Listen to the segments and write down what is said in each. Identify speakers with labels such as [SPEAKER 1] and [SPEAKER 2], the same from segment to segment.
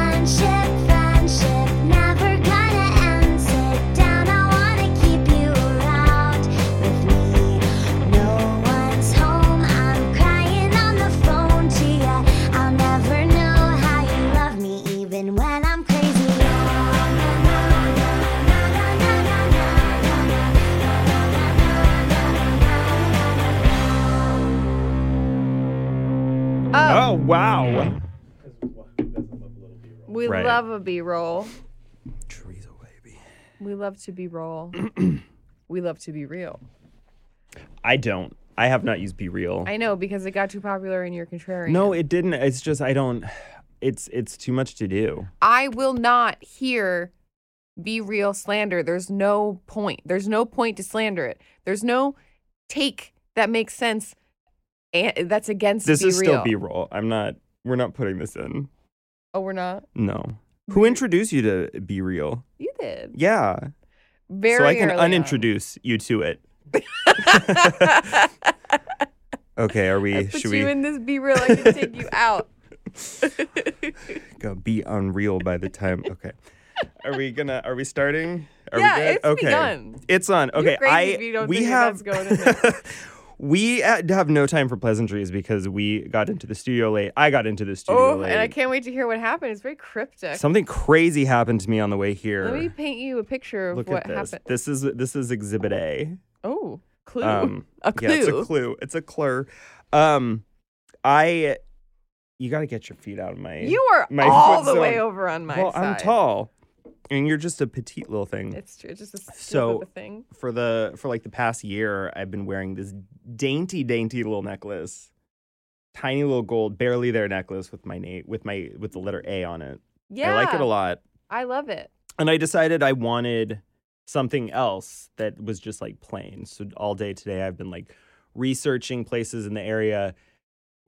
[SPEAKER 1] friendship, friendship, never gonna end. Sit down, I wanna keep you around with me. No one's home, I'm crying on the phone to you. I'll never know how you love me, even when I'm crazy.
[SPEAKER 2] Oh,
[SPEAKER 3] Oh wow!
[SPEAKER 2] we
[SPEAKER 3] Right.
[SPEAKER 2] love a B roll.
[SPEAKER 3] Trees away, baby.
[SPEAKER 2] We love to be roll. we love to be real.
[SPEAKER 3] I don't. I have not used Be Real.
[SPEAKER 2] I know because it got too popular in your contrarian.
[SPEAKER 3] no, it didn't. It's just I don't. It's it's too much to do.
[SPEAKER 2] I will not hear be real slander. There's no point. There's no point to slander it. There's no take that makes sense. And that's against
[SPEAKER 3] This
[SPEAKER 2] be
[SPEAKER 3] is
[SPEAKER 2] real.
[SPEAKER 3] still B roll. I'm not. We're not putting this in.
[SPEAKER 2] Oh, we're not.
[SPEAKER 3] No. Who introduced you to Be Real?
[SPEAKER 2] You did
[SPEAKER 3] Yeah.
[SPEAKER 2] very.
[SPEAKER 3] so I can
[SPEAKER 2] early on.
[SPEAKER 3] unintroduce you to it. okay. Are
[SPEAKER 2] I
[SPEAKER 3] we?
[SPEAKER 2] put
[SPEAKER 3] Should
[SPEAKER 2] you
[SPEAKER 3] we
[SPEAKER 2] in this be real. I can take you out.
[SPEAKER 3] go be unreal by the time? Okay. Are we gonna? Are we starting? Are
[SPEAKER 2] Yeah,
[SPEAKER 3] we good?
[SPEAKER 2] it's
[SPEAKER 3] okay.
[SPEAKER 2] begun.
[SPEAKER 3] It's on. Okay.
[SPEAKER 2] crazy
[SPEAKER 3] I.
[SPEAKER 2] if you don't
[SPEAKER 3] we
[SPEAKER 2] think that
[SPEAKER 3] have.
[SPEAKER 2] that's going in there.
[SPEAKER 3] we uh, have no time for pleasantries because we got into the studio late. I got into the studio
[SPEAKER 2] oh,
[SPEAKER 3] late.
[SPEAKER 2] and I can't wait to hear what happened. It's very cryptic.
[SPEAKER 3] Something crazy happened to me on the way here.
[SPEAKER 2] Let me paint you a picture of
[SPEAKER 3] Look at
[SPEAKER 2] what
[SPEAKER 3] this.
[SPEAKER 2] happened.
[SPEAKER 3] This is this is Exhibit A.
[SPEAKER 2] Oh, clue.
[SPEAKER 3] Um,
[SPEAKER 2] a
[SPEAKER 3] Yeah, it's a
[SPEAKER 2] clue.
[SPEAKER 3] clue. It's a clue. Um, I, you got to get your feet out of my.
[SPEAKER 2] you are
[SPEAKER 3] my
[SPEAKER 2] all
[SPEAKER 3] foot
[SPEAKER 2] the way
[SPEAKER 3] zone.
[SPEAKER 2] over on my
[SPEAKER 3] well,
[SPEAKER 2] side.
[SPEAKER 3] I'm tall, and you're just a petite little thing.
[SPEAKER 2] It's true. It's just a slip
[SPEAKER 3] So-
[SPEAKER 2] of a thing.
[SPEAKER 3] for the for like the past year, I've been wearing this dainty, dainty little necklace, tiny little gold, barely there necklace with my name with my with the letter A on it.
[SPEAKER 2] Yeah,
[SPEAKER 3] I like it a lot,
[SPEAKER 2] I love it.
[SPEAKER 3] and I decided I wanted something else that was just like plain. So all day today, I've been like researching places in the area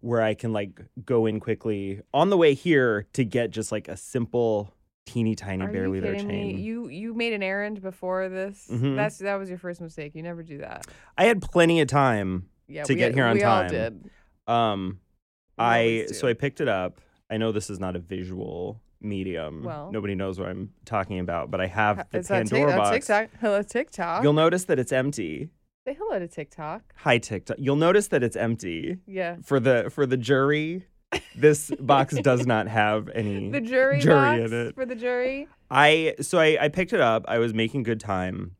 [SPEAKER 3] where I can like go in quickly on the way here to get just like a simple, teeny tiny,
[SPEAKER 2] Are
[SPEAKER 3] barely
[SPEAKER 2] you
[SPEAKER 3] there
[SPEAKER 2] kidding
[SPEAKER 3] chain.
[SPEAKER 2] me? You you made an errand before this.
[SPEAKER 3] Mhm.
[SPEAKER 2] That's that was your first mistake. You never do that.
[SPEAKER 3] I had plenty of time.
[SPEAKER 2] Yeah,
[SPEAKER 3] To
[SPEAKER 2] we,
[SPEAKER 3] get here on
[SPEAKER 2] we
[SPEAKER 3] time.
[SPEAKER 2] all did.
[SPEAKER 3] Um,
[SPEAKER 2] We
[SPEAKER 3] I
[SPEAKER 2] always do.
[SPEAKER 3] so I picked it up. I know this is not a visual medium.
[SPEAKER 2] Well.
[SPEAKER 3] nobody knows what I'm talking about, but I have the
[SPEAKER 2] Is that
[SPEAKER 3] Pandora
[SPEAKER 2] tic-
[SPEAKER 3] box.
[SPEAKER 2] oh, TikTok? Hello TikTok.
[SPEAKER 3] You'll notice that it's empty.
[SPEAKER 2] Say hello to TikTok.
[SPEAKER 3] Hi TikTok. You'll notice that it's empty
[SPEAKER 2] Yeah.
[SPEAKER 3] for the for the jury. This box does not have any
[SPEAKER 2] The jury,
[SPEAKER 3] jury
[SPEAKER 2] box
[SPEAKER 3] in it.
[SPEAKER 2] for the jury.
[SPEAKER 3] I so I, I picked it up. I was making good time,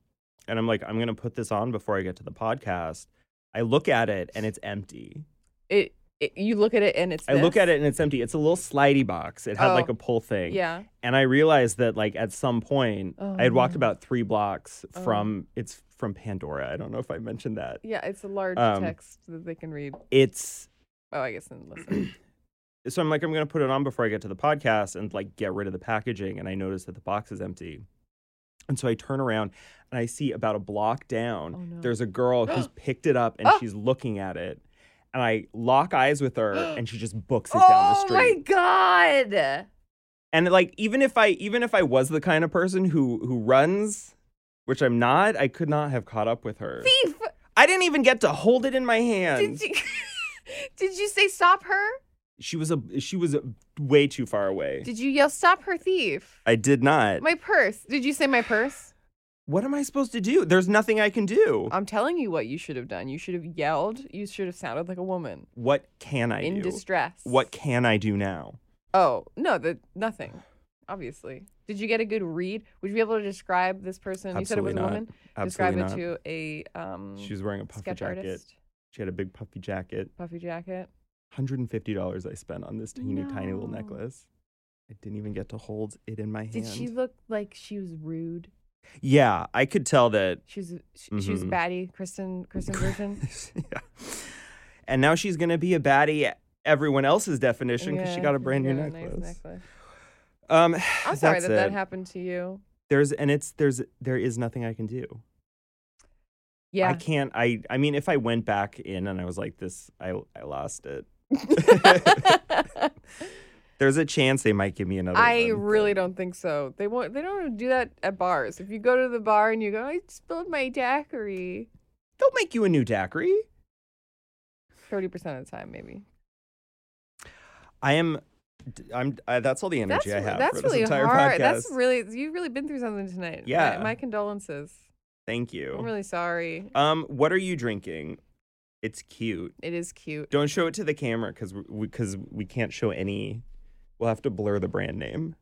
[SPEAKER 3] and I'm like, I'm gonna put this on before I get to the podcast. I look at it and it's empty.
[SPEAKER 2] It, it you look at it and it's
[SPEAKER 3] I look
[SPEAKER 2] this.
[SPEAKER 3] at it and it's empty. It's a little slidey box. It had
[SPEAKER 2] Oh.
[SPEAKER 3] like a pull thing.
[SPEAKER 2] Yeah.
[SPEAKER 3] and I realized that like at some point
[SPEAKER 2] Oh,
[SPEAKER 3] I had walked
[SPEAKER 2] no.
[SPEAKER 3] about three blocks
[SPEAKER 2] Oh.
[SPEAKER 3] from it's from Pandora. I don't know if I mentioned that.
[SPEAKER 2] Yeah, it's a large
[SPEAKER 3] Um,
[SPEAKER 2] text that they can read.
[SPEAKER 3] It's
[SPEAKER 2] Oh, I guess then listen.
[SPEAKER 3] so I'm like I'm gonna put it on before I get to the podcast and like get rid of the packaging. And I noticed that the box is empty, and so I turn around and I see about a block down
[SPEAKER 2] Oh, no.
[SPEAKER 3] there's a girl who's picked it up and
[SPEAKER 2] Oh.
[SPEAKER 3] she's looking at it. And I lock eyes with her, and she just books it down the
[SPEAKER 2] oh
[SPEAKER 3] street.
[SPEAKER 2] my god.
[SPEAKER 3] and like even if i even if i was the kind of person who who runs which i'm not i could not have caught up with her
[SPEAKER 2] Thief.
[SPEAKER 3] i didn't even get to hold it in my
[SPEAKER 2] Did
[SPEAKER 3] hand
[SPEAKER 2] you Did you say stop her?
[SPEAKER 3] she was a she was a, way too far away
[SPEAKER 2] Did you yell stop her thief?
[SPEAKER 3] i did not
[SPEAKER 2] My purse. Did you say my purse?
[SPEAKER 3] what am i supposed to do there's nothing i can do
[SPEAKER 2] I'm telling you what you should have done. You should have yelled. You should have sounded like a woman
[SPEAKER 3] what can i
[SPEAKER 2] in
[SPEAKER 3] do
[SPEAKER 2] distress.
[SPEAKER 3] what can i do now
[SPEAKER 2] Oh, no, the nothing. Obviously. Did you get a good read? Would you be able to describe this person? you
[SPEAKER 3] Absolutely
[SPEAKER 2] said it was
[SPEAKER 3] not.
[SPEAKER 2] a woman.
[SPEAKER 3] absolutely
[SPEAKER 2] describe
[SPEAKER 3] not
[SPEAKER 2] it to a um
[SPEAKER 3] she was wearing a puffy
[SPEAKER 2] sketch
[SPEAKER 3] jacket
[SPEAKER 2] artist.
[SPEAKER 3] she had a big puffy jacket
[SPEAKER 2] Puffy jacket.
[SPEAKER 3] $150 i spent on this teeny tiny little
[SPEAKER 2] No.
[SPEAKER 3] necklace i didn't even get to hold it in my hand
[SPEAKER 2] Did she look like she was rude?
[SPEAKER 3] yeah i could tell that
[SPEAKER 2] She was she, she was a
[SPEAKER 3] Mhm.
[SPEAKER 2] baddie, Kristen Kristen version.
[SPEAKER 3] yeah. And now she's gonna be a baddie at everyone else's definition because she
[SPEAKER 2] Yeah,
[SPEAKER 3] got a brand new
[SPEAKER 2] got a nice
[SPEAKER 3] necklace.
[SPEAKER 2] necklace.
[SPEAKER 3] Um,
[SPEAKER 2] I'm sorry
[SPEAKER 3] that's
[SPEAKER 2] that that
[SPEAKER 3] it.
[SPEAKER 2] happened to you.
[SPEAKER 3] There's and it's there's there is nothing I can do.
[SPEAKER 2] Yeah.
[SPEAKER 3] I can't. I I mean, if I went back in and I was like this, I I lost it. There's a chance they might give me another.
[SPEAKER 2] I
[SPEAKER 3] one,
[SPEAKER 2] really
[SPEAKER 3] but-
[SPEAKER 2] don't think so. They won't. They don't do that at bars. If you go to the bar and you go, I spilled my daiquiri.
[SPEAKER 3] They'll make you a new daiquiri.
[SPEAKER 2] Thirty percent of the time, maybe.
[SPEAKER 3] I am D- I'm. I, that's all the
[SPEAKER 2] That's
[SPEAKER 3] energy I have
[SPEAKER 2] that's
[SPEAKER 3] for this
[SPEAKER 2] really
[SPEAKER 3] entire
[SPEAKER 2] hard.
[SPEAKER 3] podcast.
[SPEAKER 2] That's really you've really been through something tonight. My-
[SPEAKER 3] Yeah.
[SPEAKER 2] my, condolences.
[SPEAKER 3] Thank you.
[SPEAKER 2] I'm really sorry.
[SPEAKER 3] um, what are you drinking? It's cute.
[SPEAKER 2] It is cute.
[SPEAKER 3] Don't show it to the camera because we because we can't show any. We'll have to blur the brand name.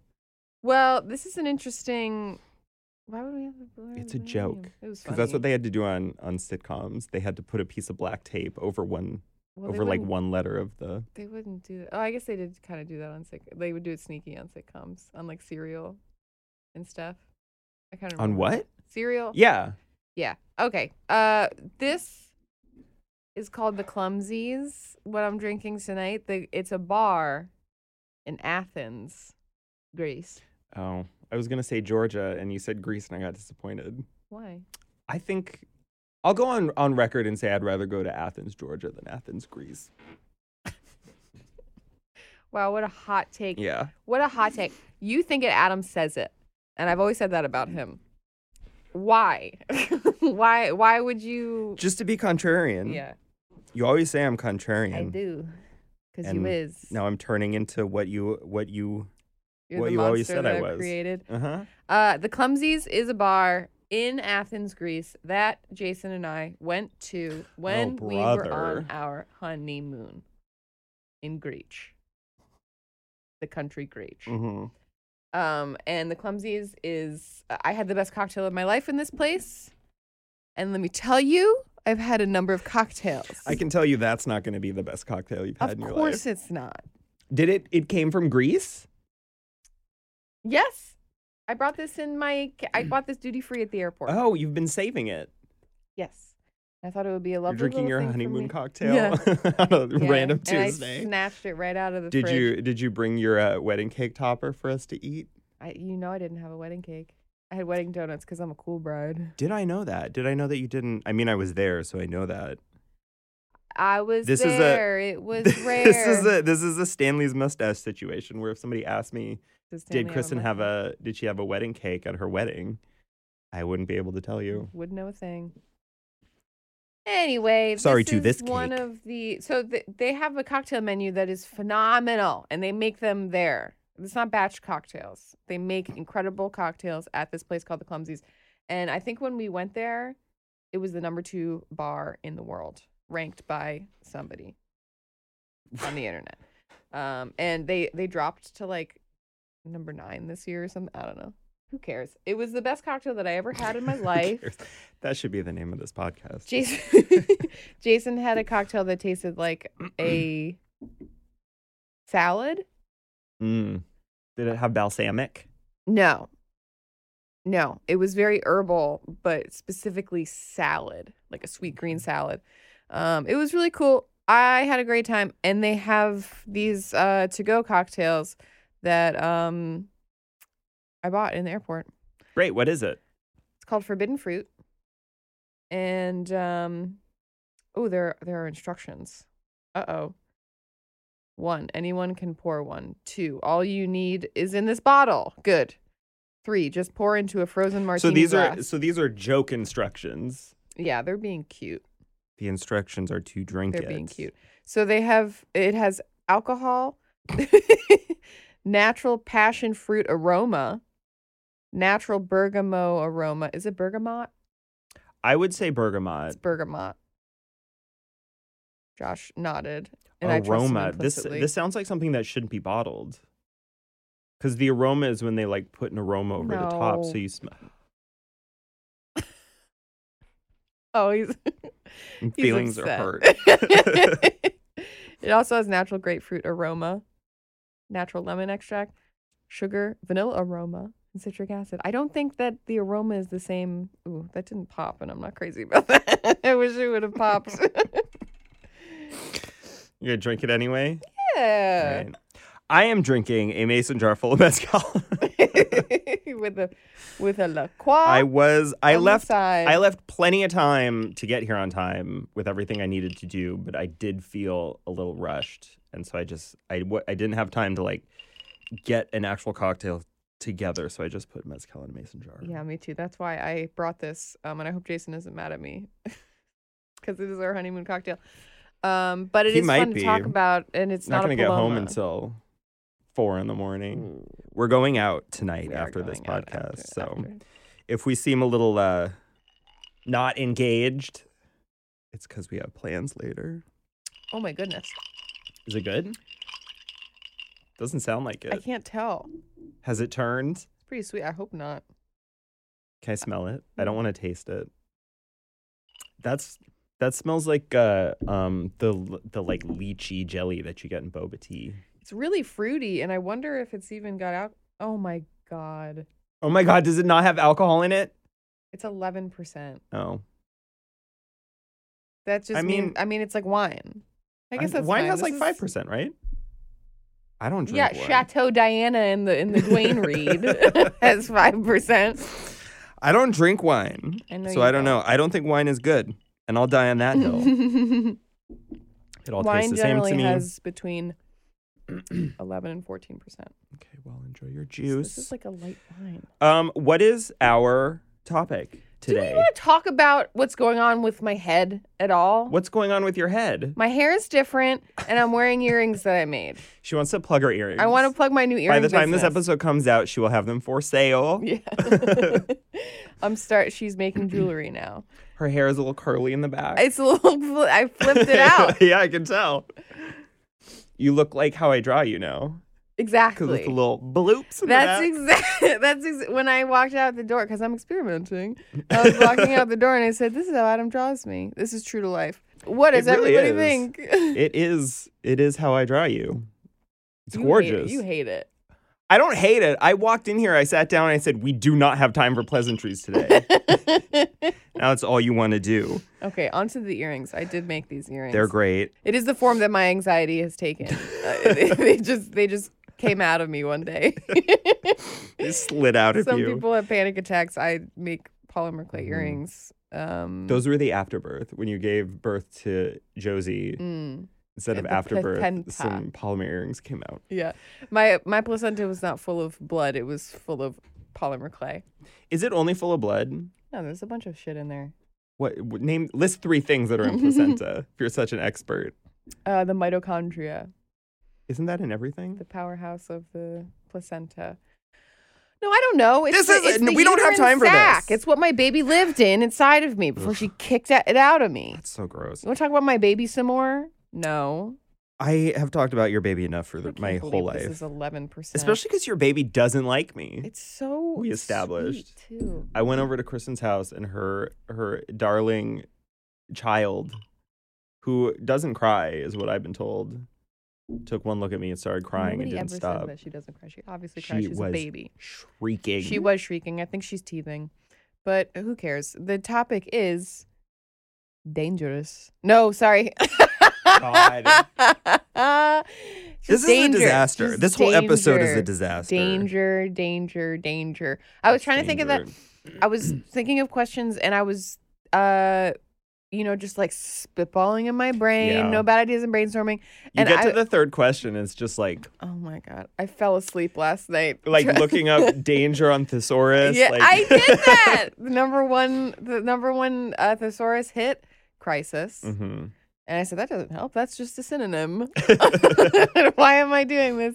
[SPEAKER 2] Well, this is an interesting. Why would we have the blur?
[SPEAKER 3] It's a
[SPEAKER 2] the name?
[SPEAKER 3] joke,
[SPEAKER 2] It was
[SPEAKER 3] Because that's what
[SPEAKER 2] funny.
[SPEAKER 3] they had to do on on sitcoms. They had to put a piece of black tape over one
[SPEAKER 2] Well, they
[SPEAKER 3] over like
[SPEAKER 2] wouldn't-
[SPEAKER 3] one letter of the.
[SPEAKER 2] They wouldn't do that. Oh, I guess they did kind of do that on sick. They would do it sneaky on sitcoms, on like Serial and stuff. I kind of
[SPEAKER 3] On what?
[SPEAKER 2] Serial.
[SPEAKER 3] Yeah.
[SPEAKER 2] Yeah. Okay. Uh, this is called the Clumsies. What I'm drinking tonight. The it's a bar in Athens, Greece.
[SPEAKER 3] Oh, I was gonna say Georgia, and you said Greece, and I got disappointed.
[SPEAKER 2] Why?
[SPEAKER 3] I think I'll go on on record and say I'd rather go to Athens, Georgia, than Athens, Greece.
[SPEAKER 2] Wow. What a hot take.
[SPEAKER 3] Yeah.
[SPEAKER 2] What a hot take. You think it. Adam says it, and I've always said that about him. Why? why? Why would you?
[SPEAKER 3] Just to be contrarian.
[SPEAKER 2] Yeah.
[SPEAKER 3] You always say I'm contrarian.
[SPEAKER 2] I do. Because you
[SPEAKER 3] and
[SPEAKER 2] is.
[SPEAKER 3] Now I'm turning into what you what you
[SPEAKER 2] You're
[SPEAKER 3] what
[SPEAKER 2] the
[SPEAKER 3] you always
[SPEAKER 2] monster
[SPEAKER 3] said
[SPEAKER 2] that
[SPEAKER 3] I
[SPEAKER 2] I've
[SPEAKER 3] was.
[SPEAKER 2] Created.
[SPEAKER 3] uh huh.
[SPEAKER 2] Uh, the Clumsies is a bar in Athens, Greece that Jason and I went to when we were
[SPEAKER 3] Oh, brother.
[SPEAKER 2] on our honeymoon in Greece, the country Greece.
[SPEAKER 3] Mm-hmm.
[SPEAKER 2] Um, and the Clumsies is uh, I had the best cocktail of my life in this place, and let me tell you, I've had a number of cocktails.
[SPEAKER 3] I can tell you that's not going to be the best cocktail you've had
[SPEAKER 2] of
[SPEAKER 3] in your
[SPEAKER 2] course,
[SPEAKER 3] life.
[SPEAKER 2] it's not.
[SPEAKER 3] Did it? It came from Greece.
[SPEAKER 2] Yes, I brought this in my. ca- I bought this duty free at the airport.
[SPEAKER 3] Oh, you've been saving it.
[SPEAKER 2] Yes. I thought it would be a lovely.
[SPEAKER 3] You're drinking
[SPEAKER 2] little
[SPEAKER 3] your
[SPEAKER 2] thing for
[SPEAKER 3] honeymoon
[SPEAKER 2] me.
[SPEAKER 3] cocktail
[SPEAKER 2] Yeah.
[SPEAKER 3] on a
[SPEAKER 2] Yeah,
[SPEAKER 3] random
[SPEAKER 2] and I
[SPEAKER 3] Tuesday.
[SPEAKER 2] snatched it right out of the
[SPEAKER 3] Did
[SPEAKER 2] fridge.
[SPEAKER 3] you did you bring your uh, wedding cake topper for us to eat?
[SPEAKER 2] I, you know, I didn't have a wedding cake. I had wedding donuts because I'm a cool bride.
[SPEAKER 3] Did I know that? Did I know that you didn't? I mean, I was there, so I know that.
[SPEAKER 2] I was
[SPEAKER 3] This is a-
[SPEAKER 2] there. it was rare.
[SPEAKER 3] this is a this is a Stanley's mustache situation where if somebody asked me,
[SPEAKER 2] Does Stanley
[SPEAKER 3] did Kristen have
[SPEAKER 2] mustache?
[SPEAKER 3] a did she have a wedding cake at her wedding, I wouldn't be able to tell you.
[SPEAKER 2] Would know a thing. Anyway,
[SPEAKER 3] Sorry
[SPEAKER 2] this
[SPEAKER 3] to
[SPEAKER 2] is
[SPEAKER 3] this
[SPEAKER 2] one
[SPEAKER 3] cake.
[SPEAKER 2] of the so th- they have a cocktail menu that is phenomenal, and they make them there. It's not batch cocktails; they make incredible cocktails at this place called the Clumsies. And I think when we went there, it was the number two bar in the world, ranked by somebody on the internet. Um, and they they dropped to like number nine this year or something. I don't know. Who cares? It was the best cocktail that I ever had in my
[SPEAKER 3] Who
[SPEAKER 2] life.
[SPEAKER 3] cares? That should be the name of this podcast.
[SPEAKER 2] Jason Jason had a cocktail that tasted like a salad.
[SPEAKER 3] Mm. Did it have balsamic?
[SPEAKER 2] No. No, it was very herbal, but specifically salad, like a sweet green salad. Um, it was really cool. I had a great time, and they have these uh, to-go cocktails that um, I bought in the airport.
[SPEAKER 3] Great. What is it?
[SPEAKER 2] It's called Forbidden Fruit. And um oh, there there are instructions. Uh-oh. One, anyone can pour one. Two, all you need is in this bottle. Good. Three, just pour into a frozen martini.
[SPEAKER 3] so these are
[SPEAKER 2] glass.
[SPEAKER 3] so these are joke instructions.
[SPEAKER 2] Yeah, they're being cute.
[SPEAKER 3] The instructions are to drink
[SPEAKER 2] They're
[SPEAKER 3] it.
[SPEAKER 2] being cute. So they have it has alcohol, natural passion fruit aroma, natural bergamot aroma. Is it bergamot?
[SPEAKER 3] I would say
[SPEAKER 2] It's
[SPEAKER 3] bergamot.
[SPEAKER 2] bergamot. Josh nodded. And I trust him
[SPEAKER 3] aroma. This
[SPEAKER 2] implicitly.
[SPEAKER 3] this sounds like something that shouldn't be bottled. Because the aroma is when they like put an aroma over the top, so
[SPEAKER 2] No.
[SPEAKER 3] you smell.
[SPEAKER 2] Oh, he's, he's
[SPEAKER 3] Feelings
[SPEAKER 2] upset.
[SPEAKER 3] are hurt.
[SPEAKER 2] it also has natural grapefruit aroma, natural lemon extract, sugar, vanilla aroma, and citric acid. I don't think that the aroma is the same. Ooh, that didn't pop, and I'm not crazy about that. I wish it would have popped.
[SPEAKER 3] You gonna drink it anyway?
[SPEAKER 2] yeah.
[SPEAKER 3] Right. I am drinking a mason jar full of mezcal.
[SPEAKER 2] with a with a La Croix
[SPEAKER 3] I was I
[SPEAKER 2] on the
[SPEAKER 3] left
[SPEAKER 2] side.
[SPEAKER 3] I left plenty of time to get here on time with everything I needed to do, but I did feel a little rushed, and so I just I w- I didn't have time to like get an actual cocktail together, so I just put mezcal in a mason jar.
[SPEAKER 2] Yeah, me too. That's why I brought this, um, and I hope Jason isn't mad at me because it is our honeymoon cocktail. Um, but it is
[SPEAKER 3] He might
[SPEAKER 2] fun to talk
[SPEAKER 3] be.
[SPEAKER 2] about, and it's
[SPEAKER 3] not
[SPEAKER 2] not,
[SPEAKER 3] gonna
[SPEAKER 2] a
[SPEAKER 3] get home
[SPEAKER 2] Paloma.
[SPEAKER 3] until four in the morning.
[SPEAKER 2] Ooh,
[SPEAKER 3] We're going out tonight
[SPEAKER 2] we are
[SPEAKER 3] after this
[SPEAKER 2] going out
[SPEAKER 3] podcast.
[SPEAKER 2] after-
[SPEAKER 3] so
[SPEAKER 2] after.
[SPEAKER 3] if we seem a little uh not engaged, it's because we have plans later.
[SPEAKER 2] Oh my goodness.
[SPEAKER 3] Is it good? Doesn't sound like
[SPEAKER 2] I
[SPEAKER 3] it.
[SPEAKER 2] can't tell.
[SPEAKER 3] Has it turned?
[SPEAKER 2] It's pretty sweet. I hope not.
[SPEAKER 3] Can I smell it? I
[SPEAKER 2] Mm-hmm.
[SPEAKER 3] don't want to taste it. That's that smells like uh um the l- the like lychee jelly that you get in boba tea.
[SPEAKER 2] It's really fruity, and I wonder if it's even got out. Oh my god.
[SPEAKER 3] Oh my god, does it not have alcohol in it?
[SPEAKER 2] It's eleven percent.
[SPEAKER 3] Oh.
[SPEAKER 2] That just
[SPEAKER 3] I
[SPEAKER 2] mean,
[SPEAKER 3] mean-
[SPEAKER 2] I mean it's like wine. I guess that's
[SPEAKER 3] wine
[SPEAKER 2] fine.
[SPEAKER 3] has
[SPEAKER 2] This
[SPEAKER 3] like
[SPEAKER 2] is-
[SPEAKER 3] five percent, right? I don't drink
[SPEAKER 2] Yeah,
[SPEAKER 3] wine.
[SPEAKER 2] Chateau Diana in the in the Dwayne Reed has five percent.
[SPEAKER 3] I don't drink wine.
[SPEAKER 2] I know
[SPEAKER 3] so
[SPEAKER 2] you
[SPEAKER 3] I don't
[SPEAKER 2] don't.
[SPEAKER 3] know. I don't think wine is good. And I'll die on that hill. It all tastes
[SPEAKER 2] Wine
[SPEAKER 3] the same
[SPEAKER 2] generally
[SPEAKER 3] to me.
[SPEAKER 2] has between eleven and fourteen percent.
[SPEAKER 3] Okay, well enjoy your
[SPEAKER 2] This
[SPEAKER 3] juice.
[SPEAKER 2] is like a light wine.
[SPEAKER 3] um, what is our topic
[SPEAKER 2] Do we
[SPEAKER 3] today?
[SPEAKER 2] want to talk about what's going on with my head at all?
[SPEAKER 3] What's going on with your head?
[SPEAKER 2] My hair is different, and I'm wearing earrings that I made.
[SPEAKER 3] She wants to plug her earrings.
[SPEAKER 2] I want to plug my new earrings.
[SPEAKER 3] By the time this episode comes out, she will have them for sale.
[SPEAKER 2] yeah, I'm start. She's making jewelry now.
[SPEAKER 3] Her hair is a little curly in the back.
[SPEAKER 2] It's a little. fl- I flipped it out
[SPEAKER 3] yeah, I can tell. You look like how I draw you now. Because
[SPEAKER 2] exactly.
[SPEAKER 3] with the little bloops in
[SPEAKER 2] That's
[SPEAKER 3] the back.
[SPEAKER 2] exactly. That's ex- when I walked out the door because I'm experimenting. I was walking out the door and I said, "This is how Adam draws me. This is true to life." What does
[SPEAKER 3] It really
[SPEAKER 2] everybody
[SPEAKER 3] is.
[SPEAKER 2] think?
[SPEAKER 3] it is it is how I draw you. It's
[SPEAKER 2] You hate it.
[SPEAKER 3] gorgeous.
[SPEAKER 2] You hate it.
[SPEAKER 3] I don't hate it. I walked in here, I sat down, and I said, We do not have time for pleasantries today. now it's all you want to do.
[SPEAKER 2] okay, onto the earrings. I did make these earrings.
[SPEAKER 3] They're great.
[SPEAKER 2] It is the form that my anxiety has taken. Uh, they, they just they just came out of me one day.
[SPEAKER 3] They slid out of
[SPEAKER 2] Some
[SPEAKER 3] you. Mm.
[SPEAKER 2] people have panic attacks. I make polymer clay earrings. Um,
[SPEAKER 3] Those were the afterbirth when you gave birth to Josie.
[SPEAKER 2] mm,
[SPEAKER 3] Instead of
[SPEAKER 2] the
[SPEAKER 3] afterbirth,
[SPEAKER 2] placenta.
[SPEAKER 3] some polymer earrings came out.
[SPEAKER 2] yeah, my my placenta was not full of blood. It was full of polymer clay.
[SPEAKER 3] Is it only full of blood?
[SPEAKER 2] No, there's a bunch of shit in there.
[SPEAKER 3] What w- name? List three things that are in placenta. if you're such an expert,
[SPEAKER 2] Uh, the mitochondria,
[SPEAKER 3] isn't that in everything?
[SPEAKER 2] the powerhouse of the placenta. No, I don't know. It's
[SPEAKER 3] This
[SPEAKER 2] the,
[SPEAKER 3] isn't-
[SPEAKER 2] it's the
[SPEAKER 3] we don't have
[SPEAKER 2] uterine
[SPEAKER 3] time for
[SPEAKER 2] sac.
[SPEAKER 3] this.
[SPEAKER 2] It's what my baby lived in inside of me before she kicked it out of me.
[SPEAKER 3] That's so gross.
[SPEAKER 2] You want to talk about my baby some more? No.
[SPEAKER 3] I have talked about your baby enough for
[SPEAKER 2] I
[SPEAKER 3] the,
[SPEAKER 2] can't
[SPEAKER 3] my whole
[SPEAKER 2] believe
[SPEAKER 3] life.
[SPEAKER 2] This is eleven percent.
[SPEAKER 3] Especially because your baby doesn't like me.
[SPEAKER 2] it's so
[SPEAKER 3] We established.
[SPEAKER 2] sweet, too.
[SPEAKER 3] I went over to Kristen's house and her her darling child, who doesn't cry, is what I've been told, took one look at me and started crying
[SPEAKER 2] Nobody
[SPEAKER 3] and
[SPEAKER 2] ever
[SPEAKER 3] didn't stop.
[SPEAKER 2] said that she doesn't cry. She obviously
[SPEAKER 3] She
[SPEAKER 2] cries. She's
[SPEAKER 3] was
[SPEAKER 2] a baby.
[SPEAKER 3] Shrieking.
[SPEAKER 2] She was shrieking. I think she's teething, but who cares? The topic is dangerous. No, sorry.
[SPEAKER 3] God.
[SPEAKER 2] Just
[SPEAKER 3] This is
[SPEAKER 2] danger.
[SPEAKER 3] a disaster.
[SPEAKER 2] Just
[SPEAKER 3] this whole episode is
[SPEAKER 2] danger.
[SPEAKER 3] a disaster.
[SPEAKER 2] Danger, danger, danger. I was trying to think of that.
[SPEAKER 3] Danger.
[SPEAKER 2] I was thinking of questions and I was, uh, you know, just like spitballing in my brain,
[SPEAKER 3] Yeah.
[SPEAKER 2] no bad ideas and brainstorming.
[SPEAKER 3] You
[SPEAKER 2] and
[SPEAKER 3] get
[SPEAKER 2] I-
[SPEAKER 3] to the third question, it's just like
[SPEAKER 2] Oh my God. I fell asleep last night.
[SPEAKER 3] like looking up danger on thesaurus.
[SPEAKER 2] yeah,
[SPEAKER 3] like,
[SPEAKER 2] I did that. The number one, the number one uh, thesaurus hit crisis.
[SPEAKER 3] hmm
[SPEAKER 2] And I said, that doesn't help. That's just a synonym. Why am I doing this?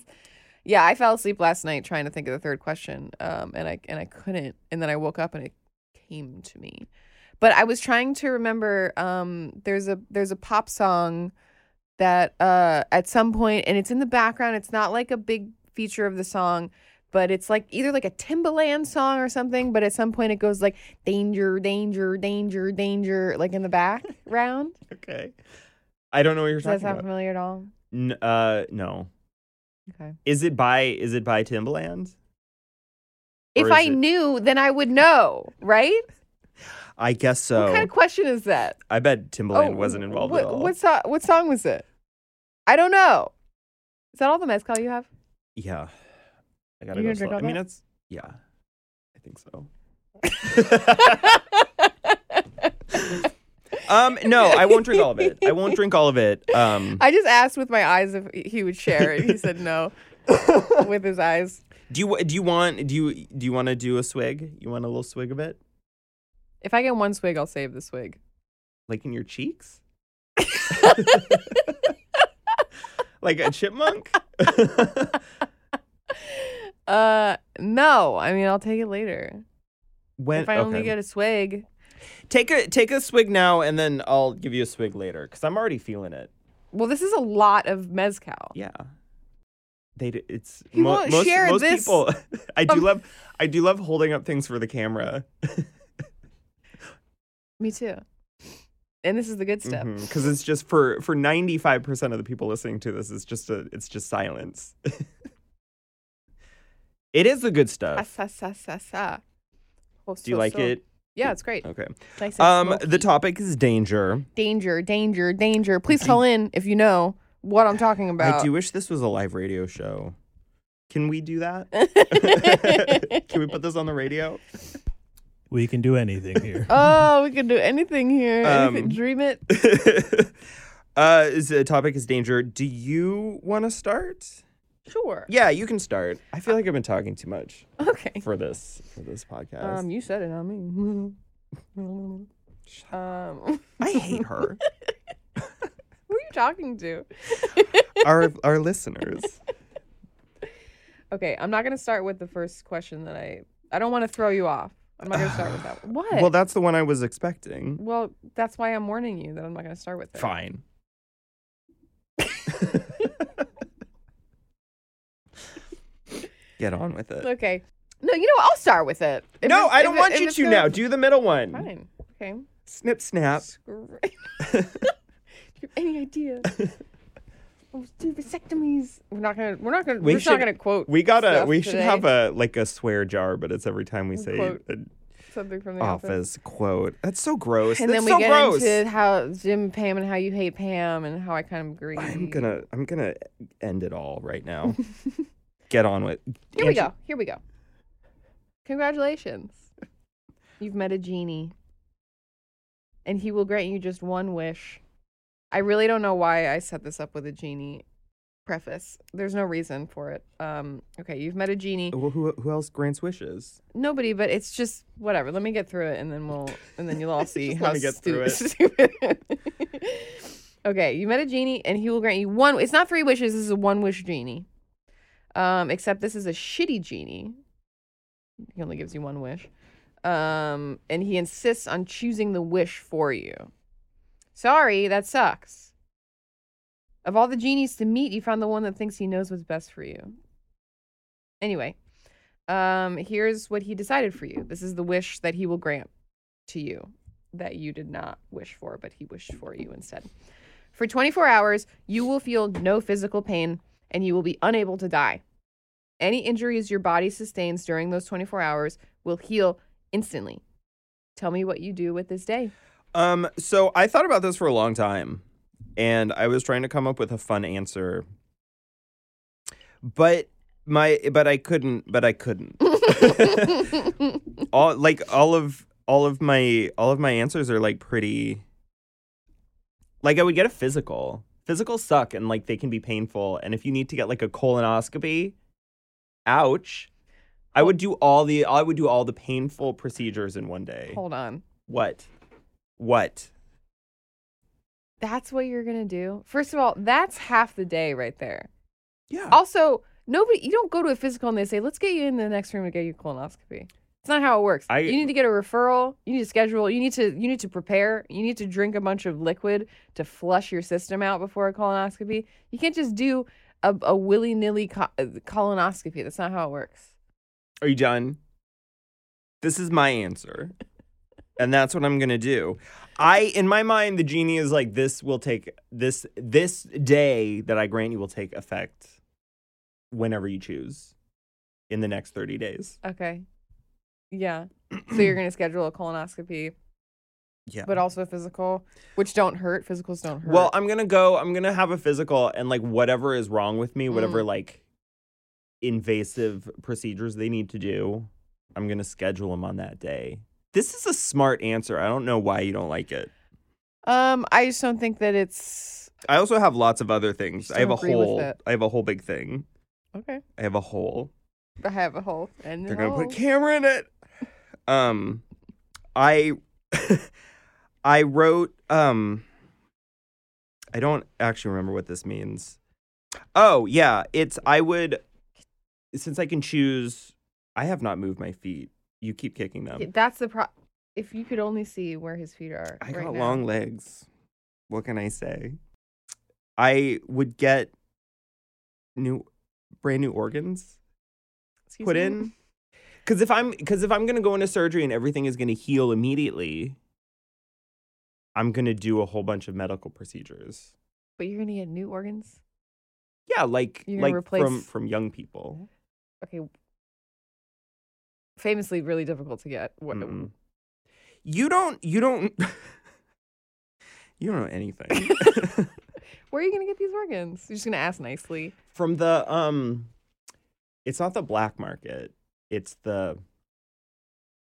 [SPEAKER 2] Yeah, I fell asleep last night trying to think of the third question, um, and I and I couldn't. And then I woke up and it came to me. But I was trying to remember. Um, there's a there's a pop song that uh, at some point, and it's in the background. It's not like a big feature of the song, but it's like either like a Timbaland song or something. But at some point, it goes like danger, danger, danger, danger, like in the background.
[SPEAKER 3] Okay. I don't know what you're
[SPEAKER 2] Does that
[SPEAKER 3] talking
[SPEAKER 2] sound
[SPEAKER 3] about.
[SPEAKER 2] familiar at all?
[SPEAKER 3] N- uh, no.
[SPEAKER 2] Okay.
[SPEAKER 3] Is it by is it by Timbaland? Or
[SPEAKER 2] If
[SPEAKER 3] is
[SPEAKER 2] I
[SPEAKER 3] it-
[SPEAKER 2] knew, then I would know, right?
[SPEAKER 3] I guess so.
[SPEAKER 2] What kind of question is that? Oh,
[SPEAKER 3] I bet Timbaland wasn't involved
[SPEAKER 2] what,
[SPEAKER 3] at all.
[SPEAKER 2] What, so- what song was it? I don't know. Is that all the mezcal you have?
[SPEAKER 3] Yeah. I gotta go
[SPEAKER 2] You gonna drink
[SPEAKER 3] slow. I
[SPEAKER 2] all
[SPEAKER 3] mean,
[SPEAKER 2] that?
[SPEAKER 3] it's yeah. I think so. um, no, I won't drink all of it. I won't drink all of it. Um,
[SPEAKER 2] I just asked with my eyes if he would share it. He said no with his eyes.
[SPEAKER 3] do you do you want do you do you want to do a swig? You want a little swig of it,
[SPEAKER 2] If I get one swig, I'll save the swig.
[SPEAKER 3] like in your cheeks, like a chipmunk?
[SPEAKER 2] Uh, no. I mean, I'll take it later.
[SPEAKER 3] When
[SPEAKER 2] if I only
[SPEAKER 3] okay.
[SPEAKER 2] get a swig.
[SPEAKER 3] take a take a swig now, and then I'll give you a swig later because I'm already feeling it.
[SPEAKER 2] Well, this is a lot of mezcal.
[SPEAKER 3] Yeah. They d- it's
[SPEAKER 2] He won't
[SPEAKER 3] most,
[SPEAKER 2] share
[SPEAKER 3] most
[SPEAKER 2] this-
[SPEAKER 3] people. I do
[SPEAKER 2] Um,
[SPEAKER 3] love I do love holding up things for the camera
[SPEAKER 2] Me too. And this is the good
[SPEAKER 3] because
[SPEAKER 2] stuff.
[SPEAKER 3] Mm-hmm. it's just for for 95% of the people listening to this it's just a it's just silence. it is the good
[SPEAKER 2] Ah,
[SPEAKER 3] stuff.
[SPEAKER 2] sa, sa, sa, sa. Oh,
[SPEAKER 3] Do you
[SPEAKER 2] so,
[SPEAKER 3] like
[SPEAKER 2] so.
[SPEAKER 3] it?
[SPEAKER 2] Yeah, it's great.
[SPEAKER 3] Okay.
[SPEAKER 2] Nice and
[SPEAKER 3] Um
[SPEAKER 2] smoky.
[SPEAKER 3] the topic is danger.
[SPEAKER 2] danger, danger, danger. Please call in if you know what I'm talking about.
[SPEAKER 3] I do wish this was a live radio show. Can we do that? Can we put this on the radio?
[SPEAKER 4] We can do anything here.
[SPEAKER 2] oh, we can do anything here. anything-
[SPEAKER 3] Um,
[SPEAKER 2] dream it.
[SPEAKER 3] uh, is the topic is danger. Do you want to start?
[SPEAKER 2] Sure.
[SPEAKER 3] Yeah, you can start. I feel like I've been talking too much
[SPEAKER 2] Okay.
[SPEAKER 3] for this for this podcast.
[SPEAKER 2] Um, you said it, not me. um, who are
[SPEAKER 3] I hate her.
[SPEAKER 2] you talking to?
[SPEAKER 3] our our listeners.
[SPEAKER 2] Okay, I'm not gonna start with the first question that I. I don't want to throw you off. I'm not gonna start with that. one. What?
[SPEAKER 3] Well, that's the one I was expecting.
[SPEAKER 2] Well, that's why I'm warning you that I'm not going to start with it.
[SPEAKER 3] Fine. Get on with it.
[SPEAKER 2] Okay. No, you know what? I'll start with it. If
[SPEAKER 3] no,
[SPEAKER 2] it's-
[SPEAKER 3] I
[SPEAKER 2] if
[SPEAKER 3] don't
[SPEAKER 2] it-
[SPEAKER 3] want
[SPEAKER 2] if
[SPEAKER 3] you
[SPEAKER 2] it's
[SPEAKER 3] to
[SPEAKER 2] gonna-
[SPEAKER 3] now. Do Uh, the middle one.
[SPEAKER 2] Fine. Okay.
[SPEAKER 3] Snip snap.
[SPEAKER 2] Screw- Do you have Any idea? Oh, do vasectomies. We're not gonna. We're not gonna.
[SPEAKER 3] We
[SPEAKER 2] We are not
[SPEAKER 3] should-
[SPEAKER 2] gonna quote.
[SPEAKER 3] We gotta.
[SPEAKER 2] stuff
[SPEAKER 3] We should have
[SPEAKER 2] today.
[SPEAKER 3] a like a swear jar, but it's every time we say
[SPEAKER 2] Quote.
[SPEAKER 3] an
[SPEAKER 2] something from the office.
[SPEAKER 3] office quote. That's so gross.
[SPEAKER 2] And
[SPEAKER 3] That's
[SPEAKER 2] then we
[SPEAKER 3] so
[SPEAKER 2] get
[SPEAKER 3] gross.
[SPEAKER 2] into how Jim, Pam, and how you hate Pam, and how I kind of agree.
[SPEAKER 3] I'm gonna. I'm gonna end it all right now. get on with.
[SPEAKER 2] Here we
[SPEAKER 3] Angie-
[SPEAKER 2] go. Here we go. Congratulations. You've met a genie. And he will grant you just one wish. I really don't know why I set this up with a genie preface. There's no reason for it. Um, okay, you've met a genie.
[SPEAKER 3] Well, who who else grants wishes?
[SPEAKER 2] Nobody, but it's just whatever. Let me get through it and then we'll and then you'll all see
[SPEAKER 3] Just
[SPEAKER 2] how
[SPEAKER 3] let me get through
[SPEAKER 2] stu- stupid. okay, you met a genie and he will grant you one it's not three wishes, this is a one wish genie. Um, except this is a shitty genie. He only gives you one wish. Um, and he insists on choosing the wish for you. Sorry, that sucks. Of all the genies to meet, you found the one that thinks he knows what's best for you. Anyway, um, here's what he decided for you. This is the wish that he will grant to you that you did not wish for, but he wished for you instead. For 24 hours, you will feel no physical pain and you will be unable to die. Any injuries your body sustains during those 24 hours will heal instantly. Tell me what you do with this day.
[SPEAKER 3] Um. So I thought about this for a long time, and I was trying to come up with a fun answer, but my but I couldn't. But I couldn't. all like all of all of my all of my answers are like pretty like i would get a physical physicals suck and like they can be painful and if you need to get like a colonoscopy ouch i would do all the i would do all the painful procedures in one day
[SPEAKER 2] Hold on.
[SPEAKER 3] what what
[SPEAKER 2] That's what you're going to do. First of all, that's half the day right there.
[SPEAKER 3] yeah
[SPEAKER 2] Also, nobody you don't go to a physical and they say, "Let's get you in the next room to get you a colonoscopy." It's not how it works.
[SPEAKER 3] I-
[SPEAKER 2] you need to get a referral. You need to schedule. You need to you need to prepare. You need to drink a bunch of liquid to flush your system out before a colonoscopy. You can't just do a, a willy nilly co- uh, colonoscopy. That's not how it works.
[SPEAKER 3] are you done this is my answer and that's what i'm gonna do i in my mind the genie is like this will take this this day that i grant you will take effect whenever you choose in the next 30 days
[SPEAKER 2] Okay. Yeah. so you're gonna schedule a colonoscopy,
[SPEAKER 3] yeah
[SPEAKER 2] but also a physical, which don't hurt. Physicals don't hurt.
[SPEAKER 3] well i'm gonna go i'm gonna have a physical and like whatever is wrong with me whatever like invasive procedures they need to do i'm gonna schedule them on that day this is a smart answer i don't know why you don't like it
[SPEAKER 2] um, I just don't think that it's
[SPEAKER 3] I also have lots of other things.
[SPEAKER 2] Just
[SPEAKER 3] I have a
[SPEAKER 2] don't agree with
[SPEAKER 3] whole.
[SPEAKER 2] it.
[SPEAKER 3] I have a whole big thing.
[SPEAKER 2] okay.
[SPEAKER 3] I have a hole.
[SPEAKER 2] I have a hole, and
[SPEAKER 3] They're gonna
[SPEAKER 2] hole.
[SPEAKER 3] put camera in it. Um, I, I wrote. Um, I don't actually remember what this means. Oh yeah, it's I would. since I can choose, I have not moved my feet. You keep kicking them.
[SPEAKER 2] That's the pro. If you could only see where his feet are.
[SPEAKER 3] I
[SPEAKER 2] right
[SPEAKER 3] got
[SPEAKER 2] now.
[SPEAKER 3] long legs. What can I say? I would get new, brand new organs
[SPEAKER 2] Excuse
[SPEAKER 3] put
[SPEAKER 2] me?
[SPEAKER 3] in. Because if I'm because if I'm gonna go into surgery and everything is gonna heal immediately, I'm gonna do a whole bunch of medical procedures.
[SPEAKER 2] But you're gonna get new organs.
[SPEAKER 3] Yeah, like
[SPEAKER 2] You're
[SPEAKER 3] like
[SPEAKER 2] gonna
[SPEAKER 3] from
[SPEAKER 2] replace-
[SPEAKER 3] from young people.
[SPEAKER 2] Okay. Famously, really difficult to get. What?
[SPEAKER 3] Mm-mm. You don't you don't you don't know anything
[SPEAKER 2] Where are you gonna get these organs? You're just gonna ask nicely.
[SPEAKER 3] from the um. It's not the black market. It's the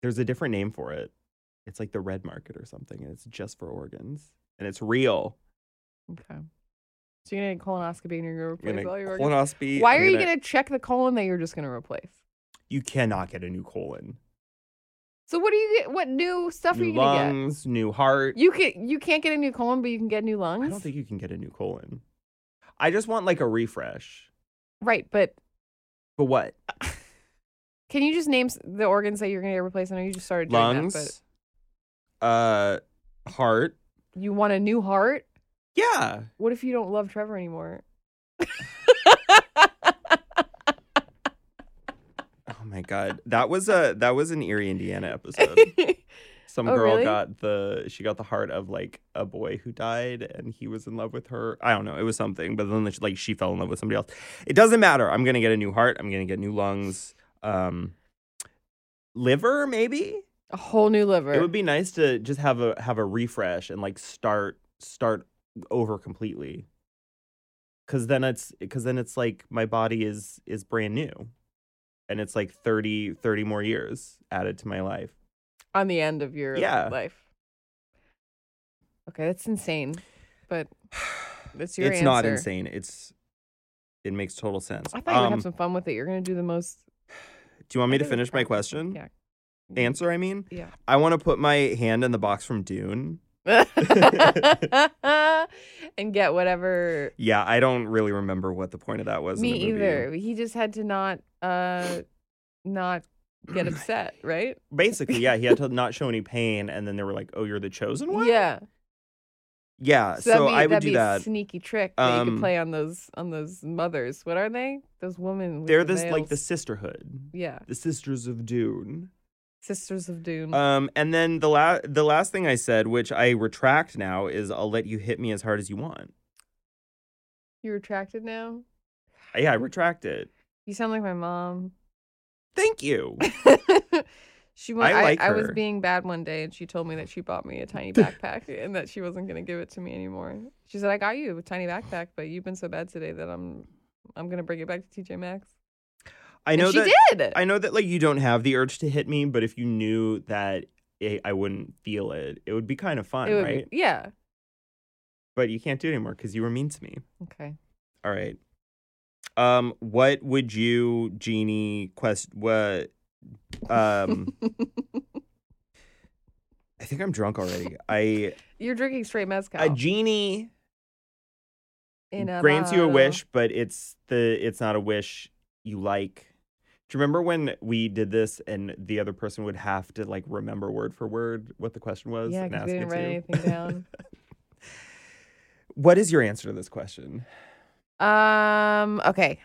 [SPEAKER 3] there's a different name for it. It's like the red market or something, and it's just for organs, and it's real.
[SPEAKER 2] Okay. So you're gonna get colonoscopy and you're gonna
[SPEAKER 3] I'm
[SPEAKER 2] replace
[SPEAKER 3] gonna
[SPEAKER 2] all your organs.
[SPEAKER 3] colonoscopy.
[SPEAKER 2] Why
[SPEAKER 3] I'm
[SPEAKER 2] are you gonna check the colon that you're just gonna replace?
[SPEAKER 3] You cannot get a new colon,
[SPEAKER 2] So what do you get? What new stuff are
[SPEAKER 3] new
[SPEAKER 2] you gonna
[SPEAKER 3] lungs, new heart.
[SPEAKER 2] get? You can you can't get a new colon, but you can get new lungs.
[SPEAKER 3] I don't think you can get a new colon. I just want like a refresh.
[SPEAKER 2] right, but
[SPEAKER 3] But what?
[SPEAKER 2] can you just name s- the organs that you're gonna replace? I know you just started doing
[SPEAKER 3] Lungs,
[SPEAKER 2] that,
[SPEAKER 3] uh, heart.
[SPEAKER 2] but you want a new heart.
[SPEAKER 3] Yeah,
[SPEAKER 2] What if you don't love Trevor anymore?
[SPEAKER 3] Oh my god, that was a that was an Erie, Indiana episode. Some
[SPEAKER 2] Oh,
[SPEAKER 3] girl
[SPEAKER 2] really?
[SPEAKER 3] got the she got the heart of like a boy who died, and he was in love with her. I don't know, it was something, but then like she fell in love with somebody else. It doesn't matter. I'm gonna get a new heart. I'm gonna get new lungs, um, liver maybe.
[SPEAKER 2] a whole new liver.
[SPEAKER 3] It would be nice to just have a have a refresh and like start start over completely. Cause then it's cause then it's like my body is is brand new. And it's like 30, 30 more years added to my life.
[SPEAKER 2] on the end of your
[SPEAKER 3] Yeah.
[SPEAKER 2] life. Okay, that's insane, but that's your
[SPEAKER 3] it's not
[SPEAKER 2] answer.
[SPEAKER 3] insane. It's it makes total sense.
[SPEAKER 2] I thought you would
[SPEAKER 3] Um,
[SPEAKER 2] have some fun with it. You're gonna do the most.
[SPEAKER 3] do you want me
[SPEAKER 2] I
[SPEAKER 3] to
[SPEAKER 2] think it's
[SPEAKER 3] finish my
[SPEAKER 2] fun.
[SPEAKER 3] question?
[SPEAKER 2] Yeah. Mm-hmm.
[SPEAKER 3] Answer, I mean?
[SPEAKER 2] Yeah.
[SPEAKER 3] I want to put my hand in the box from Dune.
[SPEAKER 2] and get whatever.
[SPEAKER 3] Yeah, I don't really remember what the point of that was. in
[SPEAKER 2] Me
[SPEAKER 3] the movie.
[SPEAKER 2] either. He just had to not, uh, not get upset, right?
[SPEAKER 3] Basically, yeah, he had to not show any pain, and then they were like, "Oh, you're the chosen one."
[SPEAKER 2] Yeah.
[SPEAKER 3] yeah. Uh, So,
[SPEAKER 2] that'd be,
[SPEAKER 3] I would
[SPEAKER 2] that'd
[SPEAKER 3] do
[SPEAKER 2] be a
[SPEAKER 3] that.
[SPEAKER 2] sneaky trick that you
[SPEAKER 3] Um,
[SPEAKER 2] could play on those on those mothers. What are they? Those women. With
[SPEAKER 3] They're
[SPEAKER 2] the
[SPEAKER 3] this like the
[SPEAKER 2] veils.
[SPEAKER 3] sisterhood,
[SPEAKER 2] Yeah,
[SPEAKER 3] the Sisters of Dune.
[SPEAKER 2] Sisters of Dune.
[SPEAKER 3] Um, and then the la- the last thing I said, which I retract now, is I'll let you hit me as hard as you want.
[SPEAKER 2] you retracted now.
[SPEAKER 3] Yeah, I retract it.
[SPEAKER 2] You sound like my mom.
[SPEAKER 3] Thank you.
[SPEAKER 2] she went,
[SPEAKER 3] I
[SPEAKER 2] I,
[SPEAKER 3] like
[SPEAKER 2] I, was
[SPEAKER 3] her.
[SPEAKER 2] being bad one day and she told me that she bought me a tiny backpack and that she wasn't going to give it to me anymore. She said, I got you a tiny backpack, but you've been so bad today that I'm I'm going to bring it back to TJ Maxx.
[SPEAKER 3] I know
[SPEAKER 2] and she
[SPEAKER 3] that
[SPEAKER 2] did.
[SPEAKER 3] I know that like you don't have the urge to hit me, but if you knew that it, I wouldn't feel it, it would be kind of fun,
[SPEAKER 2] It would be-
[SPEAKER 3] right?
[SPEAKER 2] yeah.
[SPEAKER 3] But you can't do it anymore because you were mean to me.
[SPEAKER 2] Okay.
[SPEAKER 3] All right. Um, what would you, Genie, quest? What? Um, I think I'm drunk already. I uh,
[SPEAKER 2] You're drinking straight mezcal.
[SPEAKER 3] a genie
[SPEAKER 2] in a
[SPEAKER 3] grants you a
[SPEAKER 2] bottle.
[SPEAKER 3] wish, but it's the it's not a wish you like. Do you remember when we did this and the other person would have to like remember word for word what the question was
[SPEAKER 2] Yeah,
[SPEAKER 3] and
[SPEAKER 2] because
[SPEAKER 3] ask
[SPEAKER 2] we didn't
[SPEAKER 3] it to
[SPEAKER 2] write
[SPEAKER 3] you?
[SPEAKER 2] anything down.
[SPEAKER 3] What is your answer to this question?
[SPEAKER 2] Um. Okay.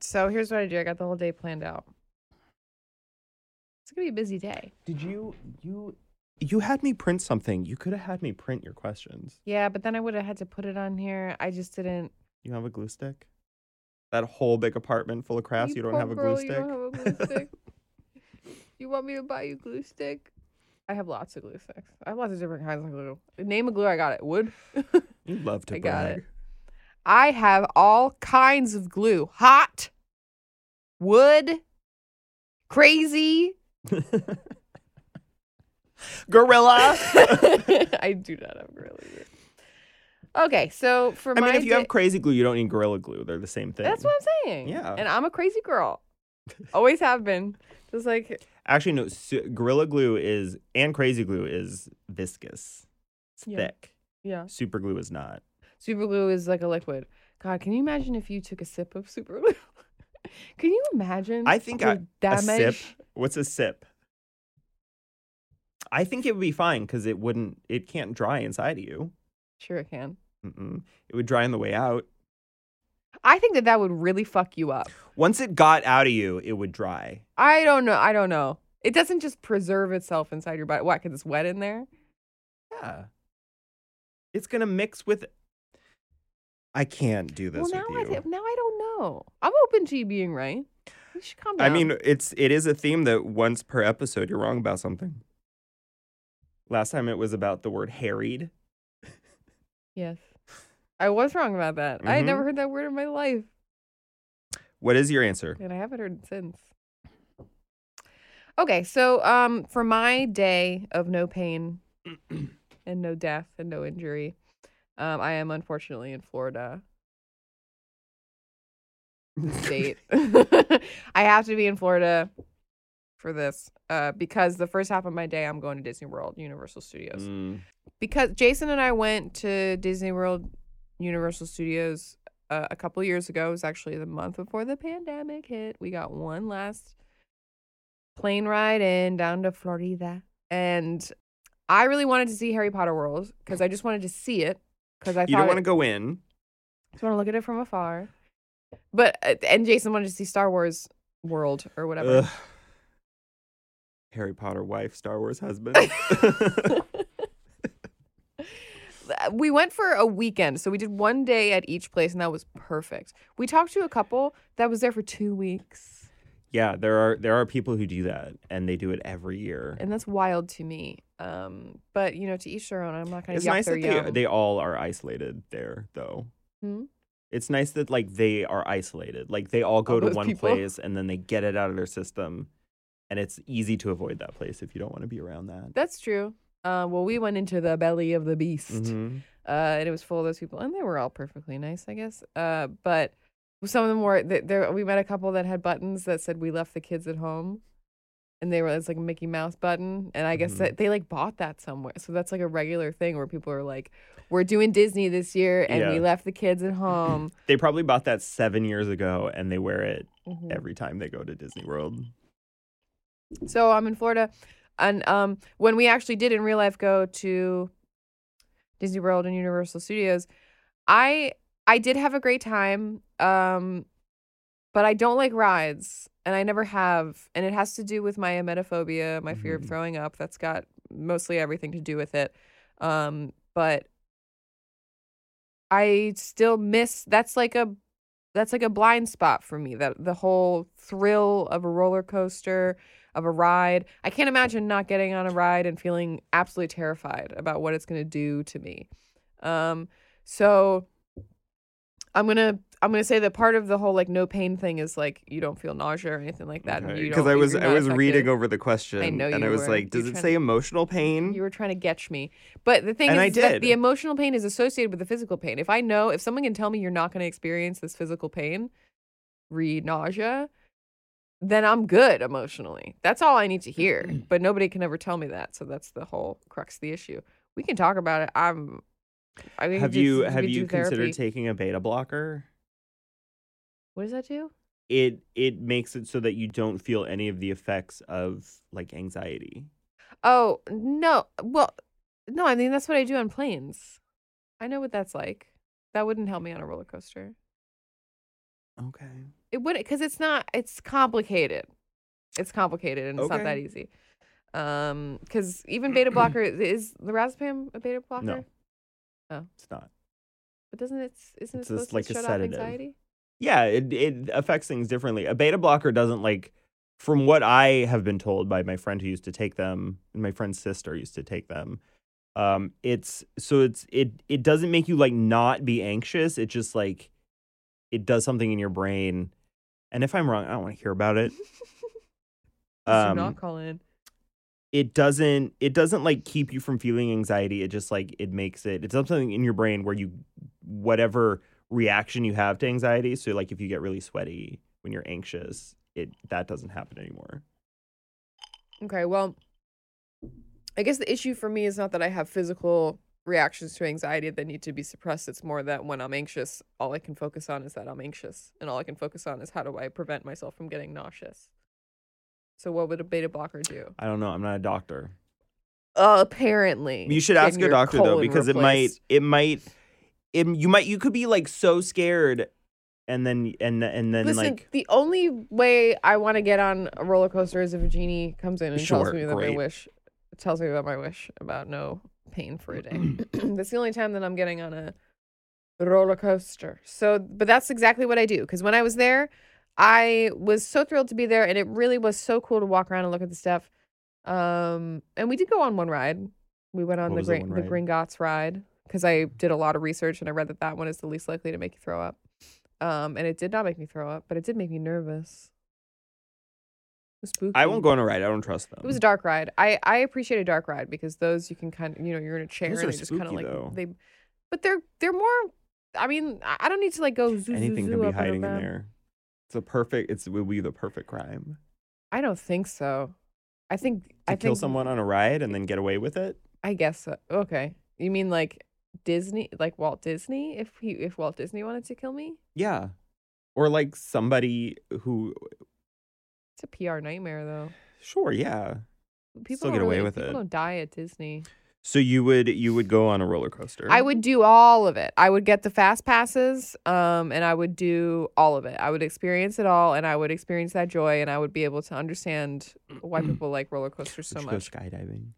[SPEAKER 2] So here's what I do. I got the whole day planned out. It's gonna be a busy day.
[SPEAKER 3] Did you you you had me print something? You could have had me print your questions.
[SPEAKER 2] Yeah, but then I would have had to put it on here. I just didn't.
[SPEAKER 3] You have a glue stick? That whole big apartment full of crafts, you, don't
[SPEAKER 2] poor
[SPEAKER 3] have a
[SPEAKER 2] girl,
[SPEAKER 3] glue
[SPEAKER 2] You
[SPEAKER 3] stick?
[SPEAKER 2] don't have a glue stick. you want me to buy you glue stick? I have lots of glue sticks. I have lots of different kinds of glue. Name a glue. I got it. Wood.
[SPEAKER 3] you love to
[SPEAKER 2] I got
[SPEAKER 3] brag.
[SPEAKER 2] it. I have all kinds of glue. Hot. Wood. Crazy.
[SPEAKER 3] Gorilla!
[SPEAKER 2] I do not have gorilla glue. Okay, so for
[SPEAKER 3] I
[SPEAKER 2] my
[SPEAKER 3] mean, if you have
[SPEAKER 2] da-
[SPEAKER 3] crazy glue, you don't need gorilla glue. They're the same thing.
[SPEAKER 2] that's what I'm saying.
[SPEAKER 3] Yeah.
[SPEAKER 2] and I'm a crazy girl. Always have been. Just like
[SPEAKER 3] Actually, no. Su- gorilla glue is and crazy glue is viscous. It's
[SPEAKER 2] Yeah.
[SPEAKER 3] thick.
[SPEAKER 2] yeah,
[SPEAKER 3] Super glue is not.
[SPEAKER 2] super glue is like a liquid. God, can you imagine if you took a sip of super glue? Can you imagine?
[SPEAKER 3] I think
[SPEAKER 2] the
[SPEAKER 3] I- a sip.
[SPEAKER 2] damage?
[SPEAKER 3] What's a sip? I think it would be fine because it wouldn't. It can't dry inside of you.
[SPEAKER 2] Sure, it can.
[SPEAKER 3] Mm-mm. It would dry on the way out.
[SPEAKER 2] I think that that would really fuck you up.
[SPEAKER 3] Once it got out of you, it would dry.
[SPEAKER 2] I don't know. I don't know. It doesn't just preserve itself inside your body. Why? Because it's wet in there.
[SPEAKER 3] Yeah. It's gonna mix with. I can't do this
[SPEAKER 2] well, now I
[SPEAKER 3] with you.
[SPEAKER 2] thi- now I don't know. I'm open to you being right. You should calm down.
[SPEAKER 3] I mean, it's it is a theme that once per episode you're wrong about something. Last time it was about the word harried.
[SPEAKER 2] yes, I was wrong about that. I had never heard that word in my life,
[SPEAKER 3] What is your answer?
[SPEAKER 2] and I haven't heard it since. Okay, so um, for my day of no pain and no death and no injury, um, I am unfortunately in Florida. date. I have to be in Florida for this uh, because the first half of my day I'm going to Disney World, Universal Studios.
[SPEAKER 3] Mm.
[SPEAKER 2] Because Jason and I went to Disney World, Universal Studios uh, a couple years ago. It was actually the month before the pandemic hit. We got one last plane ride in down to Florida, and I really wanted to see Harry Potter World because I just wanted to see it. Because I
[SPEAKER 3] You
[SPEAKER 2] thought
[SPEAKER 3] don't
[SPEAKER 2] it-
[SPEAKER 3] want to go in.
[SPEAKER 2] just want to look at it from afar. But uh, and Jason wanted to see Star Wars World or whatever.
[SPEAKER 3] Ugh. Harry Potter wife, Star Wars husband.
[SPEAKER 2] uh, We went for a weekend, so we did one day at each place, and that was perfect. We talked to a couple that was there for two weeks,
[SPEAKER 3] yeah, there are there are people who do that, and they do it every year.
[SPEAKER 2] and that's wild to me. Um, but you know, to each their own. I'm not gonna.
[SPEAKER 3] it's
[SPEAKER 2] yuck
[SPEAKER 3] nice that
[SPEAKER 2] their
[SPEAKER 3] they,
[SPEAKER 2] yum.
[SPEAKER 3] they all are isolated there, though.
[SPEAKER 2] Hmm?
[SPEAKER 3] It's nice that like they are isolated, like they all go to
[SPEAKER 2] those
[SPEAKER 3] one
[SPEAKER 2] people.
[SPEAKER 3] place and then they get it out of their system, and it's easy to avoid that place if you don't want to be around that.
[SPEAKER 2] That's true. Uh, well, we went into the belly of the beast.
[SPEAKER 3] Mhm.
[SPEAKER 2] uh, and it was full of those people, and they were all perfectly nice, I guess. Uh, but some of them were th- there. We met a couple that had buttons that said "We left the kids at home," and they were it's like a Mickey Mouse button, and I guess
[SPEAKER 3] Mhm.
[SPEAKER 2] that they like bought that somewhere. So that's like a regular thing where people are like, "We're doing Disney this year, and we
[SPEAKER 3] Yeah.
[SPEAKER 2] left the kids at home."
[SPEAKER 3] They probably bought that seven years ago, and they wear it
[SPEAKER 2] Mhm.
[SPEAKER 3] every time they go to Disney World.
[SPEAKER 2] So I'm in Florida, and um, when we actually did in real life go to Disney World and Universal Studios, I I did have a great time. Um, but I don't like rides, and I never have, and it has to do with my emetophobia, my fear of
[SPEAKER 3] Mhm.
[SPEAKER 2] throwing up. That's got mostly everything to do with it. Um, but I still miss. That's like a that's like a blind spot for me. That the whole thrill of a roller coaster of a ride. I can't imagine not getting on a ride and feeling absolutely terrified about what it's going to do to me. Um, so I'm gonna I'm gonna say that part of the whole like no pain thing is like you don't feel nausea or anything like that. and you
[SPEAKER 3] Because
[SPEAKER 2] don't-
[SPEAKER 3] I
[SPEAKER 2] you're
[SPEAKER 3] was I
[SPEAKER 2] not
[SPEAKER 3] was reading
[SPEAKER 2] affected.
[SPEAKER 3] over the question,
[SPEAKER 2] know
[SPEAKER 3] and
[SPEAKER 2] you
[SPEAKER 3] I was
[SPEAKER 2] were.
[SPEAKER 3] like,
[SPEAKER 2] You're
[SPEAKER 3] "Does it
[SPEAKER 2] trying
[SPEAKER 3] say
[SPEAKER 2] to-
[SPEAKER 3] emotional pain?"
[SPEAKER 2] You were trying to getch me, but the thing
[SPEAKER 3] Mm-hmm. And
[SPEAKER 2] is,
[SPEAKER 3] I
[SPEAKER 2] is that
[SPEAKER 3] did.
[SPEAKER 2] the emotional pain is associated with the physical pain. If I know, if someone can tell me you're not going to experience this physical pain, re nausea, then I'm good emotionally. That's all I need to hear. but nobody can ever tell me that, so that's the whole crux of the issue. We can talk about it. I'm. I mean,
[SPEAKER 3] have
[SPEAKER 2] just-
[SPEAKER 3] you
[SPEAKER 2] we
[SPEAKER 3] have
[SPEAKER 2] do
[SPEAKER 3] you
[SPEAKER 2] therapy.
[SPEAKER 3] considered taking a beta blocker?
[SPEAKER 2] what does that do?
[SPEAKER 3] It it makes it so that you don't feel any of the effects of like anxiety.
[SPEAKER 2] Oh no! Well, no. I mean, that's what I do on planes. I know what that's like. That wouldn't help me on a roller coaster.
[SPEAKER 3] Okay.
[SPEAKER 2] it wouldn't because it's not it's complicated it's complicated and it's not
[SPEAKER 3] Okay.
[SPEAKER 2] that easy um because even beta blocker is lorazepam a beta blocker
[SPEAKER 3] No. It's not.
[SPEAKER 2] but doesn't it isn't it
[SPEAKER 3] It's
[SPEAKER 2] supposed
[SPEAKER 3] just like
[SPEAKER 2] to
[SPEAKER 3] a
[SPEAKER 2] shut
[SPEAKER 3] sedative.
[SPEAKER 2] off anxiety
[SPEAKER 3] Yeah, it it affects things differently. A beta blocker doesn't like from what I have been told by my friend who used to take them, and my friend's sister used to take them. Um it's so it's it it doesn't make you like not be anxious. It just like it does something in your brain. And if I'm wrong, I don't want to hear about it.
[SPEAKER 2] um, not call in
[SPEAKER 3] it doesn't it doesn't like keep you from feeling anxiety it just like it makes it it's something in your brain where you whatever reaction you have to anxiety so like if you get really sweaty when you're anxious it that doesn't happen anymore
[SPEAKER 2] okay well i guess the issue for me is not that i have physical reactions to anxiety that need to be suppressed. It's more that when I'm anxious, all I can focus on is that I'm anxious, and all I can focus on is how do I prevent myself from getting nauseous. So what would a beta blocker do?
[SPEAKER 3] I don't know. I'm not a doctor.
[SPEAKER 2] apparently,
[SPEAKER 3] You should
[SPEAKER 2] getting
[SPEAKER 3] ask your
[SPEAKER 2] your
[SPEAKER 3] doctor though,
[SPEAKER 2] colon
[SPEAKER 3] because
[SPEAKER 2] replaced.
[SPEAKER 3] it might, it might, it, you might, you could be like so scared, and then and and then
[SPEAKER 2] Listen,
[SPEAKER 3] like
[SPEAKER 2] the only way I want to get on a roller coaster is if a genie comes in and
[SPEAKER 3] Sure,
[SPEAKER 2] tells me that
[SPEAKER 3] great.
[SPEAKER 2] my wish tells me about my wish about no pain for a day. that's the only time that I'm getting on a roller coaster. So, but that's exactly what I do because when I was there, I was so thrilled to be there, and it really was so cool to walk around and look at the stuff. Um, and we did go on one ride. We went on
[SPEAKER 3] What
[SPEAKER 2] the
[SPEAKER 3] was that
[SPEAKER 2] Gring-
[SPEAKER 3] one
[SPEAKER 2] the
[SPEAKER 3] ride?
[SPEAKER 2] Gringotts ride because I did a lot of research and I read that that one is the least likely to make you throw up. Um, and it did not make me throw up, but it did make me nervous. It was spooky.
[SPEAKER 3] I won't go on a ride. I don't trust them.
[SPEAKER 2] It was a dark ride. I I appreciate a dark ride because those you can kind of you know you're in a chair
[SPEAKER 3] Those
[SPEAKER 2] and
[SPEAKER 3] are
[SPEAKER 2] they just kind of
[SPEAKER 3] spooky,
[SPEAKER 2] like
[SPEAKER 3] though.
[SPEAKER 2] they, but they're they're more. I mean, I I don't need to like go zoo, zoo,
[SPEAKER 3] Anything
[SPEAKER 2] zoo
[SPEAKER 3] could be
[SPEAKER 2] up and
[SPEAKER 3] hiding in
[SPEAKER 2] around.
[SPEAKER 3] there. It's a perfect. It's it would be the perfect crime
[SPEAKER 2] I don't think so. I think
[SPEAKER 3] to
[SPEAKER 2] I
[SPEAKER 3] kill
[SPEAKER 2] think
[SPEAKER 3] someone on a ride and then get away with it.
[SPEAKER 2] I guess so. okay. You mean like Disney, like Walt Disney? If he if Walt Disney wanted to kill me,
[SPEAKER 3] Yeah, or like somebody who,
[SPEAKER 2] it's a PR nightmare though.
[SPEAKER 3] sure, yeah.
[SPEAKER 2] People
[SPEAKER 3] Still
[SPEAKER 2] don't
[SPEAKER 3] get away
[SPEAKER 2] really-
[SPEAKER 3] with
[SPEAKER 2] people
[SPEAKER 3] it.
[SPEAKER 2] Don't die at Disney.
[SPEAKER 3] So you would you would go on a roller coaster.
[SPEAKER 2] I would do all of it. I would get the fast passes, um, and I would do all of it. I would experience it all, and I would experience that joy, and I would be able to understand why people like roller coasters so
[SPEAKER 3] Would you
[SPEAKER 2] much.
[SPEAKER 3] go skydiving.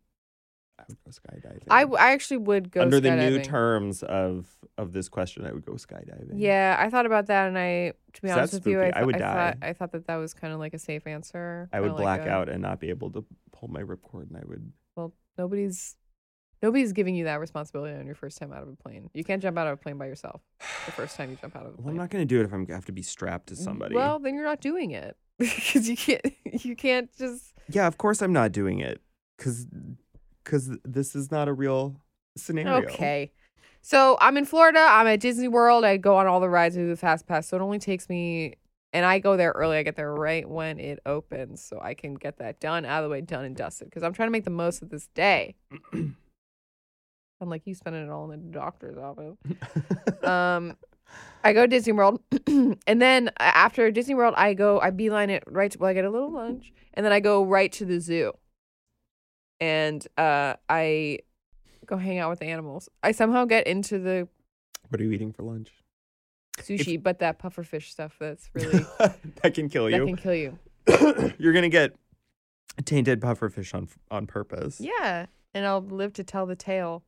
[SPEAKER 3] I would go skydiving.
[SPEAKER 2] I, w- I actually would go
[SPEAKER 3] under the new
[SPEAKER 2] skydiving.
[SPEAKER 3] terms of of this question, I would go skydiving.
[SPEAKER 2] Yeah, I thought about that, and I, to be
[SPEAKER 3] So
[SPEAKER 2] honest
[SPEAKER 3] that's
[SPEAKER 2] with you, I,
[SPEAKER 3] spooky. I
[SPEAKER 2] th-
[SPEAKER 3] would
[SPEAKER 2] thought
[SPEAKER 3] die.
[SPEAKER 2] I thought that that was kind of like a safe answer.
[SPEAKER 3] I would
[SPEAKER 2] kinda
[SPEAKER 3] black
[SPEAKER 2] like a-
[SPEAKER 3] out and not be able to pull my ripcord, and I would.
[SPEAKER 2] Well, nobody's nobody's giving you that responsibility on your first time out of a plane. You can't jump out of a plane by yourself. The first time you jump out of a plane.
[SPEAKER 3] Well, I'm not gonna do it if I'm gonna have to be strapped to somebody.
[SPEAKER 2] Mm, Well, then you're not doing it because you can't. You can't just.
[SPEAKER 3] yeah, of course I'm not doing it, cause, 'cause this is not a real scenario.
[SPEAKER 2] Okay. So I'm in Florida. I'm at Disney World. I go on all the rides through the Fast Pass. So it only takes me, and I go there early. I get there right when it opens, so I can get that done out of the way, done and dusted. Because I'm trying to make the most of this day. Unlike you spending it all in the doctor's office. um I go to Disney World and then a- after Disney World I go I beeline it right to well I get a little lunch and then I go right to the zoo. And uh I go hang out with the animals. I somehow get into the
[SPEAKER 3] What are you eating for lunch?
[SPEAKER 2] sushi, but that puffer fish stuff that's really
[SPEAKER 3] that can kill
[SPEAKER 2] that
[SPEAKER 3] you.
[SPEAKER 2] can kill you.
[SPEAKER 3] You're gonna get tainted pufferfish on on purpose.
[SPEAKER 2] Yeah. And I'll live to tell the tale.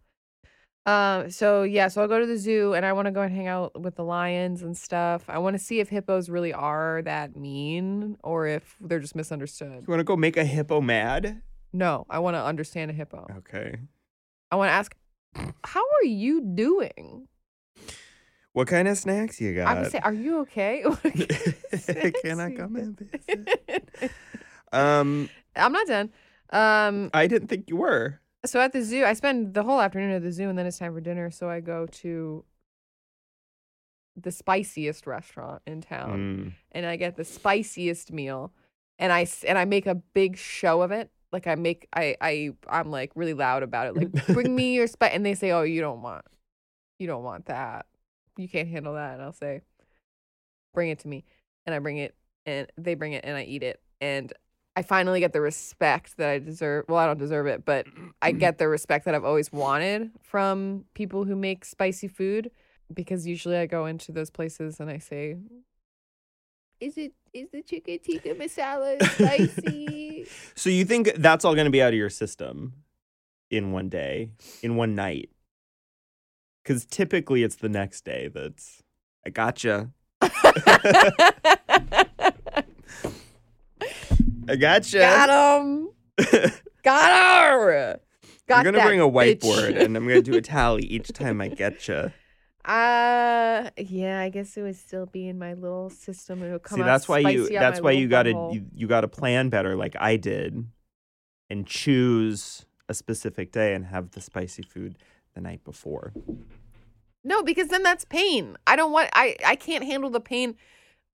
[SPEAKER 2] Um, so yeah, so I'll go to the zoo and I want to go and hang out with the lions and stuff. I want to see if hippos really are that mean or if they're just misunderstood.
[SPEAKER 3] You want to go make a hippo mad?
[SPEAKER 2] No, I want to understand a hippo.
[SPEAKER 3] Okay.
[SPEAKER 2] I want to ask, how are you doing?
[SPEAKER 3] What kind of snacks you got?
[SPEAKER 2] I would say, are you okay?
[SPEAKER 3] Can I come and visit? Um,
[SPEAKER 2] I'm not done. Um,
[SPEAKER 3] I didn't think you were.
[SPEAKER 2] so at the zoo, I spend the whole afternoon at the zoo, and then it's time for dinner. So I go to the spiciest restaurant in town,
[SPEAKER 3] Mm. Hmm.
[SPEAKER 2] and I get the spiciest meal, and I s- and I make a big show of it. Like I make I I I'm like really loud about it. Like bring me your spice, and they say, oh, you don't want, you don't want that, you can't handle that, and I'll say, bring it to me, and I bring it, and they bring it, and I eat it, and I finally get the respect that I deserve. Well, I don't deserve it, but I get the respect that I've always wanted from people who make spicy food because usually I go into those places and I say, "Is it is the chicken tikka masala spicy?"
[SPEAKER 3] So you think that's all going to be out of your system in one day, in one night? Because typically it's the next day that's I gotcha, I gotcha.
[SPEAKER 2] Got him. Got her. Got
[SPEAKER 3] I'm gonna
[SPEAKER 2] that
[SPEAKER 3] bring a
[SPEAKER 2] bitch.
[SPEAKER 3] whiteboard and I'm gonna do a tally each time I getcha.
[SPEAKER 2] Uh, yeah, I guess it would still be in my little system. It would come
[SPEAKER 3] See,
[SPEAKER 2] out
[SPEAKER 3] that's why you.
[SPEAKER 2] spicy out
[SPEAKER 3] That's
[SPEAKER 2] my
[SPEAKER 3] why
[SPEAKER 2] little
[SPEAKER 3] you gotta
[SPEAKER 2] butthole.
[SPEAKER 3] you, you gotta plan better, like I did, and choose a specific day and have the spicy food the night before.
[SPEAKER 2] No, because then that's pain. I don't want I I can't handle the pain.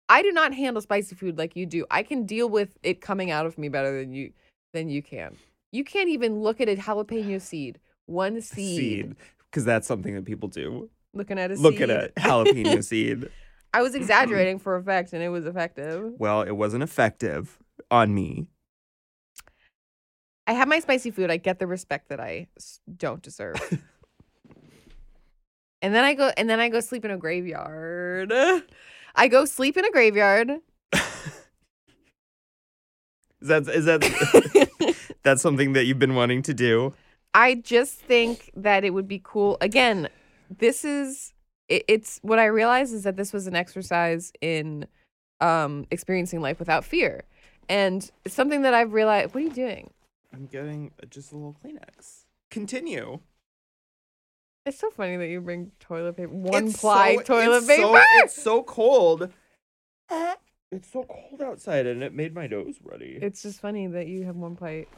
[SPEAKER 2] I do not handle spicy food like you do. I can deal with it coming out of me better than you than you can. You can't even look at a jalapeno seed. One seed.
[SPEAKER 3] Seed. because that's something that people do.
[SPEAKER 2] Looking at a
[SPEAKER 3] Look at
[SPEAKER 2] seed.
[SPEAKER 3] a jalapeno seed.
[SPEAKER 2] I was exaggerating for effect, and it was effective.
[SPEAKER 3] Well, it wasn't effective on me.
[SPEAKER 2] I have my spicy food. I get the respect that I s- don't deserve. and then I go and then I go sleep in a graveyard. I go sleep in a graveyard.
[SPEAKER 3] Is that is that that's something that you've been wanting to do?
[SPEAKER 2] I just think that it would be cool. Again, this is it, it's what I realized is that this was an exercise in um experiencing life without fear. And it's something that I've realized what are you doing?
[SPEAKER 3] I'm getting just a little Kleenex. Continue.
[SPEAKER 2] It's so funny that you bring toilet paper, one ply toilet
[SPEAKER 3] it's
[SPEAKER 2] paper.
[SPEAKER 3] So, it's so cold. It's so cold outside, and it made my nose ruddy.
[SPEAKER 2] It's just funny that you have one plate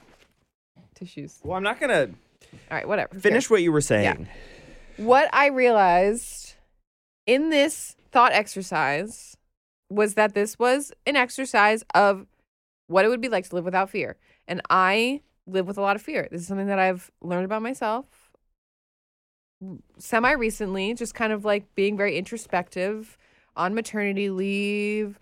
[SPEAKER 2] tissues.
[SPEAKER 3] well, I'm not gonna
[SPEAKER 2] All right, whatever. who
[SPEAKER 3] finish what you were saying.
[SPEAKER 2] cares? What I realized in this thought exercise was that this was an exercise of what it would be like to live without fear. And I live with a lot of fear. This is something that I've learned about myself semi recently, just kind of like being very introspective on maternity leave,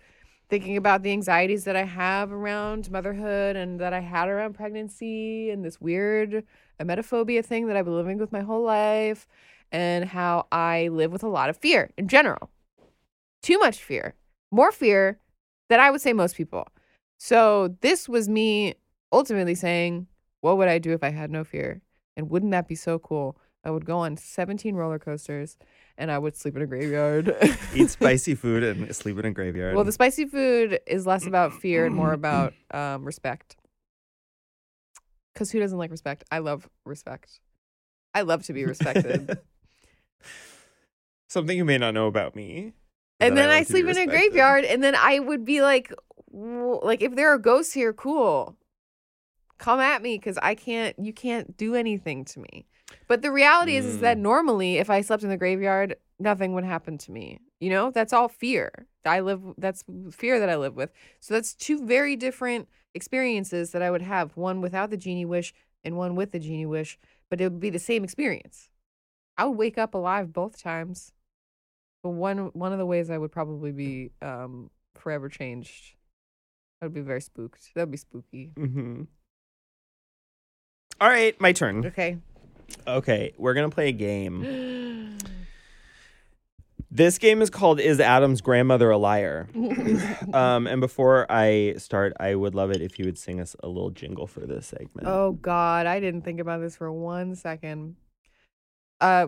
[SPEAKER 2] thinking about the anxieties that I have around motherhood and that I had around pregnancy and this weird emetophobia thing that I've been living with my whole life and how I live with a lot of fear in general. Too much fear, more fear than I would say most people. So this was me ultimately saying, what would I do if I had no fear? And wouldn't that be so cool? I would go on 17 roller coasters and I would sleep in a graveyard.
[SPEAKER 3] Eat spicy food and sleep in a graveyard.
[SPEAKER 2] Well, the spicy food is less about fear and more about um, respect. Because who doesn't like respect? I love respect. I love to be respected.
[SPEAKER 3] something you may not know about me.
[SPEAKER 2] and
[SPEAKER 3] that
[SPEAKER 2] then I,
[SPEAKER 3] like to be
[SPEAKER 2] sleep in a
[SPEAKER 3] respected.
[SPEAKER 2] graveyard, and then I would be like, w- like if there are ghosts here, cool. Come at me because I can't. You can't do anything to me. But the reality is, is that normally, if I slept in the graveyard, nothing would happen to me. You know, that's all fear. I live. That's fear that I live with. So that's two very different experiences that I would have. One without the genie wish, and one with the genie wish. But it would be the same experience. I would wake up alive both times. But one one of the ways I would probably be um forever changed. I would be very spooked. That'd be spooky.
[SPEAKER 3] Mhm. All right, my turn.
[SPEAKER 2] Okay.
[SPEAKER 3] Okay, we're gonna play a game. This game is called "Is Adam's Grandmother a Liar?" um, and before I start, I would love it if you would sing us a little jingle for this segment.
[SPEAKER 2] Oh God, I didn't think about this for one second. Uh,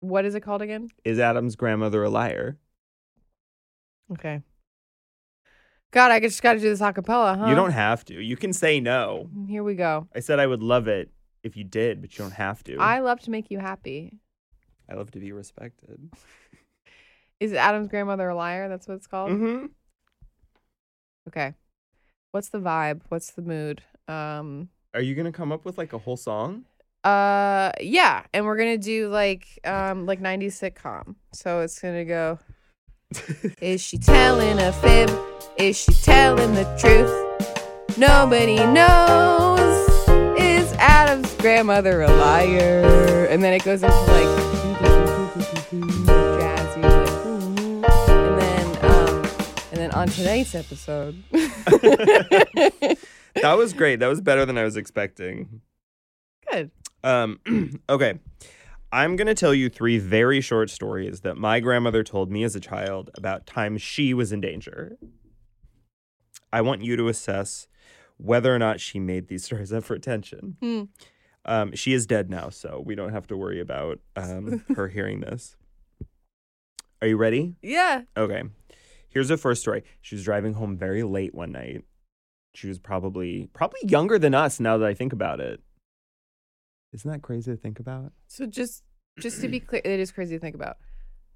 [SPEAKER 2] what is it called again?
[SPEAKER 3] Is Adam's grandmother a liar?
[SPEAKER 2] Okay. God, I just got to do this a cappella, huh? Mm,
[SPEAKER 3] You don't have to. You can say no.
[SPEAKER 2] Here we go.
[SPEAKER 3] I said I would love it if you did, but you don't have to.
[SPEAKER 2] I love to make you happy.
[SPEAKER 3] I love to be respected.
[SPEAKER 2] Is Adam's grandmother a liar? That's what it's called.
[SPEAKER 3] Mm-hmm.
[SPEAKER 2] Okay. What's the vibe? What's the mood? Um.
[SPEAKER 3] Are you gonna come up with like a whole song?
[SPEAKER 2] Uh yeah, and we're gonna do like um like 90s sitcom. So it's gonna go. Is she telling a fib? Is she telling the truth? Nobody knows. Is Adam's grandmother a liar? And then it goes into like jazzy, like, and then um, and then on tonight's episode.
[SPEAKER 3] That was great. That was better than I was expecting.
[SPEAKER 2] Good.
[SPEAKER 3] Um, okay. I'm going to tell you three very short stories that my grandmother told me as a child about times she was in danger. I want you to assess whether or not she made these stories up for attention.
[SPEAKER 2] Hmm.
[SPEAKER 3] Um, she is dead now, so we don't have to worry about um, her hearing this. Are you ready?
[SPEAKER 2] Yeah.
[SPEAKER 3] Okay. Here's the first story. She was driving home very late one night. She was probably probably younger than us now that I think about it. Isn't that crazy to think about?
[SPEAKER 2] So just just to be clear, it is crazy to think about.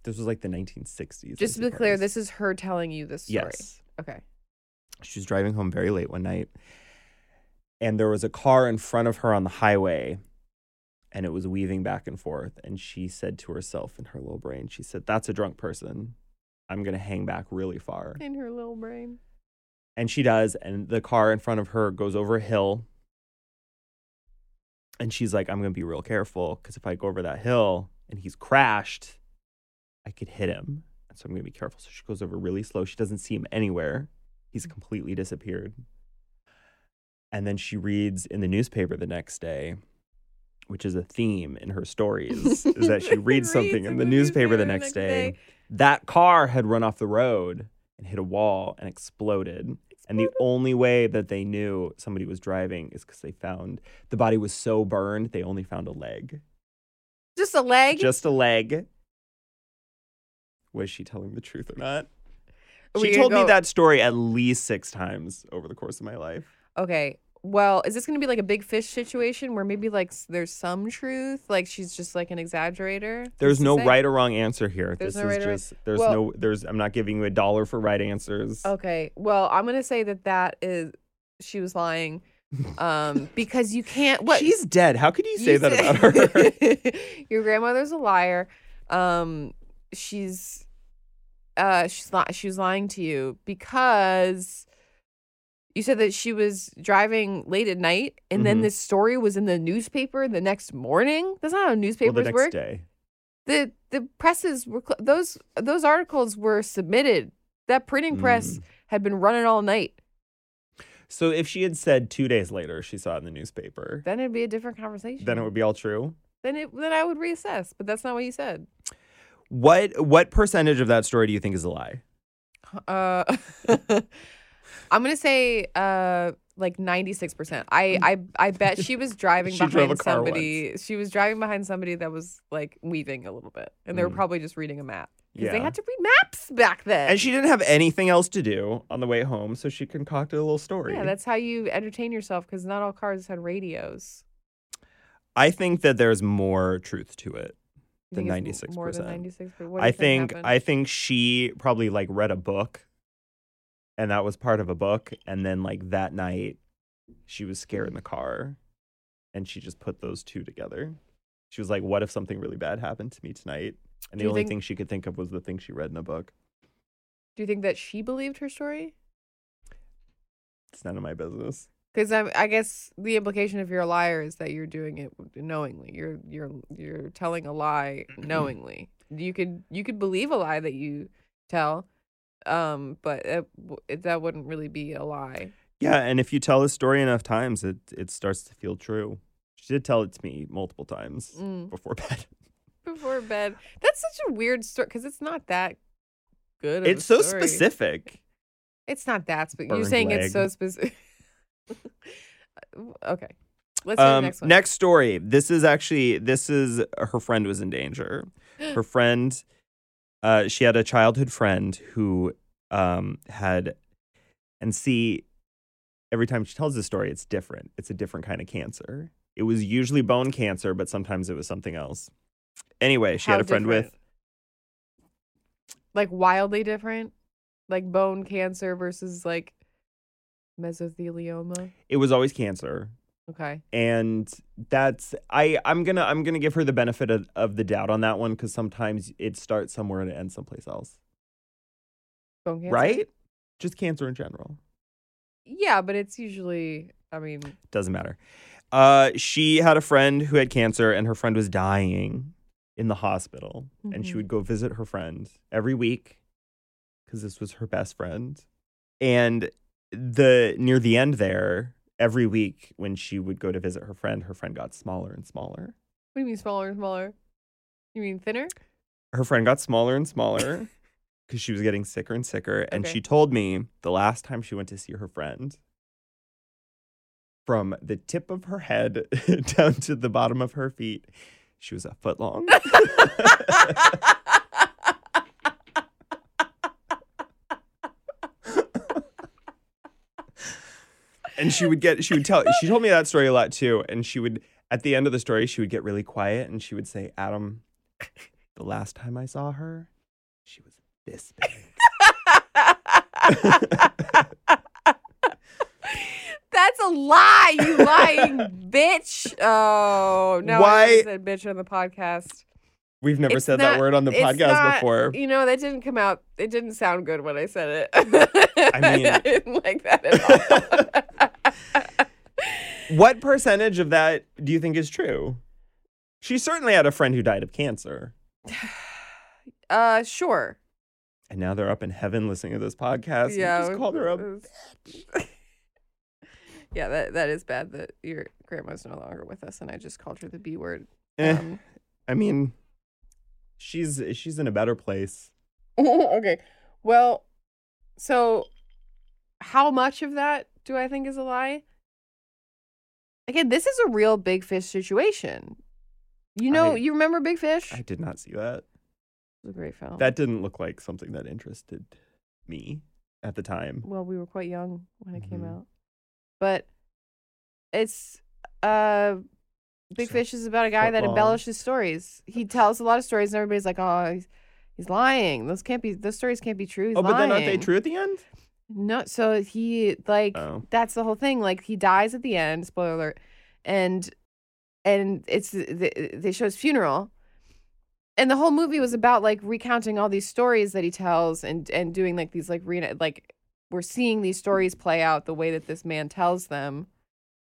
[SPEAKER 3] This was like the 1960s.
[SPEAKER 2] Just to
[SPEAKER 3] I
[SPEAKER 2] be clear,
[SPEAKER 3] suppose.
[SPEAKER 2] this is her telling you this story.
[SPEAKER 3] Yes.
[SPEAKER 2] Okay.
[SPEAKER 3] She was driving home very late one night and there was a car in front of her on the highway and it was weaving back and forth and she said to herself in her little brain, she said, "That's a drunk person. I'm going to hang back really far."
[SPEAKER 2] In her little brain.
[SPEAKER 3] And she does, and the car in front of her goes over a hill. And she's like, I'm going to be real careful because if I go over that hill and he's crashed, I could hit him. And so I'm going to be careful. So she goes over really slow. She doesn't see him anywhere. He's completely disappeared. And then she reads in the newspaper the next day, which is a theme in her stories, is that she reads something in the newspaper the next day. That car had run off the road and hit a wall and exploded. And the only way that they knew somebody was driving is because they found the body was so burned, they only found a leg.
[SPEAKER 2] Just a leg.
[SPEAKER 3] Just a leg. Was she telling the truth or not?
[SPEAKER 2] Are we
[SPEAKER 3] She
[SPEAKER 2] gonna
[SPEAKER 3] told me
[SPEAKER 2] go-
[SPEAKER 3] that story at least six times over the course of my life.
[SPEAKER 2] Okay. Well, is this going to be like a big fish situation where maybe like s- there's some truth, like she's just like an exaggerator?
[SPEAKER 3] There's
[SPEAKER 2] to
[SPEAKER 3] no
[SPEAKER 2] say?
[SPEAKER 3] right or wrong answer here.
[SPEAKER 2] There's
[SPEAKER 3] this
[SPEAKER 2] no
[SPEAKER 3] is
[SPEAKER 2] right or wrong-
[SPEAKER 3] just there's
[SPEAKER 2] Well-
[SPEAKER 3] no there's I'm not giving you a dollar for right answers.
[SPEAKER 2] Okay. Well, I'm going to say that that is she was lying, um, because you can't. What
[SPEAKER 3] She's dead. How could you say that
[SPEAKER 2] said-
[SPEAKER 3] about her?
[SPEAKER 2] Your grandmother's a liar. Um, she's, uh, she's not. She was lying to you because you said that she was driving late at night, and then
[SPEAKER 3] Mhm.
[SPEAKER 2] this story was in the newspaper the next morning. That's not how
[SPEAKER 3] well,
[SPEAKER 2] newspapers
[SPEAKER 3] the next
[SPEAKER 2] work.
[SPEAKER 3] day.
[SPEAKER 2] The the presses were cl- those those articles were submitted. That printing press
[SPEAKER 3] Mm.
[SPEAKER 2] had been running all night.
[SPEAKER 3] So if she had said two days later she saw it in the newspaper,
[SPEAKER 2] Then it'd be a different conversation.
[SPEAKER 3] then it would be all true.
[SPEAKER 2] Then it then I would reassess. But that's not what you said.
[SPEAKER 3] What what percentage of that story do you think is a lie?
[SPEAKER 2] Uh, I'm gonna say uh like 96. percent I I I bet she was driving
[SPEAKER 3] She drove
[SPEAKER 2] behind
[SPEAKER 3] a car
[SPEAKER 2] somebody. She was driving behind somebody that was like weaving a little bit, and they were
[SPEAKER 3] Mm.
[SPEAKER 2] probably just reading a map because they
[SPEAKER 3] Yeah.
[SPEAKER 2] had to read maps back then.
[SPEAKER 3] And she didn't have anything else to do on the way home, so she concocted a little story.
[SPEAKER 2] yeah, that's how you entertain yourself because not all cars had radios.
[SPEAKER 3] I think that there's more truth to it. The
[SPEAKER 2] You think it's m-
[SPEAKER 3] 96%.
[SPEAKER 2] More than 96. But what do
[SPEAKER 3] I
[SPEAKER 2] you
[SPEAKER 3] think
[SPEAKER 2] happened?
[SPEAKER 3] I think she probably like read a book and that was part of a book and then like that night she was scared in the car and she just put those two together. She was like what if something really bad happened to me tonight? And the
[SPEAKER 2] Do you
[SPEAKER 3] only
[SPEAKER 2] think-
[SPEAKER 3] thing she could think of was the thing she read in the book.
[SPEAKER 2] Do you think that she believed her story?
[SPEAKER 3] It's none of my business.
[SPEAKER 2] Because I, I guess the implication if you're a liar is that you're doing it knowingly. You're you're you're telling a lie
[SPEAKER 3] Mm-hmm.
[SPEAKER 2] knowingly. You could you could believe a lie that you tell, um, but it, w- it, that wouldn't really be a lie.
[SPEAKER 3] Yeah, and if you tell a story enough times, it it starts to feel true. She did tell it to me multiple times
[SPEAKER 2] Mm.
[SPEAKER 3] before bed.
[SPEAKER 2] Before bed, that's such a weird story because it's not that good. Of a
[SPEAKER 3] It's so
[SPEAKER 2] story.
[SPEAKER 3] specific.
[SPEAKER 2] It's not that specific. You're
[SPEAKER 3] Burned
[SPEAKER 2] saying it's so
[SPEAKER 3] leg.
[SPEAKER 2] specific. okay, let's do the
[SPEAKER 3] Um,
[SPEAKER 2] next one.
[SPEAKER 3] story. This is actually this is her friend was in danger. Her friend, uh, she had a childhood friend who um, had, and see, every time she tells this story, it's different. It's a different kind of cancer. It was usually bone cancer, but sometimes it was something else. Anyway, she had a
[SPEAKER 2] How
[SPEAKER 3] friend with
[SPEAKER 2] different? like wildly different like bone cancer versus like mesothelioma
[SPEAKER 3] it was always cancer.
[SPEAKER 2] okay
[SPEAKER 3] and that's i i'm gonna i'm gonna give her the benefit of, of the doubt on that one because sometimes it starts somewhere and it ends someplace else
[SPEAKER 2] bone cancer
[SPEAKER 3] right just cancer in general
[SPEAKER 2] yeah but it's usually i mean
[SPEAKER 3] doesn't matter uh she had a friend who had cancer and her friend was dying in the hospital and she
[SPEAKER 2] Mhm.
[SPEAKER 3] would go visit her friend every week because this was her best friend and the near the end there every week when she would go to visit her friend her friend got smaller and smaller
[SPEAKER 2] what do you mean smaller and smaller you mean thinner
[SPEAKER 3] her friend got smaller and smaller because she was getting sicker and sicker. And
[SPEAKER 2] Okay.
[SPEAKER 3] she told me the last time she went to see her friend, from the tip of her head down to the bottom of her feet, she was a foot long. and she would get, she would tell, she told me that story a lot too. And she would, at the end of the story, she would get really quiet and she would say, Adam, the last time I saw her, she was this big.
[SPEAKER 2] That's a lie, you lying bitch. Oh, no. I already
[SPEAKER 3] Why-
[SPEAKER 2] said bitch on the podcast.
[SPEAKER 3] We've never
[SPEAKER 2] It's
[SPEAKER 3] said
[SPEAKER 2] not-
[SPEAKER 3] that word on the
[SPEAKER 2] it's
[SPEAKER 3] podcast
[SPEAKER 2] not-
[SPEAKER 3] before.
[SPEAKER 2] You know, that didn't come out. It didn't sound good when I said it.
[SPEAKER 3] mean-
[SPEAKER 2] I didn't like that at all.
[SPEAKER 3] What percentage of that do you think is true? She certainly had a friend who died of cancer.
[SPEAKER 2] Uh, sure.
[SPEAKER 3] And now they're up in heaven listening to this podcast. Yeah.
[SPEAKER 2] yeah. Uh,
[SPEAKER 3] just called her up.
[SPEAKER 2] it's- yeah, that that is bad that your grandma's no longer with us, and I just called her the B word.
[SPEAKER 3] Eh,
[SPEAKER 2] Um,
[SPEAKER 3] I mean, she's she's in a better place.
[SPEAKER 2] okay. Well, so how much of that do I think is a lie? Again, this is a real big fish situation. You know,
[SPEAKER 3] I-
[SPEAKER 2] you remember Big Fish?
[SPEAKER 3] I
[SPEAKER 2] It
[SPEAKER 3] did not see that.
[SPEAKER 2] was a great film.
[SPEAKER 3] That didn't look like something that interested me at the time.
[SPEAKER 2] well, we were quite young when it came
[SPEAKER 3] Mhm.
[SPEAKER 2] out. But it's uh Big
[SPEAKER 3] So-
[SPEAKER 2] Fish is about a guy that
[SPEAKER 3] football.
[SPEAKER 2] embellishes stories. He tells a lot of stories and everybody's like, "Oh, he's, he's lying. Those can't be those stories can't be true." He's
[SPEAKER 3] oh, but then aren't they
[SPEAKER 2] lying."
[SPEAKER 3] true at the end?
[SPEAKER 2] No, so he like
[SPEAKER 3] Oh.
[SPEAKER 2] that's the whole thing. Like he dies at the end. Spoiler alert, and and it's th- th- they show his funeral, and the whole movie was about like recounting all these stories that he tells and and doing like these like re- like we're seeing these stories play out the way that this man tells them,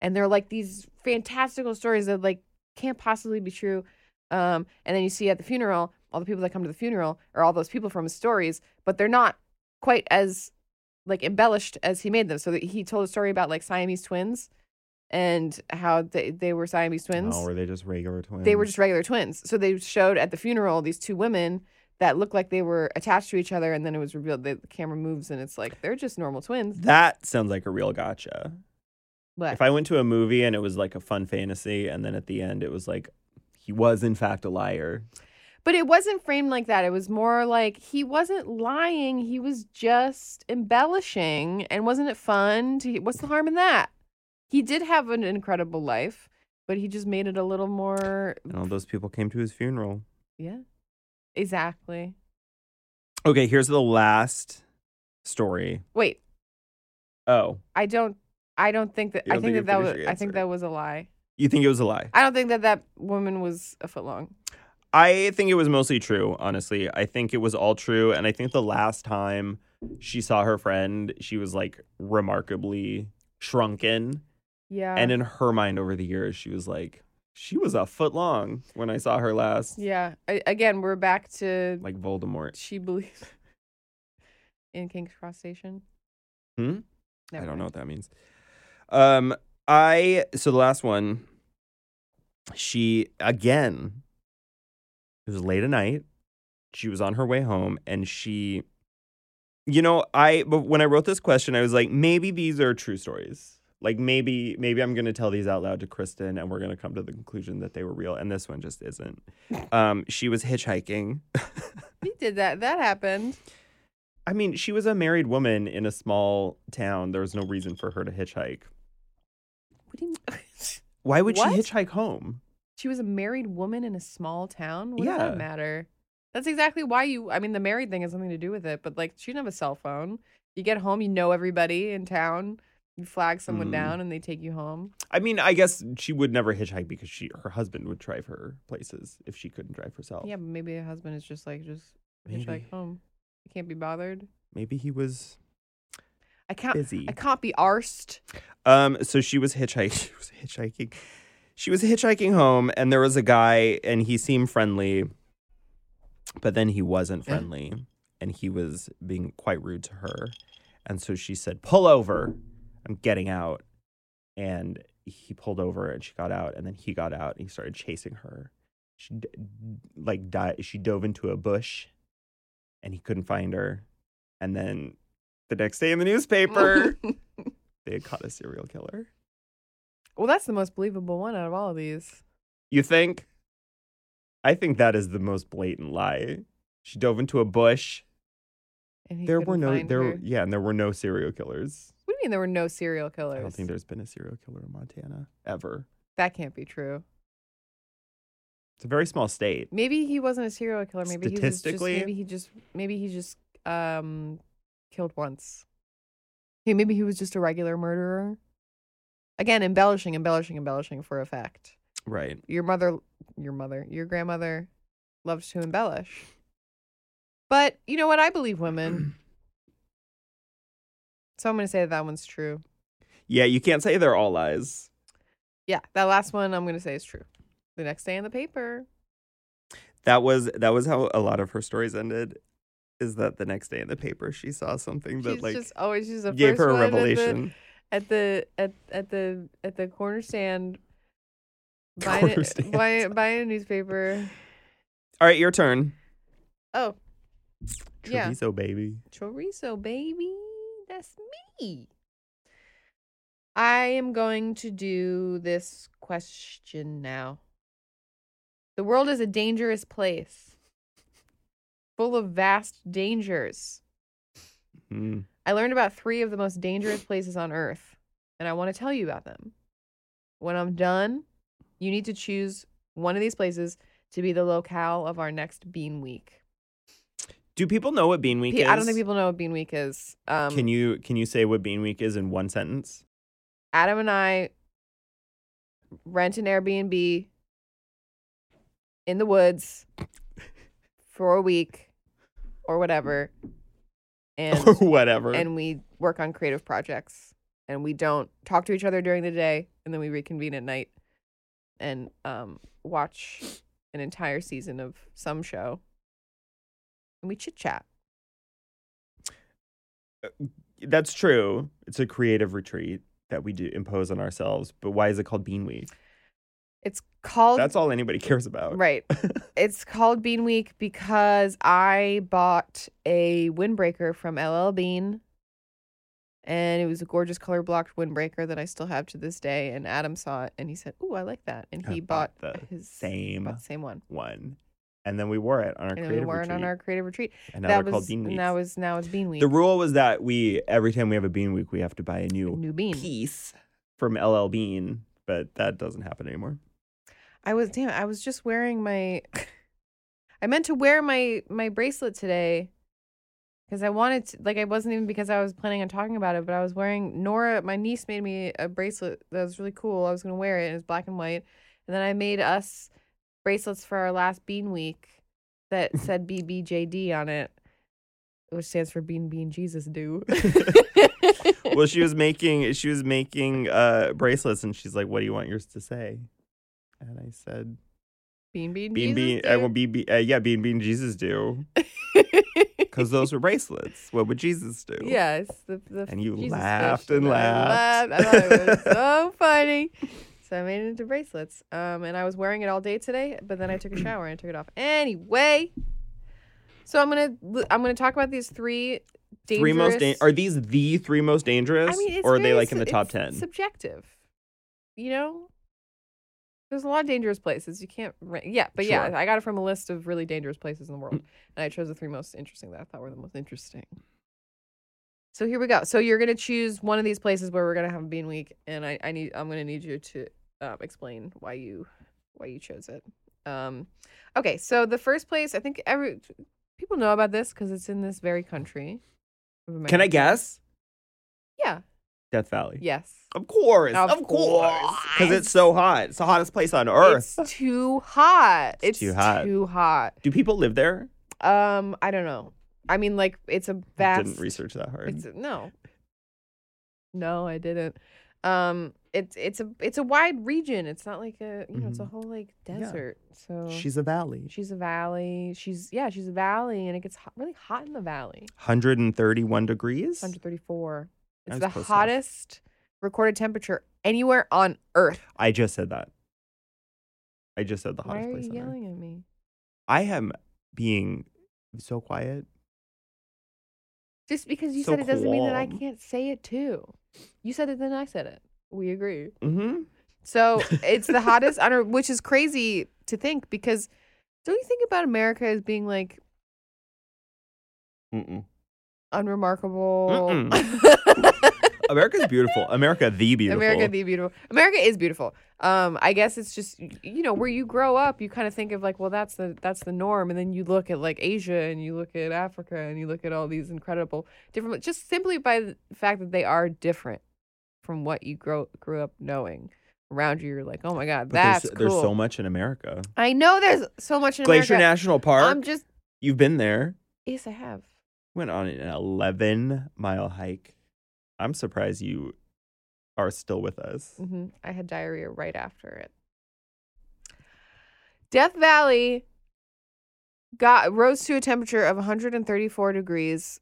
[SPEAKER 2] and they're like these fantastical stories that like can't possibly be true. Um, and then you see at the funeral all the people that come to the funeral are all those people from his stories, but they're not quite as like embellished as he made them. So that he told a story about like Siamese twins and how they, they were Siamese twins.
[SPEAKER 3] Oh, were they just regular twins?
[SPEAKER 2] They were just regular twins. So they showed at the funeral these two women that looked like they were attached to each other, and then it was revealed that the camera moves and it's like they're just normal twins.
[SPEAKER 3] That sounds like a real gotcha.
[SPEAKER 2] But
[SPEAKER 3] If I went to a movie and it was like a fun fantasy, and then at the end it was like he was in fact a liar.
[SPEAKER 2] but it wasn't framed like that. It was more like he wasn't lying. He was just embellishing. And wasn't it fun? To, what's the harm in that? He did have an incredible life, but he just made it a little more.
[SPEAKER 3] And all those people came to his funeral.
[SPEAKER 2] Yeah, exactly.
[SPEAKER 3] Okay, here's the last story.
[SPEAKER 2] Wait,
[SPEAKER 3] Oh,
[SPEAKER 2] I don't. I don't think that.
[SPEAKER 3] You
[SPEAKER 2] I
[SPEAKER 3] don't
[SPEAKER 2] think,
[SPEAKER 3] think
[SPEAKER 2] that that
[SPEAKER 3] you
[SPEAKER 2] was.
[SPEAKER 3] finished your
[SPEAKER 2] I think
[SPEAKER 3] answer.
[SPEAKER 2] that was a lie.
[SPEAKER 3] you think it was a lie?
[SPEAKER 2] I don't think that that woman was a foot long.
[SPEAKER 3] I think it was mostly true, honestly. I think it was all true. And I think the last time she saw her friend, she was like remarkably shrunken.
[SPEAKER 2] Yeah.
[SPEAKER 3] and in her mind over the years, she was like, she was a foot long when I saw her last.
[SPEAKER 2] yeah. I, again, we're back to
[SPEAKER 3] Like Voldemort.
[SPEAKER 2] she believes in King's Cross Station.
[SPEAKER 3] Hmm?
[SPEAKER 2] Never
[SPEAKER 3] I don't know
[SPEAKER 2] mind.
[SPEAKER 3] what that means. Um, I so the last one, she again. It was late at night. She was on her way home, and she, you know, I but when I wrote this question, I was like, maybe these are true stories. Like maybe maybe I'm gonna tell these out loud to Kristen, and we're gonna come to the conclusion that they were real, and this one just isn't. Um, she was hitchhiking.
[SPEAKER 2] We did that. That happened.
[SPEAKER 3] I mean, she was a married woman in a small town. There was no reason for her to hitchhike.
[SPEAKER 2] What do you mean?
[SPEAKER 3] Why would
[SPEAKER 2] What?
[SPEAKER 3] she hitchhike home?
[SPEAKER 2] she was a married woman in a small town. What does
[SPEAKER 3] Yeah.
[SPEAKER 2] that matter? That's exactly why you. I mean, the married thing has something to do with it, but like, she didn't have a cell phone. You get home, you know everybody in town. You flag someone
[SPEAKER 3] Mm.
[SPEAKER 2] down, and they take you home.
[SPEAKER 3] I mean, I guess she would never hitchhike because she her husband would drive her places if she couldn't drive herself.
[SPEAKER 2] Yeah, but maybe her husband is just like just
[SPEAKER 3] Oh. maybe,
[SPEAKER 2] hitchhike home. You can't be bothered.
[SPEAKER 3] maybe he was
[SPEAKER 2] I can't.
[SPEAKER 3] busy.
[SPEAKER 2] I can't be arsed.
[SPEAKER 3] Um, so she was hitchhiking. She was hitchhiking. She was hitchhiking home, and there was a guy, and he seemed friendly, but then he wasn't friendly, and he was being quite rude to her, and so she said, "Pull over, I'm getting out," and he pulled over, and she got out, and then he got out, and he started chasing her. She d- like died. She dove into a bush, and he couldn't find her, and then the next day in the newspaper they had caught a serial killer.
[SPEAKER 2] well, that's the most believable one out of all of these.
[SPEAKER 3] You think? I think that is the most blatant lie. She dove into a bush.
[SPEAKER 2] And he
[SPEAKER 3] there were
[SPEAKER 2] couldn't
[SPEAKER 3] no
[SPEAKER 2] find
[SPEAKER 3] there
[SPEAKER 2] her.
[SPEAKER 3] yeah, and there were no serial killers.
[SPEAKER 2] What do you mean there were no serial
[SPEAKER 3] I
[SPEAKER 2] killers?
[SPEAKER 3] don't think there's been a serial killer in Montana ever.
[SPEAKER 2] that can't be true.
[SPEAKER 3] It's a very small state.
[SPEAKER 2] Maybe he wasn't a serial killer. Maybe he was just,
[SPEAKER 3] Statistically?
[SPEAKER 2] maybe he just maybe he just um killed once. He maybe he was just a regular murderer. Again, embellishing, embellishing, embellishing for effect.
[SPEAKER 3] Right.
[SPEAKER 2] Your mother, your mother, your grandmother loved to embellish. But you know what? I believe women. so I'm going to say that, that one's true.
[SPEAKER 3] Yeah, you can't say they're all lies.
[SPEAKER 2] Yeah, that last one I'm gonna say is true. The next day in the paper.
[SPEAKER 5] That was that was how a lot of her stories ended. Is that the next day in the paper she saw something that
[SPEAKER 2] she's
[SPEAKER 5] like
[SPEAKER 2] just always she's the
[SPEAKER 5] gave
[SPEAKER 2] first
[SPEAKER 5] her a
[SPEAKER 2] one at the-
[SPEAKER 5] revelation.
[SPEAKER 2] at the at at the at the corner stand. Buying,
[SPEAKER 5] Corner
[SPEAKER 2] a-
[SPEAKER 5] stand.
[SPEAKER 2] buying, buying a newspaper.
[SPEAKER 5] All right, your turn.
[SPEAKER 2] Oh, Yeah.
[SPEAKER 5] Chorizo baby.
[SPEAKER 2] chorizo, baby. That's me. I am going to do this question now. The world is a dangerous place, full of vast dangers.
[SPEAKER 3] Hmm.
[SPEAKER 5] Mm.
[SPEAKER 2] I learned about three of the most dangerous places on earth, and I want to tell you about them. When I'm done, you need to choose one of these places to be the locale of our next Bean Week.
[SPEAKER 3] Do people know what Bean Week
[SPEAKER 2] P-
[SPEAKER 3] is?
[SPEAKER 2] I don't think people know what Bean Week is. Um,
[SPEAKER 3] Can you can you say what Bean Week is in one sentence?
[SPEAKER 2] Adam and I rent an Airbnb in the woods for a week or whatever, and
[SPEAKER 5] Or whatever.
[SPEAKER 2] and we work on creative projects and we don't talk to each other during the day and then we reconvene at night and um watch an entire season of some show and we chit chat
[SPEAKER 3] That's true. It's a creative retreat that we do impose on ourselves. But why is it called Bean Week?
[SPEAKER 2] it's called
[SPEAKER 3] That's all anybody cares about.
[SPEAKER 2] right it's called bean week because i bought a windbreaker from ll bean and it was a gorgeous color blocked windbreaker that i still have to this day and adam saw it and he said ooh i like that and
[SPEAKER 3] I
[SPEAKER 2] he
[SPEAKER 3] bought
[SPEAKER 2] bought,
[SPEAKER 3] the
[SPEAKER 2] his
[SPEAKER 3] same
[SPEAKER 2] bought the same one
[SPEAKER 3] One, and then we wore it on our
[SPEAKER 2] and then
[SPEAKER 3] creative
[SPEAKER 2] we wore
[SPEAKER 3] retreat.
[SPEAKER 2] it on our creative retreat.
[SPEAKER 3] and now
[SPEAKER 2] that
[SPEAKER 3] they're
[SPEAKER 2] was
[SPEAKER 3] called Bean Week.
[SPEAKER 2] now is now is Bean Week.
[SPEAKER 3] The rule was that we every time we have a Bean Week, we have to buy a new
[SPEAKER 2] new bean.
[SPEAKER 3] piece from LL Bean, but that doesn't happen anymore.
[SPEAKER 2] I was damn. I was just wearing my. I meant to wear my my bracelet today, because I wanted to. Like I wasn't even because I was planning on talking about it, but I was wearing Nora. My niece made me a bracelet that was really cool. I was gonna wear it. And it was black and white, and then I made us bracelets for our last Bean Week that said BBJD on it, which stands for Bean Bean Jesus Do.
[SPEAKER 3] well, she was making she was making uh, bracelets, and she's like, "What do you want yours to say?" And I said,
[SPEAKER 2] Bean Bean
[SPEAKER 3] "Bean
[SPEAKER 2] Jesus
[SPEAKER 3] Bean,
[SPEAKER 2] do.
[SPEAKER 3] I will be, be uh, yeah, Bean Bean Jesus do, because those were bracelets. What would Jesus do?"
[SPEAKER 2] Yes, the, the
[SPEAKER 3] And you
[SPEAKER 2] Jesus
[SPEAKER 3] laughed
[SPEAKER 2] fish.
[SPEAKER 3] and
[SPEAKER 2] I
[SPEAKER 3] laughed.
[SPEAKER 2] laughed. I thought it was so funny. So I made it into bracelets. Um, and I was wearing it all day today, but then I took a shower and I took it off. Anyway, so I'm gonna li- I'm gonna talk about these three dangerous.
[SPEAKER 3] Three most dan- are these the three most dangerous,
[SPEAKER 2] I mean, it's
[SPEAKER 3] or are they
[SPEAKER 2] very
[SPEAKER 3] like in
[SPEAKER 2] su-
[SPEAKER 3] the top
[SPEAKER 2] it's
[SPEAKER 3] ten?
[SPEAKER 2] Subjective, you know. There's a lot of dangerous places you can't. ra- Yeah, but yeah,
[SPEAKER 3] Sure. Mm.
[SPEAKER 2] I got it from a list of really dangerous places in the world, and I chose the three most interesting that I thought were the most interesting. So here we go. So you're gonna choose one of these places where we're gonna have a bean week, and I, I need I'm gonna need you to um, explain why you why you chose it. Um, okay, so the first place I think every people know about this because it's in this very country. of
[SPEAKER 3] Can I
[SPEAKER 2] America.
[SPEAKER 3] guess?
[SPEAKER 2] Yeah.
[SPEAKER 3] Death Valley.
[SPEAKER 2] Yes.
[SPEAKER 3] Of course,
[SPEAKER 2] Of
[SPEAKER 3] of, course, because it's so hot. It's the hottest place on earth.
[SPEAKER 2] It's too hot.
[SPEAKER 3] It's
[SPEAKER 2] It's,
[SPEAKER 3] too hot.
[SPEAKER 2] Too hot.
[SPEAKER 3] Do people live there?
[SPEAKER 2] Um, I don't know. I mean, like it's a
[SPEAKER 3] I
[SPEAKER 2] vast.
[SPEAKER 3] Didn't research that hard.
[SPEAKER 2] It's, no. No, I didn't. Um, it's it's a it's a wide region. It's not like a you know it's a
[SPEAKER 3] Mhm.
[SPEAKER 2] whole like
[SPEAKER 3] Yeah.
[SPEAKER 2] desert. So
[SPEAKER 3] She's a valley.
[SPEAKER 2] she's a valley. She's yeah she's a valley, and it gets hot, really hot in the valley.
[SPEAKER 3] 131 degrees.
[SPEAKER 2] 134. It's
[SPEAKER 3] was
[SPEAKER 2] the
[SPEAKER 3] close enough.
[SPEAKER 2] hottest recorded temperature anywhere on Earth.
[SPEAKER 3] I just said that. I just said the
[SPEAKER 2] Why
[SPEAKER 3] hottest
[SPEAKER 2] are
[SPEAKER 3] place
[SPEAKER 2] you
[SPEAKER 3] on earth.
[SPEAKER 2] yelling at me?
[SPEAKER 3] I am being so quiet.
[SPEAKER 2] Just because you
[SPEAKER 3] So
[SPEAKER 2] said it doesn't mean that I
[SPEAKER 3] calm.
[SPEAKER 2] can't say it too. You said it, then I said it. We agree.
[SPEAKER 3] Mm-hmm.
[SPEAKER 2] So it's the hottest, on Earth, which is crazy to think because don't you think about America as being like
[SPEAKER 3] Mm-mm.
[SPEAKER 2] unremarkable?
[SPEAKER 3] America's beautiful. America the beautiful.
[SPEAKER 2] America the beautiful. America is beautiful. Um, I guess it's just y- you know where you grow up, you kind of think of like, well, that's the that's the norm, and then you look at like Asia and you look at Africa and you look at all these incredible different, just simply by the fact that they are different from what you grow grew up knowing around you. You're like, oh my god,
[SPEAKER 3] But
[SPEAKER 2] that's
[SPEAKER 3] there's,
[SPEAKER 2] cool.
[SPEAKER 3] there's so much in America.
[SPEAKER 2] I know there's so much in
[SPEAKER 3] Glacier
[SPEAKER 2] America.
[SPEAKER 3] National Park.
[SPEAKER 2] I'm just
[SPEAKER 3] You've been there.
[SPEAKER 2] yes, I have.
[SPEAKER 3] Went on an 11 mile hike. I'm surprised you are still with us.
[SPEAKER 2] hmm I had diarrhea right after it. Death Valley got rose to a temperature of 134 degrees,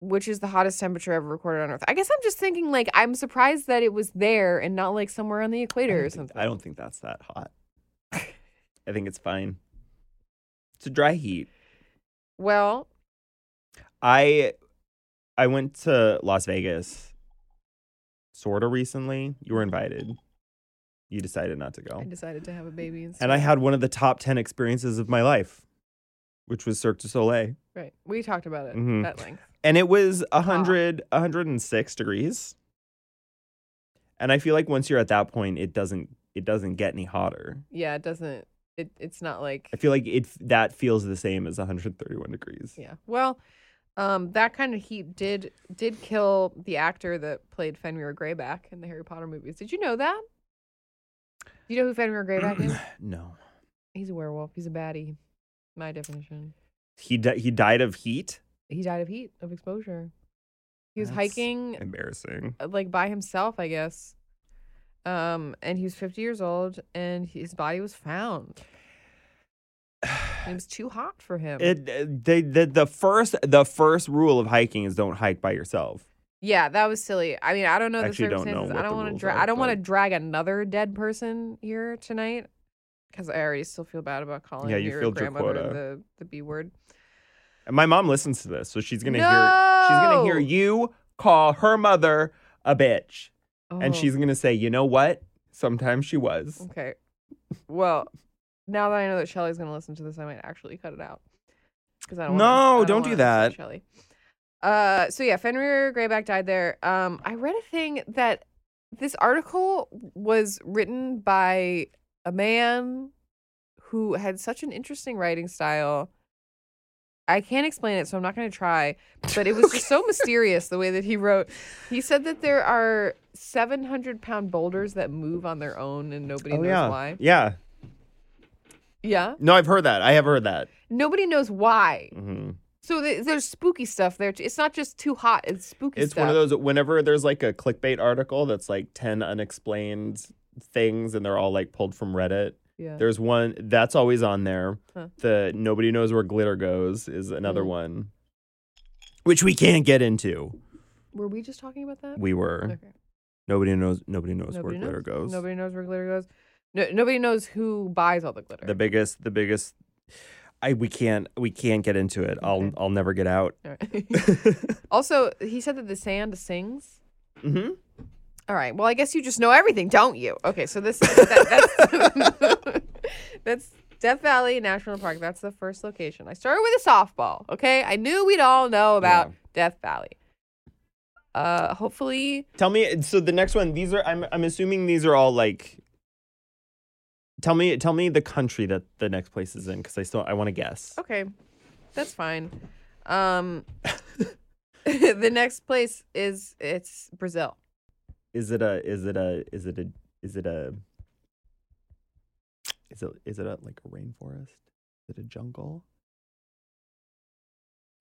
[SPEAKER 2] which is the hottest temperature ever recorded on Earth. I guess I'm just thinking like I'm surprised that it was there and not like somewhere on the
[SPEAKER 3] I
[SPEAKER 2] equator
[SPEAKER 3] don't
[SPEAKER 2] or
[SPEAKER 3] think-
[SPEAKER 2] something.
[SPEAKER 3] I don't think that's that hot. I think it's fine. It's a dry heat.
[SPEAKER 2] Well,
[SPEAKER 3] I I went to Las Vegas sort of recently. You were invited. You decided not to go.
[SPEAKER 2] I decided to have a baby instead.
[SPEAKER 3] And I had one of the top 10 experiences of my life, which was Cirque du Soleil.
[SPEAKER 2] right. We talked about it
[SPEAKER 3] Mhm.
[SPEAKER 2] at length.
[SPEAKER 3] And it was 100 106 degrees. And I feel like once you're at that point, it doesn't it doesn't get any hotter.
[SPEAKER 2] Yeah, it doesn't. It it's not like
[SPEAKER 3] I feel like it that feels the same as 131 degrees.
[SPEAKER 2] Yeah. Well, um, that kind of heat did did kill the actor that played Fenrir Greyback in the Harry Potter movies. Did you know that? Do you know who Fenrir Greyback is?
[SPEAKER 3] No.
[SPEAKER 2] He's a werewolf. He's a baddie. My definition.
[SPEAKER 3] He di- he died of heat.
[SPEAKER 2] He died of heat of exposure. He was
[SPEAKER 3] That's
[SPEAKER 2] hiking
[SPEAKER 3] Embarrassing.
[SPEAKER 2] uh, like by himself, I guess. Um, and he was 50 years old, and his body was found. And It was too hot for him.
[SPEAKER 3] It uh, they the, the first the first rule of hiking is don't hike by yourself.
[SPEAKER 2] Yeah, that was silly. I mean, I don't know the
[SPEAKER 3] Actually don't know
[SPEAKER 2] circumstances.
[SPEAKER 3] what
[SPEAKER 2] I don't
[SPEAKER 3] the
[SPEAKER 2] want to
[SPEAKER 3] rules
[SPEAKER 2] drag.
[SPEAKER 3] are,
[SPEAKER 2] I don't want to
[SPEAKER 3] but-
[SPEAKER 2] drag another dead person here tonight because I already still feel bad about calling
[SPEAKER 3] you
[SPEAKER 2] your
[SPEAKER 3] filled your
[SPEAKER 2] grandmother
[SPEAKER 3] quota.
[SPEAKER 2] the the b word.
[SPEAKER 3] And my mom listens to this, so she's gonna hear she's gonna hear
[SPEAKER 2] No!
[SPEAKER 3] you call her mother a bitch, and
[SPEAKER 2] Oh,
[SPEAKER 3] she's gonna say, you know what? Sometimes she was.
[SPEAKER 2] okay. Well, now that I know that Shelly's gonna listen to this, I might actually cut it out because I don't.
[SPEAKER 3] No,
[SPEAKER 2] wanna, I
[SPEAKER 3] don't do
[SPEAKER 2] wanna
[SPEAKER 3] that.
[SPEAKER 2] upset Shelly. Uh, so yeah, Fenrir Greyback died there. Um, I read a thing that this article was written by a man who had such an interesting writing style. I can't explain it, so I'm not going to try. But it was just so mysterious the way that he wrote. He said that there are 700 pound boulders that move on their own and nobody knows
[SPEAKER 3] Oh, yeah,
[SPEAKER 2] why.
[SPEAKER 3] yeah.
[SPEAKER 2] Yeah.
[SPEAKER 3] No, I've heard that. I have heard that.
[SPEAKER 2] Nobody knows why.
[SPEAKER 3] hmm
[SPEAKER 2] So th- there's spooky stuff there. Too. It's not just too hot, it's spooky
[SPEAKER 3] It's
[SPEAKER 2] stuff.
[SPEAKER 3] one of those whenever there's like a clickbait article that's like ten unexplained things, and they're all like pulled from Reddit.
[SPEAKER 2] Yeah.
[SPEAKER 3] There's one that's always on there.
[SPEAKER 2] Huh.
[SPEAKER 3] The nobody knows where glitter goes is another
[SPEAKER 2] Mm.
[SPEAKER 3] one, which we can't get into.
[SPEAKER 2] Were we just talking about that?
[SPEAKER 3] We were
[SPEAKER 2] okay.
[SPEAKER 3] nobody knows nobody knows
[SPEAKER 2] Nobody
[SPEAKER 3] where glitter
[SPEAKER 2] knows.
[SPEAKER 3] goes.
[SPEAKER 2] Nobody knows where glitter goes. No, nobody knows who buys all the glitter.
[SPEAKER 3] The biggest, the biggest. I we can't we can't get into it. I'll
[SPEAKER 2] Okay.
[SPEAKER 3] I'll never get out.
[SPEAKER 2] All right.
[SPEAKER 3] mm-hmm.
[SPEAKER 2] also, he said that the sand sings. All right. Well, I guess you just know everything, don't you? Okay. So this that, that's that's Death Valley National Park. That's the first location. I started with a softball. Okay. I knew we'd all know about
[SPEAKER 3] Yeah.
[SPEAKER 2] Death Valley. Uh, hopefully,
[SPEAKER 3] Tell me. So the next one. These are. I'm I'm assuming these are all like. Tell me. Tell me the country that the next place is in because I still I want to guess.
[SPEAKER 2] Okay, that's fine. Um, the next place is it's Brazil.
[SPEAKER 3] is it a is it a is it a is it a is it is it a like a rainforest is it a jungle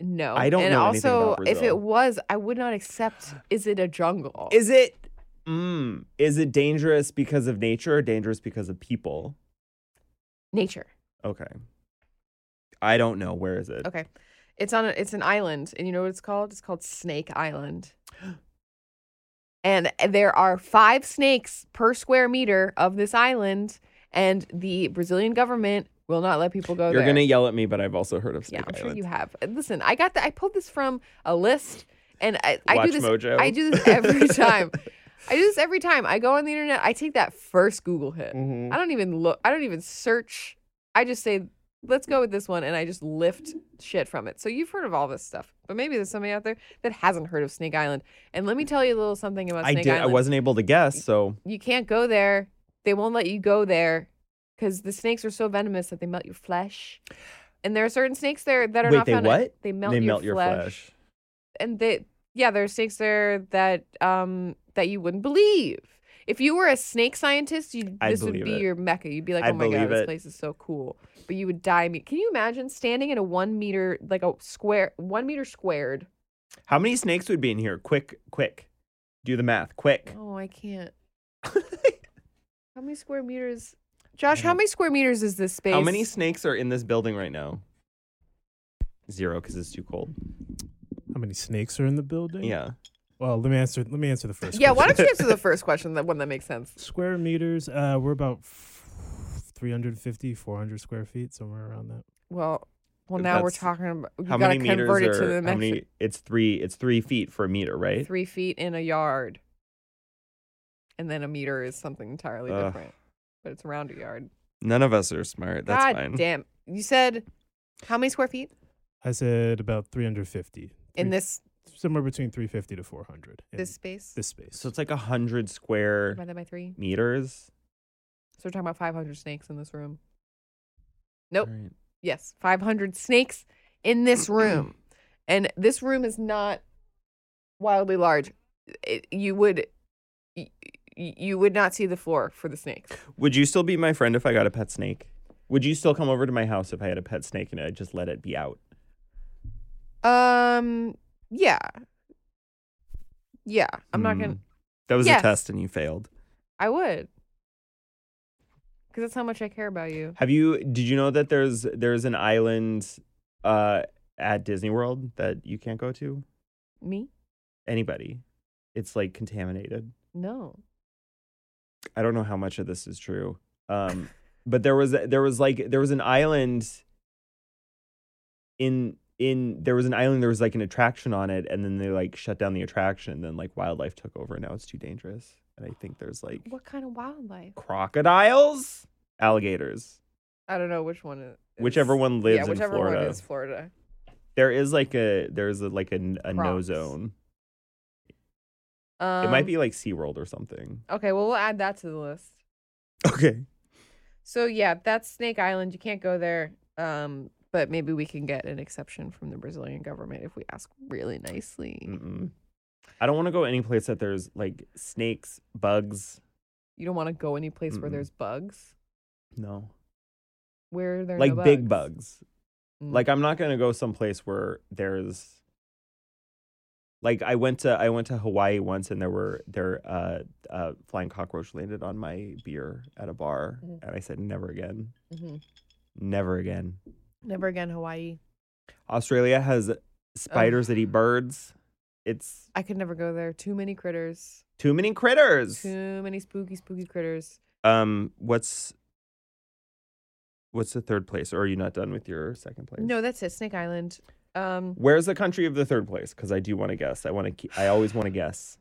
[SPEAKER 2] No,
[SPEAKER 3] I don't
[SPEAKER 2] And
[SPEAKER 3] know anything
[SPEAKER 2] also,
[SPEAKER 3] about
[SPEAKER 2] if
[SPEAKER 3] Brazil.
[SPEAKER 2] it was, I would not accept. Is it a jungle?
[SPEAKER 3] is it mm, is it dangerous because of nature or dangerous because of people
[SPEAKER 2] nature?
[SPEAKER 3] okay i don't know where is it
[SPEAKER 2] Okay, it's on. A, it's an island, and you know what it's called? It's called Snake Island. And eh, there are five snakes per square meter of this island, and the Brazilian government will not let people go
[SPEAKER 3] you're
[SPEAKER 2] there.
[SPEAKER 3] gonna yell at me but i've also heard of snake
[SPEAKER 2] Yeah, I'm sure
[SPEAKER 3] Island.
[SPEAKER 2] you have. Uh, Listen, I got the, I pulled this from a list, and I, I do
[SPEAKER 3] Watch
[SPEAKER 2] this.
[SPEAKER 3] Mojo.
[SPEAKER 2] I do this every time. I do this every time. I go on the internet. I take that first Google hit.
[SPEAKER 3] Mhm.
[SPEAKER 2] I don't even look. I don't even search. I just say, "Let's go with this one," and I just lift shit from it. So you've heard of all this stuff, but maybe there's somebody out there that hasn't heard of Snake Island. And let me tell you a little something about
[SPEAKER 3] i
[SPEAKER 2] Snake
[SPEAKER 3] did i
[SPEAKER 2] Island.
[SPEAKER 3] wasn't able to guess so
[SPEAKER 2] You can't go there. They won't let you go there because the snakes are so venomous that they melt your flesh. And there are certain snakes there that are
[SPEAKER 3] Wait,
[SPEAKER 2] not
[SPEAKER 3] they
[SPEAKER 2] found.
[SPEAKER 3] what?
[SPEAKER 2] They melt,
[SPEAKER 3] they
[SPEAKER 2] your,
[SPEAKER 3] melt
[SPEAKER 2] flesh.
[SPEAKER 3] your flesh
[SPEAKER 2] And they yeah, there are snakes there that um that you wouldn't believe. If you were a snake scientist, you
[SPEAKER 3] I'd
[SPEAKER 2] this would
[SPEAKER 3] believe
[SPEAKER 2] be
[SPEAKER 3] it.
[SPEAKER 2] your mecca. You'd be like,
[SPEAKER 3] I'd
[SPEAKER 2] oh my god,
[SPEAKER 3] believe
[SPEAKER 2] this
[SPEAKER 3] it.
[SPEAKER 2] place is so cool. But you would die. Me- Can you imagine standing in a one meter, like a square, one meter squared?
[SPEAKER 3] how many snakes would be in here quick quick Do the math quick.
[SPEAKER 2] Oh, I can't. How many square meters? Josh, how many square meters is this space?
[SPEAKER 3] How many snakes are in this building right now? Zero, because it's too cold.
[SPEAKER 4] How many snakes are in the building?
[SPEAKER 2] Mm.
[SPEAKER 3] Yeah.
[SPEAKER 4] Well, let me answer. Let me answer the first.
[SPEAKER 2] Yeah, why
[SPEAKER 4] question.
[SPEAKER 2] don't you answer the first question, the one that makes sense?
[SPEAKER 4] Square meters. Uh, we're about f- 350, 400 square feet, somewhere around that.
[SPEAKER 2] Well, well, now we're
[SPEAKER 3] That's-
[SPEAKER 2] talking about you
[SPEAKER 3] How
[SPEAKER 2] gotta
[SPEAKER 3] many meters
[SPEAKER 2] convert
[SPEAKER 3] are?
[SPEAKER 2] it to the
[SPEAKER 3] how
[SPEAKER 2] next
[SPEAKER 3] many? It's three. It's three feet for a meter, right?
[SPEAKER 2] three feet in a yard, and then a meter is something entirely
[SPEAKER 3] Ugh.
[SPEAKER 2] different, but it's around a yard.
[SPEAKER 3] None of us are smart. That's
[SPEAKER 2] God
[SPEAKER 3] fine.
[SPEAKER 2] damn! You said how many square feet
[SPEAKER 4] I said about 350.
[SPEAKER 2] in
[SPEAKER 4] Three-
[SPEAKER 2] this
[SPEAKER 4] somewhere between 350 to 400 in
[SPEAKER 2] this space?
[SPEAKER 4] this space.
[SPEAKER 3] So it's like a hundred square
[SPEAKER 2] Divide that by three.
[SPEAKER 3] meters.
[SPEAKER 2] So we're talking about 500 snakes in this room. Nope.
[SPEAKER 3] Alright.
[SPEAKER 2] Yes, 500 snakes in this room. and this room is not wildly large. It, you would y- y- you would not see the floor for the snakes.
[SPEAKER 3] Would you still be my friend if I got a pet snake? Would you still come over to my house if I had a pet snake and I just let it be out?
[SPEAKER 2] Um yeah. Yeah, I'm not going to
[SPEAKER 3] Hmm. That was
[SPEAKER 2] Yes.
[SPEAKER 3] a test and you failed.
[SPEAKER 2] I would. Cuz that's how much I care about you.
[SPEAKER 3] Have you? Did you know that there's there's an island uh, at Disney World that you can't go to?
[SPEAKER 2] Me?
[SPEAKER 3] Anybody? It's like contaminated.
[SPEAKER 2] No.
[SPEAKER 3] I don't know how much of this is true. Um, but there was there was like there was an island in in there was an island there was like an attraction on it and then they like shut down the attraction and then like wildlife took over and now it's too dangerous and i think there's like
[SPEAKER 2] What kind of wildlife?
[SPEAKER 3] crocodiles alligators
[SPEAKER 2] I don't know which one is
[SPEAKER 3] whichever one lives
[SPEAKER 2] yeah, whichever
[SPEAKER 3] in florida
[SPEAKER 2] one is Florida.
[SPEAKER 3] there is like a there's a, like a, n- a no
[SPEAKER 2] Crocs.
[SPEAKER 3] zone
[SPEAKER 2] Um,
[SPEAKER 3] it might be like seaworld or something
[SPEAKER 2] Okay, well, we'll add that to the list.
[SPEAKER 3] okay
[SPEAKER 2] So yeah, that's Snake Island. You can't go there. Um, but maybe we can get an exception from the Brazilian government if we ask really nicely.
[SPEAKER 3] Mm-mm. i don't want to go any place that there's like snakes bugs
[SPEAKER 2] You don't want to go any place where
[SPEAKER 3] Mm-mm.
[SPEAKER 2] there's bugs.
[SPEAKER 3] no
[SPEAKER 2] Where there are
[SPEAKER 3] like
[SPEAKER 2] no
[SPEAKER 3] big bugs.
[SPEAKER 2] Mm.
[SPEAKER 3] Like I'm not gonna go someplace where there's like I went to I went to Hawaii once and there were there uh uh flying cockroach landed on my beer at a bar
[SPEAKER 2] Mhm.
[SPEAKER 3] and I said never again.
[SPEAKER 2] Mhm.
[SPEAKER 3] Never again.
[SPEAKER 2] Never again, Hawaii.
[SPEAKER 3] Australia has spiders that eat birds. It's
[SPEAKER 2] I could never go there. Too many critters.
[SPEAKER 3] too many critters.
[SPEAKER 2] Too many spooky, spooky critters.
[SPEAKER 3] Um what's what's the third place? Or are you not done with your second place?
[SPEAKER 2] No, that's it. Snake Island. Um,
[SPEAKER 3] Where's the country of the third place? Because I do want to guess. I want to. I always want to guess.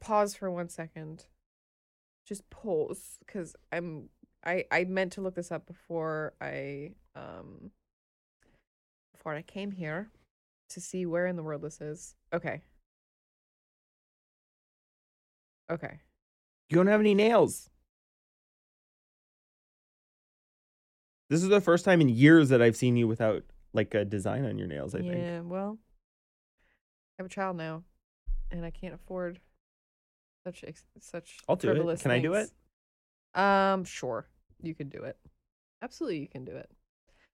[SPEAKER 2] pause for one second. Just pause because I'm I I meant to look this up before I um before I came here to see where in the world this is. Okay. Okay.
[SPEAKER 3] You don't have any nails. This is the first time in years that I've seen you without like a design on your nails. I
[SPEAKER 2] yeah.
[SPEAKER 3] think.
[SPEAKER 2] Well, I have a child now, and I can't afford such ex- such
[SPEAKER 3] I'll do it.
[SPEAKER 2] frivolous
[SPEAKER 3] Can I do
[SPEAKER 2] things. Um, sure, you can do it. Absolutely, you can do it.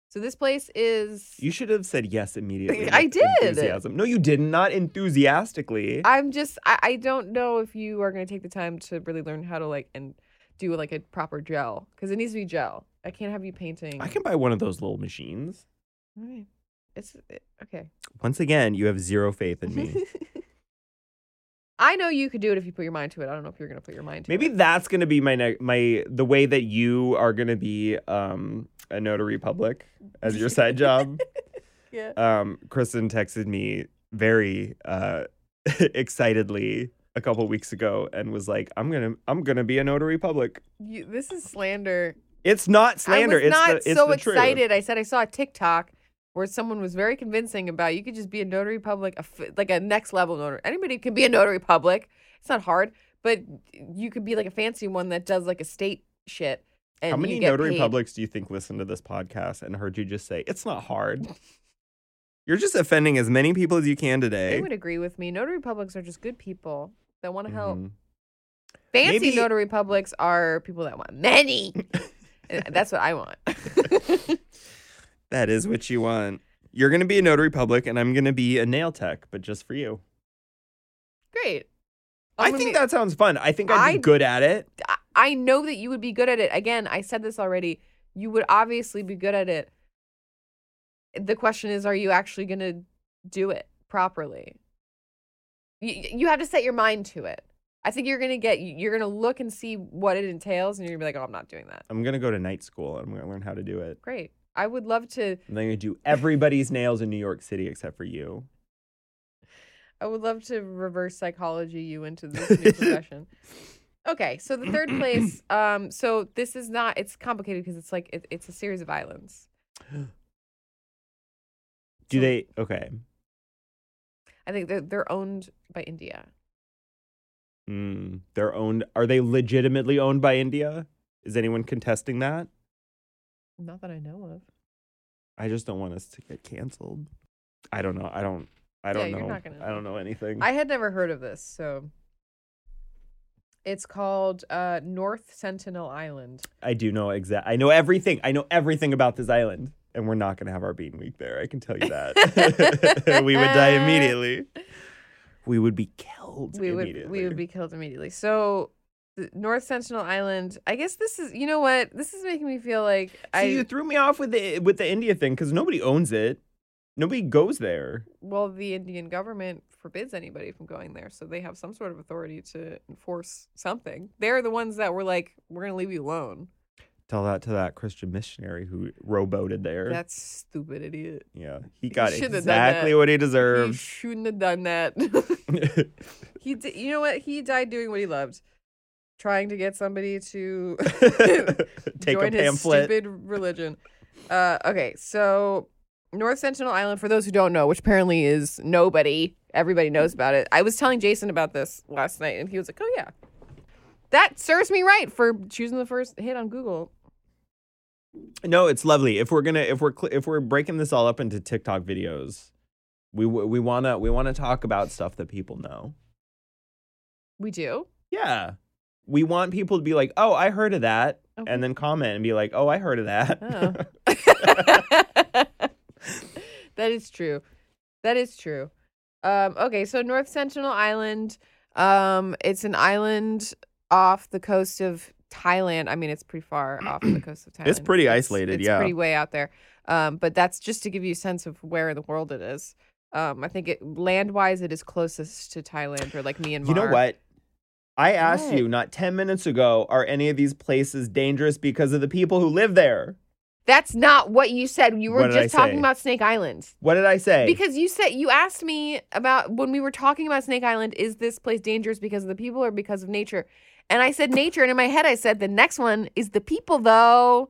[SPEAKER 2] So this place is.
[SPEAKER 3] You should have said yes immediately.
[SPEAKER 2] I
[SPEAKER 3] with
[SPEAKER 2] did.
[SPEAKER 3] Enthusiasm. No, you did not enthusiastically.
[SPEAKER 2] I'm just. I, I don't know if you are going to take the time to really learn how to like and do like a proper gel because it needs to be gel. I can't have you painting.
[SPEAKER 3] I can buy one of those little machines.
[SPEAKER 2] All right. It's it- okay.
[SPEAKER 3] Once again, you have zero faith in me.
[SPEAKER 2] I know you could do it if you put your mind to it. I don't know if you're going to put your mind to
[SPEAKER 3] Maybe
[SPEAKER 2] it.
[SPEAKER 3] that's gonna be my ne- my the way that you are gonna be um, a notary public as your side job.
[SPEAKER 2] Yeah.
[SPEAKER 3] um, Kristen texted me very uh, excitedly a couple weeks ago and was like, "I'm gonna, I'm gonna be a notary public."
[SPEAKER 2] You, this is slander.
[SPEAKER 3] It's not slander.
[SPEAKER 2] I was
[SPEAKER 3] it's
[SPEAKER 2] not
[SPEAKER 3] the, it's
[SPEAKER 2] so
[SPEAKER 3] the truth.
[SPEAKER 2] excited. I said I saw a TikTok where someone was very convincing about you could just be a notary public, a f- like a next level notary. Anybody can be a notary public. It's not hard, but you could be like a fancy one that does like estate shit. And
[SPEAKER 3] How
[SPEAKER 2] you
[SPEAKER 3] many
[SPEAKER 2] get
[SPEAKER 3] notary
[SPEAKER 2] paid.
[SPEAKER 3] publics do you think listen to this podcast and heard you just say it's not hard? You're just offending as many people as you can
[SPEAKER 2] They
[SPEAKER 3] today.
[SPEAKER 2] would agree with me. Notary publics are just good people that want to help.
[SPEAKER 3] Mhm.
[SPEAKER 2] Fancy
[SPEAKER 3] Maybe-
[SPEAKER 2] notary publics are people that want money. And That's what I want.
[SPEAKER 3] That is what you want. You're gonna be a notary public, and I'm gonna be a nail tech, but just for you.
[SPEAKER 2] Great. I'm
[SPEAKER 3] I
[SPEAKER 2] gonna
[SPEAKER 3] think
[SPEAKER 2] be-
[SPEAKER 3] that sounds fun. I think I'd be
[SPEAKER 2] I-
[SPEAKER 3] good at it.
[SPEAKER 2] I- I know that you would be good at it. Again, I said this already. You would obviously be good at it. The question is, are you actually going to do it properly? You, you have to set your mind to it. I think you're going to get, you're going to look and see what it entails, and you're going to be like, oh, I'm not doing that.
[SPEAKER 3] I'm gonna go to night school. and I'm gonna learn how to do it.
[SPEAKER 2] Great. I would love to,
[SPEAKER 3] I'm gonna do everybody's nails in New York City except for you.
[SPEAKER 2] I would love to reverse psychology you into this new profession. Okay, so the third place. Um, so this is not. It's complicated because it's like it, it's a series of islands.
[SPEAKER 3] Do
[SPEAKER 2] So-
[SPEAKER 3] they? Okay.
[SPEAKER 2] I think they're they're owned by India.
[SPEAKER 3] Mm, they're owned. Are they legitimately owned by India? Is anyone contesting that?
[SPEAKER 2] Not that I know of.
[SPEAKER 3] I just don't want us to get canceled. I don't know. I don't. I don't
[SPEAKER 2] Yeah,
[SPEAKER 3] know.
[SPEAKER 2] you're not gonna
[SPEAKER 3] I don't know anything.
[SPEAKER 2] I had never heard of this, so it's called uh, North Sentinel Island.
[SPEAKER 3] I do know exact. I know everything. I know everything about this island, and we're not gonna have our bean week there. I can tell you that. we would die immediately. We would be killed.
[SPEAKER 2] we would
[SPEAKER 3] immediately.
[SPEAKER 2] we would be killed immediately. So th- North Sentinel Island. I guess this is you know what this is making me feel like
[SPEAKER 3] See,
[SPEAKER 2] I
[SPEAKER 3] you threw me off with the with the India thing because nobody owns it. Nobody goes there.
[SPEAKER 2] well the Indian government forbids anybody from going there, so they have some sort of authority to enforce something. They're the ones that were like we're gonna leave you alone.
[SPEAKER 3] Tell that to that Christian missionary who rowboated there.
[SPEAKER 2] That's stupid, idiot.
[SPEAKER 3] yeah, he got
[SPEAKER 2] shouldn't have done that.
[SPEAKER 3] exactly what he
[SPEAKER 2] He
[SPEAKER 3] deserved.
[SPEAKER 2] shouldn't have done that. He di- you know what? He died doing what he loved. Trying to get somebody to
[SPEAKER 3] Take
[SPEAKER 2] join
[SPEAKER 3] a pamphlet.
[SPEAKER 2] his stupid religion. Uh, okay, so North Sentinel Island, for those who don't know, which apparently is nobody, everybody knows about it. I was telling Jason about this last night, and he was like, "Oh yeah, that serves me right for choosing the first hit on Google."
[SPEAKER 3] No, it's lovely. If we're gonna, if we're, cl- if we're breaking this all up into TikTok videos, we w- we wanna we wanna talk about stuff that people know.
[SPEAKER 2] We do.
[SPEAKER 3] Yeah, we want people to be like, oh, I heard of that,
[SPEAKER 2] Oh, we-
[SPEAKER 3] and then comment and be like, oh, I heard of that.
[SPEAKER 2] Oh. that is true. That is true. Um, okay, so North Sentinel Island. Um, it's an island off the coast of Thailand. I mean, it's pretty far off the coast of Thailand.
[SPEAKER 3] It's pretty isolated,
[SPEAKER 2] it's
[SPEAKER 3] yeah.
[SPEAKER 2] pretty way out there. Um, but that's just to give you a sense of where in the world it is. Um, I think it land wise, it is closest to Thailand or like Myanmar.
[SPEAKER 3] You know what? I asked
[SPEAKER 2] What?
[SPEAKER 3] you not 10 minutes ago, are any of these places dangerous because of the people who live there?
[SPEAKER 2] That's not what you said. You were
[SPEAKER 3] What did I
[SPEAKER 2] just talking
[SPEAKER 3] say?
[SPEAKER 2] about Snake Island.
[SPEAKER 3] What did I say?
[SPEAKER 2] Because you said you asked me about when we were talking about Snake Island, is this place dangerous because of the people or because of nature? And I said nature, and in my head I said the next one is the people though.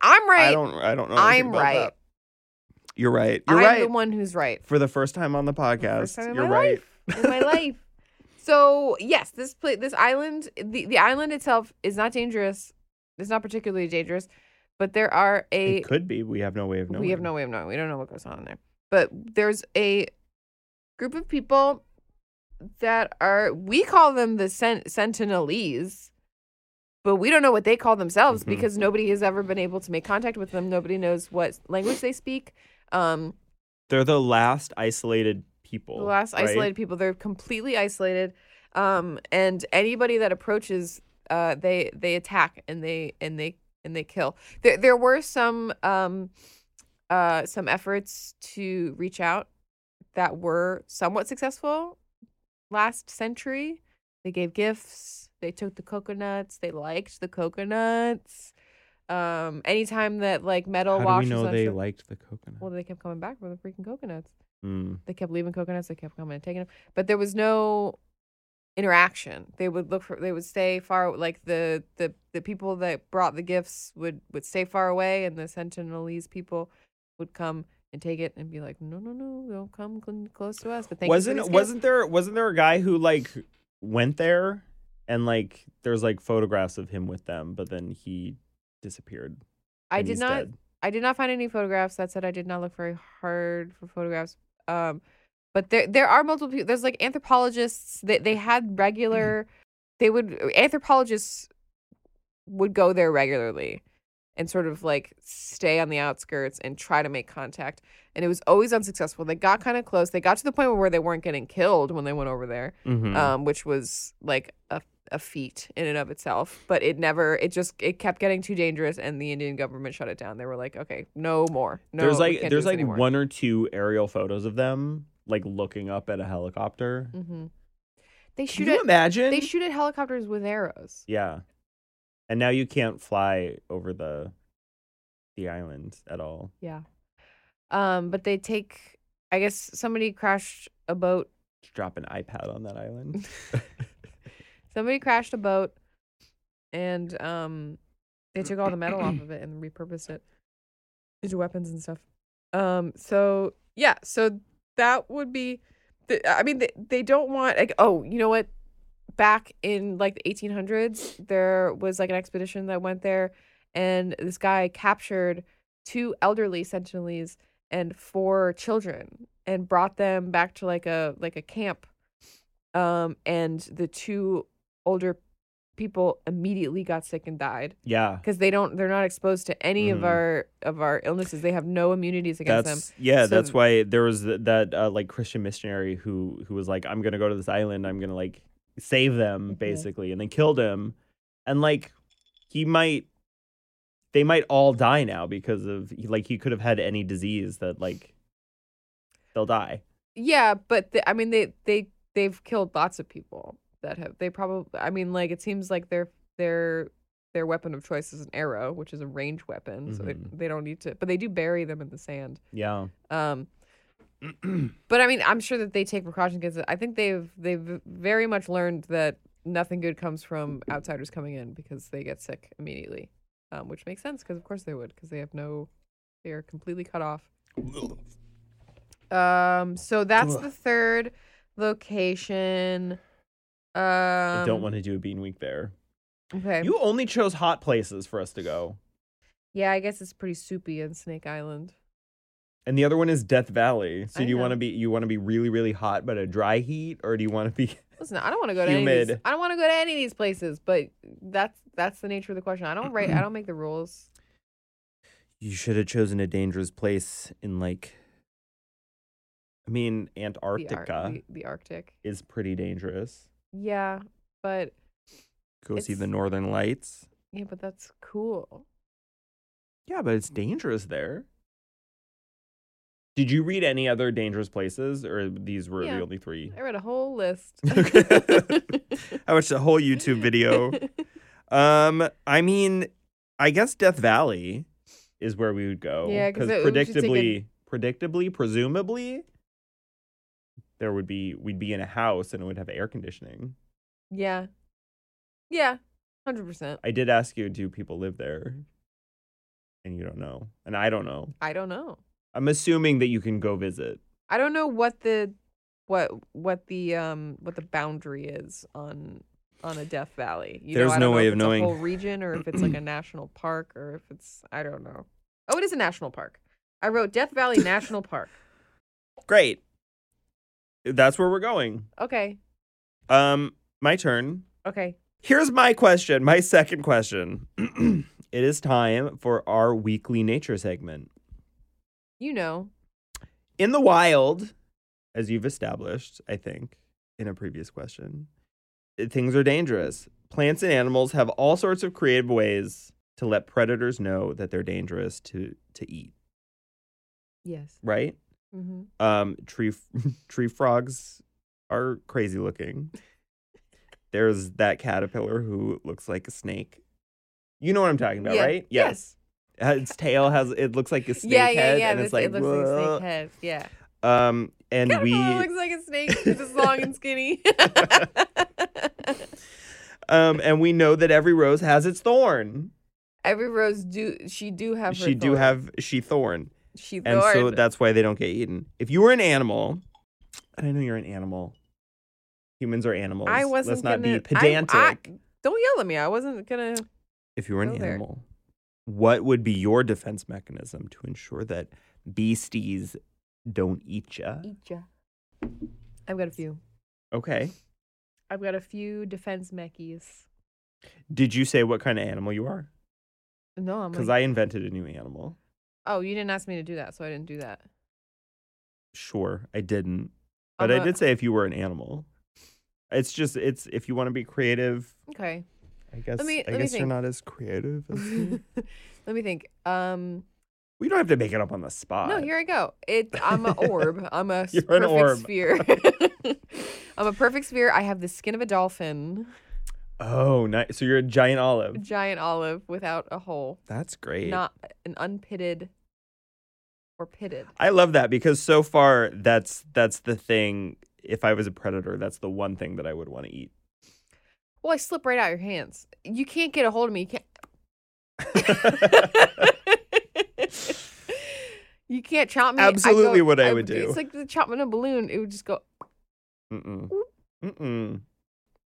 [SPEAKER 2] I'm
[SPEAKER 3] I
[SPEAKER 2] right.
[SPEAKER 3] don't I don't know. anything
[SPEAKER 2] I'm
[SPEAKER 3] about
[SPEAKER 2] right.
[SPEAKER 3] that. You're right. You're
[SPEAKER 2] I'm
[SPEAKER 3] right.
[SPEAKER 2] the one who's right.
[SPEAKER 3] For the first time on the podcast,
[SPEAKER 2] First time in
[SPEAKER 3] you're
[SPEAKER 2] my
[SPEAKER 3] right.
[SPEAKER 2] life. In my life. So yes, this pla- this island, the, the island itself is not dangerous. It's not particularly dangerous, but there are a
[SPEAKER 3] It could be. We have no way of knowing.
[SPEAKER 2] we have no way of knowing. We don't know what goes on in there. But there's a group of people that are we call them the sen- Sentinelese, but we don't know what they call themselves
[SPEAKER 3] Mhm.
[SPEAKER 2] because nobody has ever been able to make contact with them. Nobody knows what language they speak. Um,
[SPEAKER 3] They're the last isolated people.
[SPEAKER 2] the last
[SPEAKER 3] right?
[SPEAKER 2] isolated people, they're completely isolated, um, and anybody that approaches, uh, they they attack and they and they and they kill. There there were some um, uh, some efforts to reach out that were somewhat successful last century. They gave gifts. They took the coconuts. They liked the coconuts. Um, anytime that like metal
[SPEAKER 3] How
[SPEAKER 2] wash
[SPEAKER 3] do we know
[SPEAKER 2] was on
[SPEAKER 3] they
[SPEAKER 2] show-
[SPEAKER 3] liked the coconut?
[SPEAKER 2] well, they kept coming back for the freaking coconuts
[SPEAKER 3] Mm.
[SPEAKER 2] they kept leaving coconuts they kept coming and taking them but there was no interaction they would look for they would stay far like the the the people that brought the gifts would would stay far away and the sentinelese people would come and take it and be like no no no don't come cl- close to us but thank
[SPEAKER 3] wasn't
[SPEAKER 2] you for these gifts."
[SPEAKER 3] wasn't there wasn't there a guy who like went there and like there's like photographs of him with them, but then he disappeared.
[SPEAKER 2] i
[SPEAKER 3] and
[SPEAKER 2] did
[SPEAKER 3] he's
[SPEAKER 2] not
[SPEAKER 3] dead.
[SPEAKER 2] I did not find any photographs. That said, I did not look very hard for photographs. Um, but there there are multiple people. There's like anthropologists. They they had uh, regular. They would anthropologists would go there regularly, and sort of like stay on the outskirts and try to make contact. And it was always unsuccessful. They got kind of close. They got to the point where they weren't getting killed when they went over there,
[SPEAKER 3] Mhm.
[SPEAKER 2] um, which was like a a feat in and of itself. But it never. It just it kept getting too dangerous, and the Indian government shut it down. They were like, okay, no more. No,
[SPEAKER 3] there's
[SPEAKER 2] we
[SPEAKER 3] like
[SPEAKER 2] can't do
[SPEAKER 3] there's
[SPEAKER 2] this
[SPEAKER 3] like
[SPEAKER 2] anymore.
[SPEAKER 3] one or two aerial photos of them like looking up at a helicopter.
[SPEAKER 2] Mhm. They shoot
[SPEAKER 3] Can you
[SPEAKER 2] at
[SPEAKER 3] imagine?
[SPEAKER 2] they shoot at helicopters with arrows.
[SPEAKER 3] yeah. And now you can't fly over the the island at all.
[SPEAKER 2] Yeah. Um, but they take. I guess somebody crashed a boat.
[SPEAKER 3] Just drop an iPad on that island.
[SPEAKER 2] Somebody crashed a boat, and um, they took all the metal off of it and repurposed it into weapons and stuff. Um, so yeah, so that would be. The, I mean, they, they don't want like. Oh, you know what? Back in like the 1800s, there was like an expedition that went there, and this guy captured two elderly sentinels and four children and brought them back to like a like a camp um and the two older people immediately got sick and died
[SPEAKER 3] yeah.
[SPEAKER 2] because they don't they're not exposed to any of
[SPEAKER 3] Mhm.
[SPEAKER 2] our of our illnesses they have no immunities against
[SPEAKER 3] That's
[SPEAKER 2] them
[SPEAKER 3] yeah.
[SPEAKER 2] So
[SPEAKER 3] that's
[SPEAKER 2] th-
[SPEAKER 3] why there was th- that uh, like Christian missionary who who was like, I'm gonna go to this island. I'm gonna like save them
[SPEAKER 2] Mhm.
[SPEAKER 3] basically, and then killed him. And like he might, they might all die now because of like he could have had any disease that like they'll die.
[SPEAKER 2] yeah but the, i mean they they they've killed lots of people that have they probably i mean like it seems like their their their weapon of choice is an arrow which is a range weapon so they,
[SPEAKER 3] Mhm.
[SPEAKER 2] they don't need to but they do bury them in the sand
[SPEAKER 3] Yeah.
[SPEAKER 2] Um, but I mean, I'm sure that they take precautions against it. I think they've they've very much learned that nothing good comes from outsiders coming in because they get sick immediately, um, which makes sense because of course they would because they have no, they are completely cut off. Um, so that's the third location. Um,
[SPEAKER 3] I don't want to do a bean week there.
[SPEAKER 2] Okay.
[SPEAKER 3] You only chose hot places for us to go,
[SPEAKER 2] yeah, I guess it's pretty soupy in Snake Island.
[SPEAKER 3] and the other one is Death Valley. So
[SPEAKER 2] I
[SPEAKER 3] do you
[SPEAKER 2] know.
[SPEAKER 3] want to be you want to be really really hot but a dry heat, or do you want to be
[SPEAKER 2] Listen, I don't want to go to any of these,
[SPEAKER 3] Humid.
[SPEAKER 2] I don't want to go to any of these places, but that's that's the nature of the question. I don't write. I don't make the rules.
[SPEAKER 3] You should have chosen a dangerous place in like I mean
[SPEAKER 2] The, Ar-
[SPEAKER 3] Antarctica
[SPEAKER 2] the, the Arctic.
[SPEAKER 3] is pretty dangerous.
[SPEAKER 2] Yeah, but
[SPEAKER 3] Go see the
[SPEAKER 2] It's-
[SPEAKER 3] northern lights.
[SPEAKER 2] yeah, but that's cool.
[SPEAKER 3] Yeah, but it's dangerous there. Did you read any other dangerous places or these were
[SPEAKER 2] Yeah.
[SPEAKER 3] the only 3?
[SPEAKER 2] I read a whole list.
[SPEAKER 3] Okay. I watched a whole YouTube video. Um I mean I guess Death Valley is where we would go
[SPEAKER 2] Yeah, 'cause
[SPEAKER 3] cuz
[SPEAKER 2] it would just take
[SPEAKER 3] predictably predictably presumably there would be we'd be in a house and it would have air conditioning.
[SPEAKER 2] yeah, yeah, hundred percent.
[SPEAKER 3] I did ask you, do people live
[SPEAKER 2] Mm-hmm.
[SPEAKER 3] there? And you don't know. And I don't know.
[SPEAKER 2] I don't know.
[SPEAKER 3] I'm assuming that you can go visit.
[SPEAKER 2] I don't know what the what what the um what the boundary is on on a Death Valley. You
[SPEAKER 3] There's
[SPEAKER 2] know, I
[SPEAKER 3] no
[SPEAKER 2] don't know
[SPEAKER 3] way
[SPEAKER 2] if
[SPEAKER 3] of
[SPEAKER 2] it's
[SPEAKER 3] knowing.
[SPEAKER 2] a whole region or if it's like a national park or if it's I don't know. Oh, it is a national park. I wrote Death Valley National Park.
[SPEAKER 3] Great. That's where we're going.
[SPEAKER 2] Okay.
[SPEAKER 3] Um, my turn.
[SPEAKER 2] Okay.
[SPEAKER 3] Here's my question, my second question. it is time for our weekly nature segment.
[SPEAKER 2] You know.
[SPEAKER 3] In the wild, as you've established, I think, in a previous question, uh, things are dangerous. Plants and animals have all sorts of creative ways to let predators know that they're dangerous to, to eat,
[SPEAKER 2] Yes.
[SPEAKER 3] right?
[SPEAKER 2] Mhm.
[SPEAKER 3] Um, tree, f- tree frogs are crazy looking. There's that caterpillar who looks like a snake. You know what I'm talking about,
[SPEAKER 2] Yeah.
[SPEAKER 3] right? Uh, Its tail has, it looks like a snake
[SPEAKER 2] yeah, yeah,
[SPEAKER 3] head.
[SPEAKER 2] yeah.
[SPEAKER 3] and
[SPEAKER 2] This,
[SPEAKER 3] it's like,
[SPEAKER 2] it looks like
[SPEAKER 3] "Whoa."
[SPEAKER 2] snake head. Yeah.
[SPEAKER 3] Um, and we.
[SPEAKER 2] Caterpillar looks like a snake because it's long and skinny.
[SPEAKER 3] Um, and we know that every rose has its thorn.
[SPEAKER 2] Every rose do she do have her
[SPEAKER 3] She do
[SPEAKER 2] thorn.
[SPEAKER 3] have she thorn,
[SPEAKER 2] she
[SPEAKER 3] and so
[SPEAKER 2] thorn.
[SPEAKER 3] that's why they don't get eaten. If you were an animal, and I know you're an animal. Humans are animals.
[SPEAKER 2] I wasn't
[SPEAKER 3] Let's not
[SPEAKER 2] gonna,
[SPEAKER 3] be pedantic.
[SPEAKER 2] I, I, don't yell at me. I wasn't gonna.
[SPEAKER 3] if you were
[SPEAKER 2] go
[SPEAKER 3] an
[SPEAKER 2] there.
[SPEAKER 3] animal, what would be your defense mechanism to ensure that beasties don't eat you?
[SPEAKER 2] Eat ya. I've got a few.
[SPEAKER 3] Okay.
[SPEAKER 2] I've got a few defense mechies.
[SPEAKER 3] Did you say what kind of animal you are?
[SPEAKER 2] No, I'm
[SPEAKER 3] because
[SPEAKER 2] like,
[SPEAKER 3] I invented a new animal.
[SPEAKER 2] oh, you didn't ask me to do that, so I didn't do that.
[SPEAKER 3] Sure, I didn't,
[SPEAKER 2] I'm
[SPEAKER 3] but I
[SPEAKER 2] a-
[SPEAKER 3] did say if you were an animal. It's just it's if you want to be creative,
[SPEAKER 2] Okay.
[SPEAKER 3] I guess.
[SPEAKER 2] me-
[SPEAKER 3] I
[SPEAKER 2] let me
[SPEAKER 3] guess you're
[SPEAKER 2] think.
[SPEAKER 3] not as creative. as me.
[SPEAKER 2] Let me think. Um,
[SPEAKER 3] we don't have to make it up on the spot.
[SPEAKER 2] no, here I go. It. I'm an orb. I'm a s-
[SPEAKER 3] You're an
[SPEAKER 2] perfect
[SPEAKER 3] orb.
[SPEAKER 2] sphere. I'm a perfect sphere. I have the skin of a dolphin,
[SPEAKER 3] Oh, nice. So you're a giant
[SPEAKER 2] a
[SPEAKER 3] olive.
[SPEAKER 2] giant olive without a hole,
[SPEAKER 3] That's great.
[SPEAKER 2] not an unpitted or pitted.
[SPEAKER 3] I love that because so far that's that's the thing. If I was a predator, that's the one thing that I would want to eat.
[SPEAKER 2] Well, I slip right out your hands. You can't get a hold of me. You can't. you can't chop me. I
[SPEAKER 3] Absolutely
[SPEAKER 2] go-
[SPEAKER 3] what I would do.
[SPEAKER 2] It's like the chopping a balloon. It would just go.
[SPEAKER 3] Mm-mm.
[SPEAKER 2] Oop.
[SPEAKER 3] Mm-mm.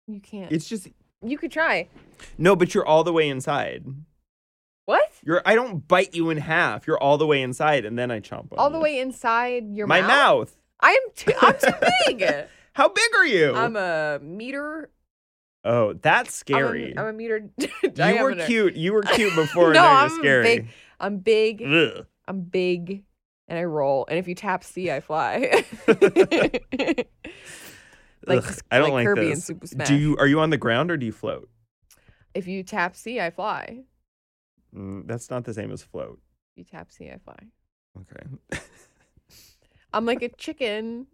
[SPEAKER 2] You can't.
[SPEAKER 3] It's just
[SPEAKER 2] you could try.
[SPEAKER 3] no, but you're all the way inside.
[SPEAKER 2] What?
[SPEAKER 3] You're I don't bite you in half. You're all the way inside, and then I chomp on
[SPEAKER 2] All the
[SPEAKER 3] you.
[SPEAKER 2] way inside your
[SPEAKER 3] my
[SPEAKER 2] mouth.
[SPEAKER 3] mouth.
[SPEAKER 2] I am too. I'm too big.
[SPEAKER 3] How big are you?
[SPEAKER 2] I'm a meter.
[SPEAKER 3] oh, that's
[SPEAKER 2] I'm a-
[SPEAKER 3] scary.
[SPEAKER 2] I'm a, meter.
[SPEAKER 3] you were
[SPEAKER 2] diameter.
[SPEAKER 3] cute. You were cute before.
[SPEAKER 2] No,
[SPEAKER 3] and now
[SPEAKER 2] I'm
[SPEAKER 3] you're scary.
[SPEAKER 2] big. I'm big.
[SPEAKER 3] Ugh.
[SPEAKER 2] I'm big and I roll. And if you tap C, I fly. like,
[SPEAKER 3] Ugh, I don't like,
[SPEAKER 2] Kirby and
[SPEAKER 3] this.
[SPEAKER 2] Super Smash.
[SPEAKER 3] Do you are you on the ground or do you float?
[SPEAKER 2] if you tap C, I fly.
[SPEAKER 3] Mm, that's not the same as float.
[SPEAKER 2] If you tap C, I fly.
[SPEAKER 3] Okay.
[SPEAKER 2] I'm like a chicken.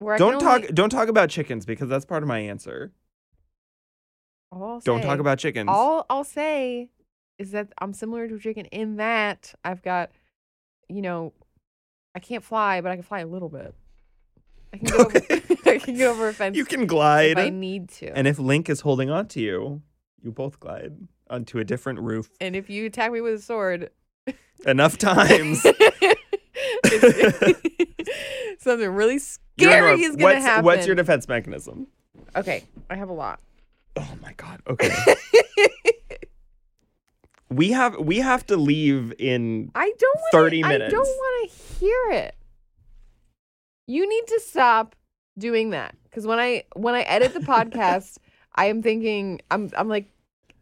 [SPEAKER 2] Where I
[SPEAKER 3] don't
[SPEAKER 2] can only-
[SPEAKER 3] talk don't talk about chickens because that's part of my answer.
[SPEAKER 2] all I'll
[SPEAKER 3] Don't
[SPEAKER 2] say-
[SPEAKER 3] talk about chickens.
[SPEAKER 2] All I'll say is that I'm similar to a chicken in that I've got, you know, I can't fly, but I can fly a little bit. I can go over, I can go over a fence
[SPEAKER 3] you can
[SPEAKER 2] if
[SPEAKER 3] glide.
[SPEAKER 2] I need to.
[SPEAKER 3] and if Link is holding on to you, you both glide onto a different roof
[SPEAKER 2] And if you attack me with a sword,
[SPEAKER 3] enough times.
[SPEAKER 2] it's- something really
[SPEAKER 3] you're in
[SPEAKER 2] scary
[SPEAKER 3] a-
[SPEAKER 2] is gonna
[SPEAKER 3] what's,
[SPEAKER 2] happen.
[SPEAKER 3] What's your defense mechanism?
[SPEAKER 2] okay, I have a lot.
[SPEAKER 3] Oh my god. Okay. we have we have to leave in
[SPEAKER 2] I don't want
[SPEAKER 3] 30
[SPEAKER 2] I
[SPEAKER 3] minutes.
[SPEAKER 2] don't want to hear it. You need to stop doing that cuz when I when I edit the podcast, I am thinking I'm I'm like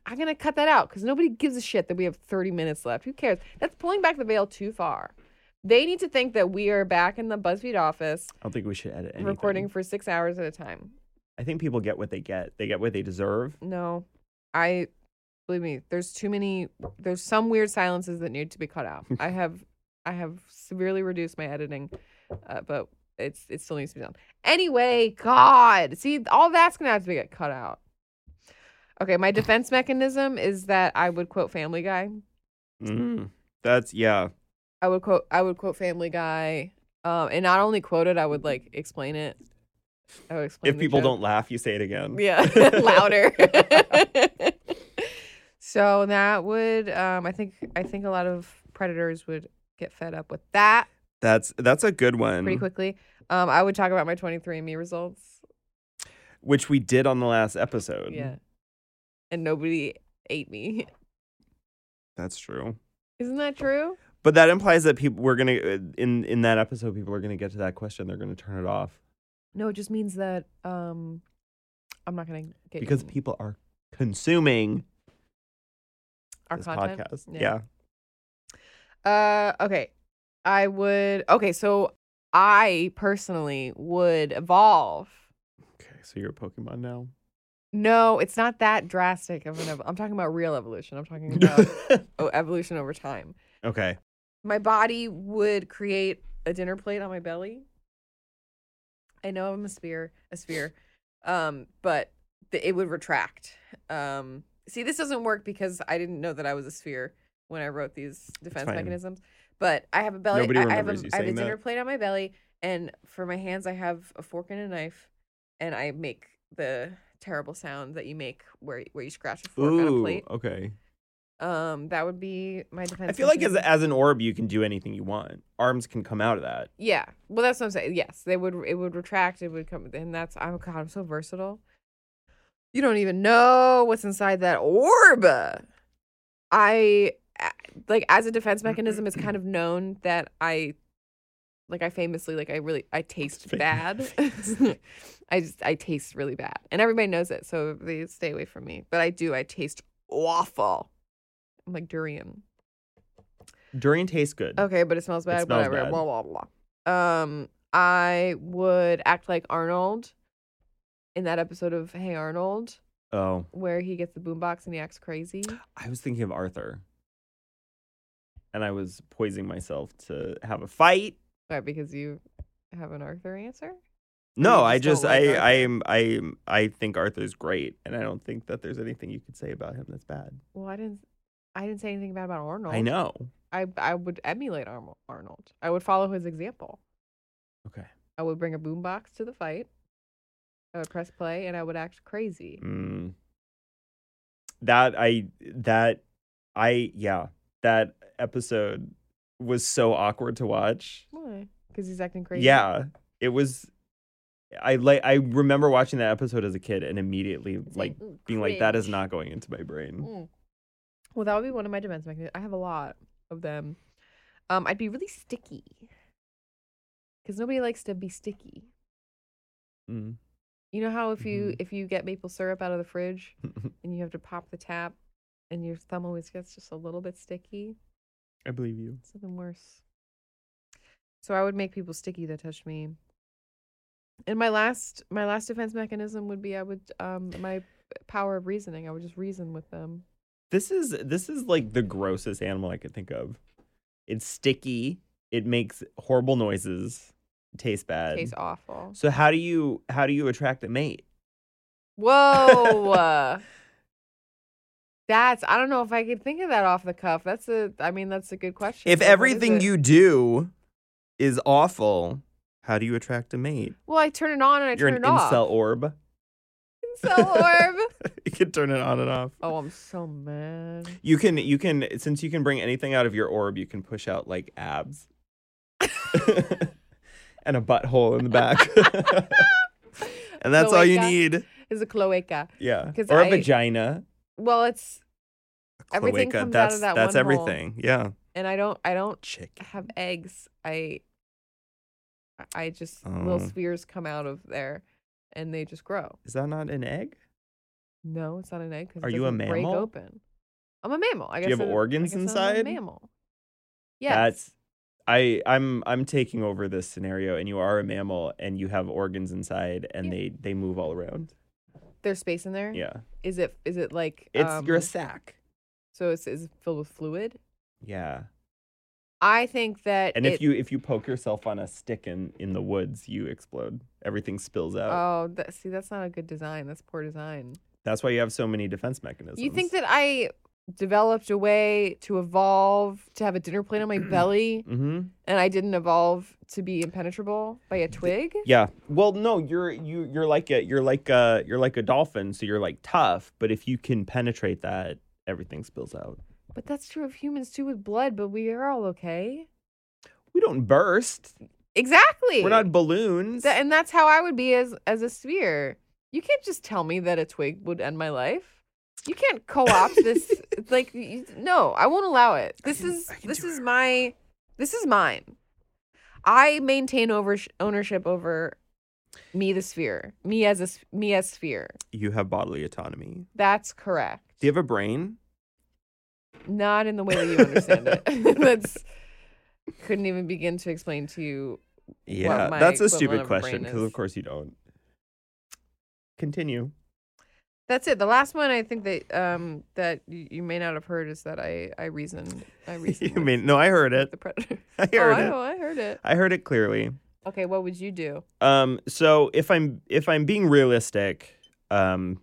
[SPEAKER 2] I'm going to cut that out cuz nobody gives a shit that we have 30 minutes left. Who cares? That's pulling back the veil too far. They need to think that we are back in the BuzzFeed office
[SPEAKER 3] I don't think we should edit anything.
[SPEAKER 2] recording for 6 hours at a time.
[SPEAKER 3] I think people get what they get. They get what they deserve.
[SPEAKER 2] No. I believe me, there's too many there's some weird silences that need to be cut out. I have I have severely reduced my editing, uh, but it's it still needs to be done. Anyway, god. See, all that's going to have to be cut out. Okay, my defense mechanism is that I would quote Family Guy.
[SPEAKER 3] Mm. That's yeah.
[SPEAKER 2] I would quote I would quote Family Guy. Um, and not only quote it, I would like explain it. I would explain
[SPEAKER 3] if
[SPEAKER 2] the
[SPEAKER 3] people
[SPEAKER 2] joke.
[SPEAKER 3] don't laugh, you say it again.
[SPEAKER 2] Yeah, louder. so that would um I think I think a lot of predators would get fed up with that
[SPEAKER 3] That's that's a good one.
[SPEAKER 2] pretty quickly. Um I would talk about my 23andme results.
[SPEAKER 3] Which we did on the last episode.
[SPEAKER 2] Yeah. And nobody ate me.
[SPEAKER 3] That's true.
[SPEAKER 2] Isn't that true?
[SPEAKER 3] But that implies that people we're gonna uh, in in that episode people are gonna get to that question. They're gonna turn it off
[SPEAKER 2] No, it just means that um I'm not going to get
[SPEAKER 3] because
[SPEAKER 2] eaten.
[SPEAKER 3] people are consuming
[SPEAKER 2] our
[SPEAKER 3] this
[SPEAKER 2] content.
[SPEAKER 3] podcast.
[SPEAKER 2] Yeah.
[SPEAKER 3] Yeah.
[SPEAKER 2] Uh, okay. I would Okay, so I personally would evolve
[SPEAKER 3] Okay, so you're a Pokemon now.
[SPEAKER 2] No, it's not that drastic of an. Ev- I'm talking about real evolution. I'm talking about oh, evolution over time.
[SPEAKER 3] okay.
[SPEAKER 2] My body would create a dinner plate on my belly. I know I'm a sphere, a sphere, um, but th- it would retract. Um, see, this doesn't work because I didn't know that I was a sphere when I wrote these defense
[SPEAKER 3] fine.
[SPEAKER 2] mechanisms. But I have a belly.
[SPEAKER 3] Nobody
[SPEAKER 2] I, I have a,
[SPEAKER 3] remembers you
[SPEAKER 2] I have a
[SPEAKER 3] saying that.
[SPEAKER 2] dinner plate on my belly, and for my hands, I have a fork and a knife, and I make the terrible sound that you make where where you scratch a fork on a
[SPEAKER 3] Ooh.
[SPEAKER 2] plate.
[SPEAKER 3] Okay.
[SPEAKER 2] Um, that would be my defense.
[SPEAKER 3] I feel like as
[SPEAKER 2] mechanism.
[SPEAKER 3] as an orb, you can do anything you want. Arms can come out of that.
[SPEAKER 2] yeah. Well, that's what I'm saying. Yes, they would. It would retract. It would come. And that's. Oh God, I'm so versatile. You don't even know what's inside that orb. I a- like as a defense mechanism. It's kind of known that I, like, I famously like I really I taste
[SPEAKER 3] Fam-
[SPEAKER 2] bad. I just I taste really bad, and everybody knows it, so they stay away from me. But I do. I taste awful. like durian.
[SPEAKER 3] Durian tastes good.
[SPEAKER 2] Okay, but it smells bad.
[SPEAKER 3] smells
[SPEAKER 2] Whatever.
[SPEAKER 3] bad.
[SPEAKER 2] Blah blah blah. Um, I would act like Arnold in that episode of Hey Arnold,
[SPEAKER 3] Oh,
[SPEAKER 2] where he gets the boombox and he acts crazy.
[SPEAKER 3] I was thinking of Arthur. And I was poising myself to have a fight.
[SPEAKER 2] Right, because you have an Arthur answer.
[SPEAKER 3] No,
[SPEAKER 2] you
[SPEAKER 3] I just
[SPEAKER 2] just don't like
[SPEAKER 3] I
[SPEAKER 2] Arthur?
[SPEAKER 3] I am I am- I think Arthur's great and I don't think that there's anything you could say about him that's bad.
[SPEAKER 2] Well, I didn't. I didn't say anything bad about Arnold.
[SPEAKER 3] I know.
[SPEAKER 2] I I would emulate Armo- Arnold. I would follow his example.
[SPEAKER 3] Okay.
[SPEAKER 2] I would bring a boombox to the fight. I would press play and I would act crazy.
[SPEAKER 3] Mm. That I that I yeah, that episode was so awkward to watch.
[SPEAKER 2] Why? Because he's acting crazy.
[SPEAKER 3] Yeah, it was. I like. I remember watching that episode as a kid and immediately
[SPEAKER 2] It's
[SPEAKER 3] like being like, "That is
[SPEAKER 2] cringe.
[SPEAKER 3] not going into my brain."
[SPEAKER 2] Mm. Well, that would be one of my defense mechanisms. I have a lot of them. Um, I'd be really sticky because nobody likes to be sticky.
[SPEAKER 3] Mm.
[SPEAKER 2] You know how if you if you get maple syrup out of the fridge
[SPEAKER 3] Mm.
[SPEAKER 2] and you have to pop the tap, and your thumb always gets just a little bit sticky.
[SPEAKER 3] I believe you.
[SPEAKER 2] Something worse. So I would make people sticky that touched me. And my last my last defense mechanism would be I would um my power of reasoning. I would just reason with them.
[SPEAKER 3] This is this is like the grossest animal I could think of. It's sticky. It makes horrible noises. It tastes bad.
[SPEAKER 2] Tastes awful.
[SPEAKER 3] so how do you how do you attract a mate?
[SPEAKER 2] Whoa. uh, that's I don't know if I could think of that off the cuff. That's a I mean that's a good question.
[SPEAKER 3] If
[SPEAKER 2] but what is
[SPEAKER 3] everything
[SPEAKER 2] it?
[SPEAKER 3] you do is awful, how do you attract a mate?
[SPEAKER 2] Well, I turn it on and I
[SPEAKER 3] You're
[SPEAKER 2] turn
[SPEAKER 3] an
[SPEAKER 2] it off.
[SPEAKER 3] incel orb.
[SPEAKER 2] Incel orb.
[SPEAKER 3] You can turn it on and off.
[SPEAKER 2] oh, I'm so mad.
[SPEAKER 3] You can you can since you can bring anything out of your orb, you can push out like abs and a butthole in the back. and that's all you
[SPEAKER 2] Cloaca.
[SPEAKER 3] need.
[SPEAKER 2] It's a cloaca.
[SPEAKER 3] Yeah.
[SPEAKER 2] 'Cause
[SPEAKER 3] Or a
[SPEAKER 2] I-
[SPEAKER 3] vagina.
[SPEAKER 2] Well, it's Everything
[SPEAKER 3] Cloaca.
[SPEAKER 2] comes out
[SPEAKER 3] that's
[SPEAKER 2] of that
[SPEAKER 3] that's
[SPEAKER 2] one hole.
[SPEAKER 3] everything. Yeah.
[SPEAKER 2] and I don't I don't
[SPEAKER 3] Chick.
[SPEAKER 2] have eggs. I I just little
[SPEAKER 3] Oh.
[SPEAKER 2] spheres come out of there and they just grow.
[SPEAKER 3] Is that not an egg?
[SPEAKER 2] No, it's not an egg because
[SPEAKER 3] Are you a
[SPEAKER 2] break
[SPEAKER 3] mammal?
[SPEAKER 2] open. I'm a mammal.
[SPEAKER 3] Do
[SPEAKER 2] I guess
[SPEAKER 3] you have
[SPEAKER 2] I'm- I
[SPEAKER 3] organs
[SPEAKER 2] guess I'm a
[SPEAKER 3] inside?
[SPEAKER 2] mammal. Yes.
[SPEAKER 3] That's I I'm I'm taking over this scenario and you are a mammal and you have organs inside and
[SPEAKER 2] Yeah.
[SPEAKER 3] they they move all around.
[SPEAKER 2] There's space in there.
[SPEAKER 3] Yeah.
[SPEAKER 2] Is it is it like
[SPEAKER 3] It's
[SPEAKER 2] um,
[SPEAKER 3] you're a sack.
[SPEAKER 2] so it's is it filled with fluid?
[SPEAKER 3] Yeah.
[SPEAKER 2] I think that
[SPEAKER 3] And
[SPEAKER 2] it-
[SPEAKER 3] if you if you poke yourself on a stick in in the woods, you explode. Everything spills out.
[SPEAKER 2] Oh, that, see, that's not a good design. That's poor design.
[SPEAKER 3] That's why you have so many defense mechanisms.
[SPEAKER 2] You think that I developed a way to evolve to have a dinner plate on my belly?
[SPEAKER 3] Mm-hmm.
[SPEAKER 2] and I didn't evolve to be impenetrable by a twig.
[SPEAKER 3] Yeah. Well, no, you're you you're like a you're like a you're like a dolphin, so you're like tough. But if you can penetrate that, everything spills out.
[SPEAKER 2] But that's true of humans too with blood, but we are all okay.
[SPEAKER 3] We don't burst.
[SPEAKER 2] Exactly.
[SPEAKER 3] We're not balloons.
[SPEAKER 2] Tha- and that's how I would be as as a sphere. You can't just tell me that a twig would end my life. You can't co-opt this like you, no, I won't allow it. This is this is my this is mine. I maintain over ownership over me the sphere. Me as a s- me as sphere.
[SPEAKER 3] you have bodily autonomy.
[SPEAKER 2] That's correct.
[SPEAKER 3] Do you have a brain?
[SPEAKER 2] not in the way that you understand it. That's couldn't even begin to explain to you.
[SPEAKER 3] Yeah,
[SPEAKER 2] my
[SPEAKER 3] that's a
[SPEAKER 2] equivalent
[SPEAKER 3] stupid
[SPEAKER 2] of a brain
[SPEAKER 3] question because
[SPEAKER 2] is.
[SPEAKER 3] of course you don't. Continue.
[SPEAKER 2] That's it. The last one I think that um that you, you may not have heard is that I I reasoned I reasoned.
[SPEAKER 3] you
[SPEAKER 2] with-
[SPEAKER 3] mean no? I heard
[SPEAKER 2] with
[SPEAKER 3] it.
[SPEAKER 2] the predator?
[SPEAKER 3] I
[SPEAKER 2] Oh,
[SPEAKER 3] heard
[SPEAKER 2] I
[SPEAKER 3] it.
[SPEAKER 2] know, I heard it.
[SPEAKER 3] I heard it clearly.
[SPEAKER 2] Okay, what would you do?
[SPEAKER 3] Um, so if I'm if I'm being realistic, um,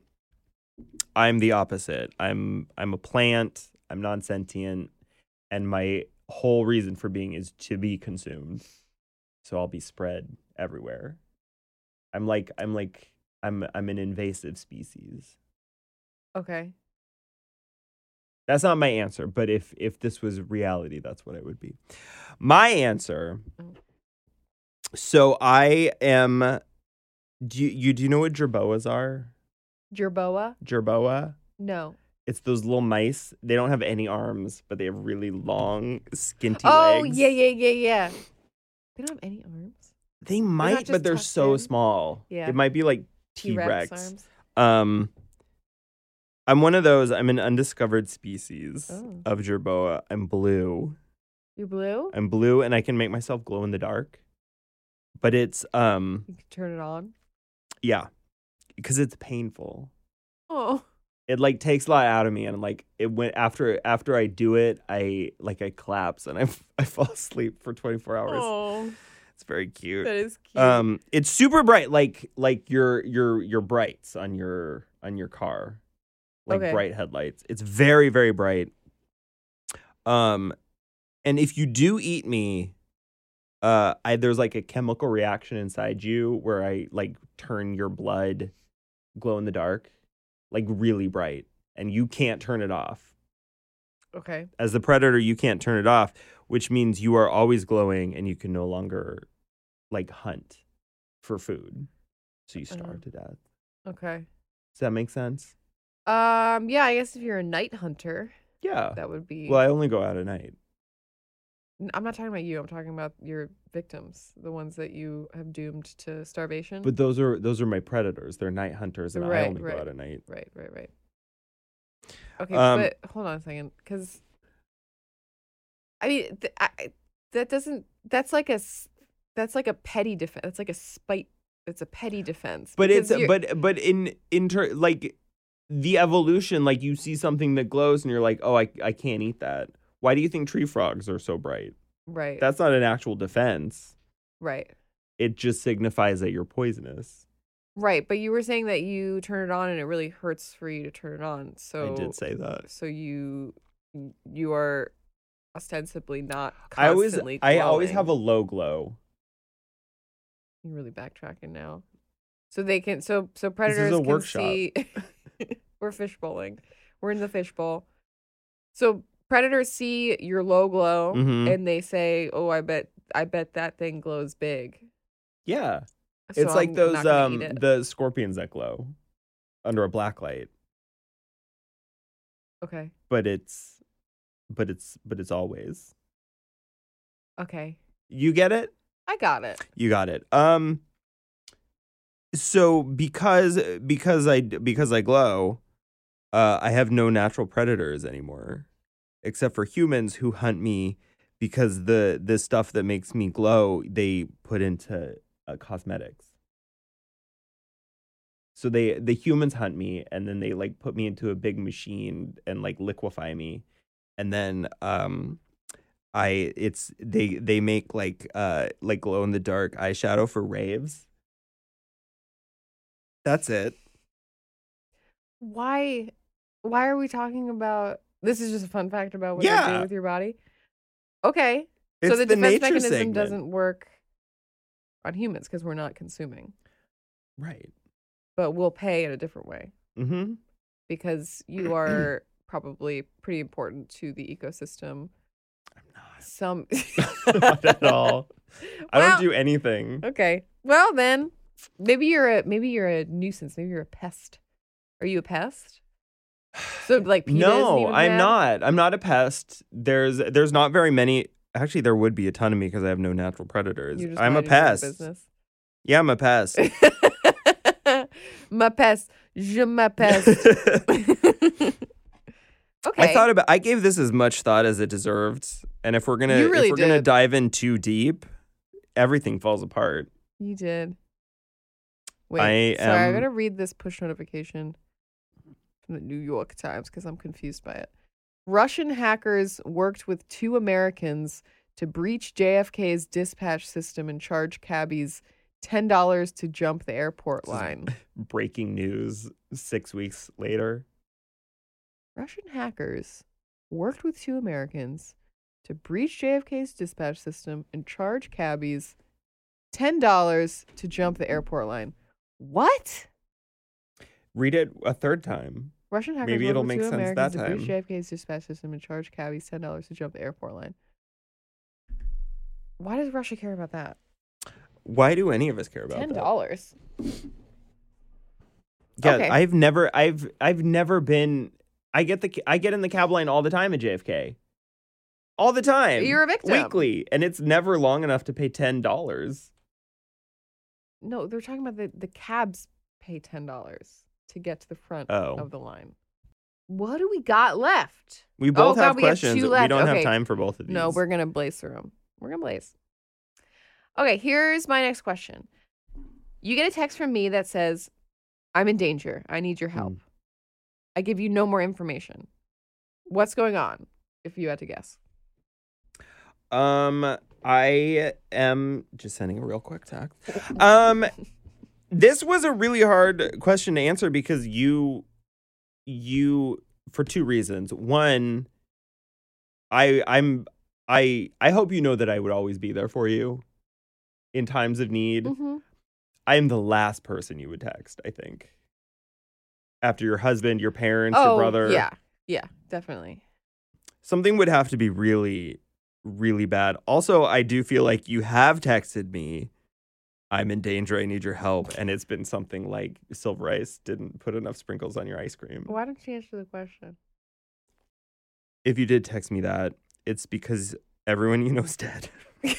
[SPEAKER 3] I'm the opposite. I'm I'm a plant. I'm non sentient, and my whole reason for being is to be consumed. So I'll be spread everywhere. I'm like I'm like I'm I'm an invasive species.
[SPEAKER 2] Okay,
[SPEAKER 3] That's not my answer, but if if this was reality, that's what I would be. My answer. So I am. Do you, you do you know what gerboas are?
[SPEAKER 2] Jerboa?
[SPEAKER 3] Gerboa.
[SPEAKER 2] No.
[SPEAKER 3] It's those little mice. They don't have any arms, but they have really long, skinty
[SPEAKER 2] Oh
[SPEAKER 3] legs.
[SPEAKER 2] yeah yeah yeah yeah. They don't have any arms.
[SPEAKER 3] They might,
[SPEAKER 2] just
[SPEAKER 3] but they're
[SPEAKER 2] tucked
[SPEAKER 3] so
[SPEAKER 2] in.
[SPEAKER 3] small.
[SPEAKER 2] Yeah.
[SPEAKER 3] It might be like T
[SPEAKER 2] T-Rex
[SPEAKER 3] Rex.
[SPEAKER 2] arms.
[SPEAKER 3] Um, I'm one of those. I'm an undiscovered species
[SPEAKER 2] Oh.
[SPEAKER 3] of jerboa. I'm blue.
[SPEAKER 2] You're blue.
[SPEAKER 3] I'm blue, and I can make myself glow in the dark. But it's um
[SPEAKER 2] You can turn it on.
[SPEAKER 3] yeah, because it's painful.
[SPEAKER 2] Oh,
[SPEAKER 3] It like takes a lot out of me, and like it went after after I do it, I like I collapse and I f- I fall asleep for 24 hours.
[SPEAKER 2] oh,
[SPEAKER 3] It's very cute.
[SPEAKER 2] that is cute.
[SPEAKER 3] Um, it's super bright, like like your your your brights on your on your car, like
[SPEAKER 2] Okay.
[SPEAKER 3] bright headlights. It's very very bright. Um, and if you do eat me, uh, I, there's like a chemical reaction inside you where I like turn your blood glow in the dark, like really bright, and you can't turn it off.
[SPEAKER 2] okay.
[SPEAKER 3] As the predator, you can't turn it off, which means you are always glowing and you can no longer like hunt for food. So you starve
[SPEAKER 2] Uh-huh.
[SPEAKER 3] to death.
[SPEAKER 2] Okay.
[SPEAKER 3] Does that make sense?
[SPEAKER 2] Um. Yeah. I guess if you're a night hunter,
[SPEAKER 3] Yeah.
[SPEAKER 2] that would be.
[SPEAKER 3] Uh, Well, I only go out at night.
[SPEAKER 2] N- I'm not talking about you. I'm talking about your victims, the ones that you have doomed to starvation.
[SPEAKER 3] But those are those are my predators. They're night hunters and
[SPEAKER 2] Mm-hmm. Right,
[SPEAKER 3] I only
[SPEAKER 2] right.
[SPEAKER 3] go out at night.
[SPEAKER 2] right. Right. Right. Okay.
[SPEAKER 3] Um,
[SPEAKER 2] but hold on a second, because I mean, th- I, I- that doesn't. That's like a. s- That's like a petty defense. That's like a spite. It's a petty defense.
[SPEAKER 3] But
[SPEAKER 2] because
[SPEAKER 3] it's
[SPEAKER 2] you're-
[SPEAKER 3] but but in inter like the evolution, like you see something that glows and you're like, oh, I I can't eat that. Why do you think tree frogs are so bright?
[SPEAKER 2] right.
[SPEAKER 3] That's not an actual defense.
[SPEAKER 2] right.
[SPEAKER 3] It just signifies that you're poisonous.
[SPEAKER 2] Right, but you were saying that you turn it on and it really hurts for you to turn it on. So
[SPEAKER 3] I did say that.
[SPEAKER 2] So you you are ostensibly not
[SPEAKER 3] I always,
[SPEAKER 2] constantly.
[SPEAKER 3] I always have a
[SPEAKER 2] glowing.
[SPEAKER 3] low glow.
[SPEAKER 2] You're really backtracking now. So they can. So so predators
[SPEAKER 3] a
[SPEAKER 2] can
[SPEAKER 3] workshop.
[SPEAKER 2] see. we're fish bowling. We're in the fish bowl. So predators see your low glow
[SPEAKER 3] Mhm.
[SPEAKER 2] and they say, "Oh, I bet I bet that thing glows big."
[SPEAKER 3] Yeah,
[SPEAKER 2] So
[SPEAKER 3] it's like
[SPEAKER 2] I'm not
[SPEAKER 3] those
[SPEAKER 2] gonna
[SPEAKER 3] um
[SPEAKER 2] eat it."
[SPEAKER 3] the scorpions that glow under a black light,
[SPEAKER 2] okay.
[SPEAKER 3] but it's, but it's, but it's always.
[SPEAKER 2] Okay.
[SPEAKER 3] You get it?
[SPEAKER 2] I got it.
[SPEAKER 3] You got it. Um. So because because I because I glow, uh, I have no natural predators anymore, except for humans who hunt me because the the stuff that makes me glow they put into uh, cosmetics. So they the humans hunt me and then they like put me into a big machine and like liquefy me, and then um I it's they they make like uh like glow in the dark eyeshadow for raves. That's it.
[SPEAKER 2] why why are we talking about this is just a fun fact about what you do
[SPEAKER 3] Yeah.
[SPEAKER 2] with your body okay
[SPEAKER 3] It's
[SPEAKER 2] so the, defense
[SPEAKER 3] nature
[SPEAKER 2] mechanism
[SPEAKER 3] segment.
[SPEAKER 2] doesn't work on humans because we're not consuming
[SPEAKER 3] right.
[SPEAKER 2] but we'll pay in a different way
[SPEAKER 3] Mm-hmm.
[SPEAKER 2] because you are probably pretty important to the ecosystem some
[SPEAKER 3] Not at all. I
[SPEAKER 2] Well-
[SPEAKER 3] don't do anything.
[SPEAKER 2] okay well then maybe you're a maybe you're a nuisance maybe you're a pest are you a pest so like PETA isn't
[SPEAKER 3] No,
[SPEAKER 2] even
[SPEAKER 3] I'm
[SPEAKER 2] mad?
[SPEAKER 3] not. I'm not a pest. There's there's not very many. Actually, there would be a ton of me because I have no natural predators.
[SPEAKER 2] You're just
[SPEAKER 3] I'm a
[SPEAKER 2] minding your own
[SPEAKER 3] pest.
[SPEAKER 2] business.
[SPEAKER 3] Yeah, I'm a pest.
[SPEAKER 2] ma peste. Je m'appelle.
[SPEAKER 3] I
[SPEAKER 2] okay.
[SPEAKER 3] thought about. I gave this as much thought as it deserved. And if we're gonna
[SPEAKER 2] You really
[SPEAKER 3] if we're gonna
[SPEAKER 2] did.
[SPEAKER 3] dive in too deep, everything falls apart.
[SPEAKER 2] you did. Wait,
[SPEAKER 3] I
[SPEAKER 2] sorry, I
[SPEAKER 3] am-
[SPEAKER 2] gotta read this push notification from the New York Times because I'm confused by it. Russian hackers worked with two Americans to breach JFK's dispatch system and charge cabbies ten dollars to jump the airport
[SPEAKER 3] This is-
[SPEAKER 2] line.
[SPEAKER 3] breaking news six weeks later.
[SPEAKER 2] Russian hackers worked with two Americans to breach JFK's dispatch system and charge cabbies $10 to jump
[SPEAKER 3] Mm.
[SPEAKER 2] the airport line. What?
[SPEAKER 3] Read it a third time.
[SPEAKER 2] Russian hackers
[SPEAKER 3] Maybe
[SPEAKER 2] worked
[SPEAKER 3] it'll
[SPEAKER 2] with
[SPEAKER 3] make
[SPEAKER 2] two
[SPEAKER 3] sense
[SPEAKER 2] Americans
[SPEAKER 3] that
[SPEAKER 2] to breach
[SPEAKER 3] time.
[SPEAKER 2] JFK's dispatch system and charge cabbies $10 to jump the airport line. Why does Russia care about that?
[SPEAKER 3] Why do any of us care about that?
[SPEAKER 2] $10.
[SPEAKER 3] Yeah,
[SPEAKER 2] Okay.
[SPEAKER 3] I've never, I've, I've never been. I get the, I get in the cab line all the time at JFK, all the time.
[SPEAKER 2] You're a victim.
[SPEAKER 3] Weekly, and it's never long enough to pay ten dollars.
[SPEAKER 2] No, they're talking about the, the cabs pay $10 to get to the front
[SPEAKER 3] Oh.
[SPEAKER 2] of the line. What do we got left? Oh
[SPEAKER 3] We both
[SPEAKER 2] God,
[SPEAKER 3] have
[SPEAKER 2] we have
[SPEAKER 3] questions.
[SPEAKER 2] two
[SPEAKER 3] but
[SPEAKER 2] left.
[SPEAKER 3] we don't
[SPEAKER 2] Okay.
[SPEAKER 3] have time for both of these.
[SPEAKER 2] No, we're gonna blaze through them. We're gonna blaze. Okay, here's my next question. You get a text from me that says, "I'm in danger. I need your help."
[SPEAKER 3] Hmm.
[SPEAKER 2] I give you no more information. What's going on? If you had to guess,
[SPEAKER 3] Um, I am just sending a real quick text. Um, this was a really hard question to answer because you, you for two reasons. One, I I'm I I hope you know that I would always be there for you in times of need.
[SPEAKER 2] Mhm.
[SPEAKER 3] I am the last person you would text. I think after your husband, your parents,
[SPEAKER 2] oh
[SPEAKER 3] your brother.
[SPEAKER 2] yeah, yeah, definitely.
[SPEAKER 3] something would have to be really really bad also i do feel like you have texted me i'm in danger i need your help and it's been something like silver ice didn't put enough sprinkles on your ice cream
[SPEAKER 2] Why don't you answer the question?
[SPEAKER 3] if you did text me that it's because everyone you know is dead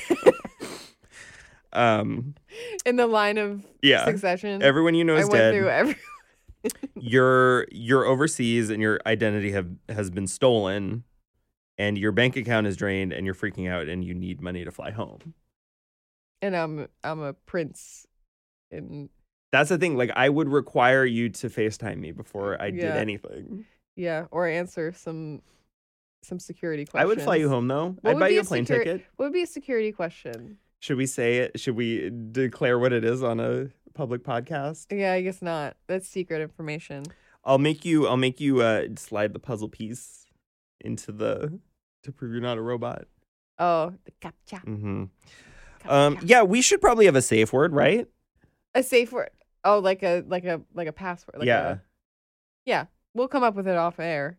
[SPEAKER 3] um
[SPEAKER 2] In the line of
[SPEAKER 3] Yeah.
[SPEAKER 2] succession,
[SPEAKER 3] everyone you know
[SPEAKER 2] I
[SPEAKER 3] is
[SPEAKER 2] went
[SPEAKER 3] dead
[SPEAKER 2] through every.
[SPEAKER 3] you're you're overseas and your identity have has been stolen and your bank account is drained and you're freaking out and you need money to fly home
[SPEAKER 2] and I'm I'm a prince, and
[SPEAKER 3] That's the thing. Like, I would require you to FaceTime me before I
[SPEAKER 2] Yeah.
[SPEAKER 3] did anything.
[SPEAKER 2] yeah, or answer some some security questions.
[SPEAKER 3] I would fly you home though.
[SPEAKER 2] What
[SPEAKER 3] I'd
[SPEAKER 2] would
[SPEAKER 3] buy
[SPEAKER 2] be
[SPEAKER 3] you
[SPEAKER 2] a
[SPEAKER 3] a plane
[SPEAKER 2] secure-
[SPEAKER 3] ticket.
[SPEAKER 2] What would be a security question?
[SPEAKER 3] Should we say it? Should we declare what it is on a public podcast?
[SPEAKER 2] Yeah, I guess not. That's secret information.
[SPEAKER 3] I'll make you. I'll make you uh, slide the puzzle piece into the to prove you're not a robot.
[SPEAKER 2] Oh, the captcha.
[SPEAKER 3] Mm-hmm. Um, yeah, we should probably have a safe word, right?
[SPEAKER 2] A safe word. Oh, like a like a like a password. Like
[SPEAKER 3] yeah.
[SPEAKER 2] A, we'll come up with it off air.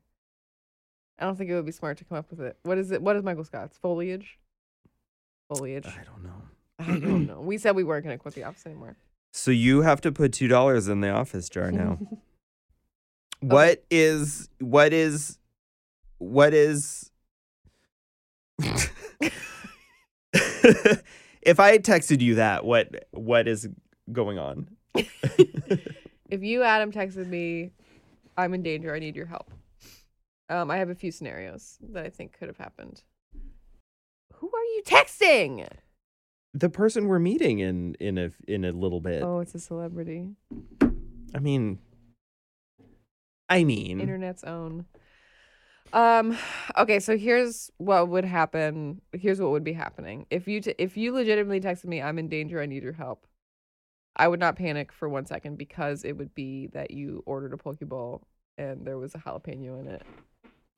[SPEAKER 2] I don't think it would be smart to come up with it. What is it? What is Michael Scott's foliage? Foliage.
[SPEAKER 3] I don't know.
[SPEAKER 2] I don't know. We said we weren't going to quote the office anymore.
[SPEAKER 3] So you have to put two dollars in the office jar now. What is what is what is if I had texted you that, what what is going on?
[SPEAKER 2] if you adam texted me i'm in danger i need your help um, i have a few scenarios that i think could have happened who are you texting
[SPEAKER 3] The person we're meeting in in a in a little bit.
[SPEAKER 2] oh it's a celebrity
[SPEAKER 3] I mean I mean
[SPEAKER 2] internet's own um okay so here's what would happen here's what would be happening if you t- if you legitimately texted me i'm in danger i need your help i would not panic for one second because it would be that you ordered a poke bowl and there was a jalapeno in it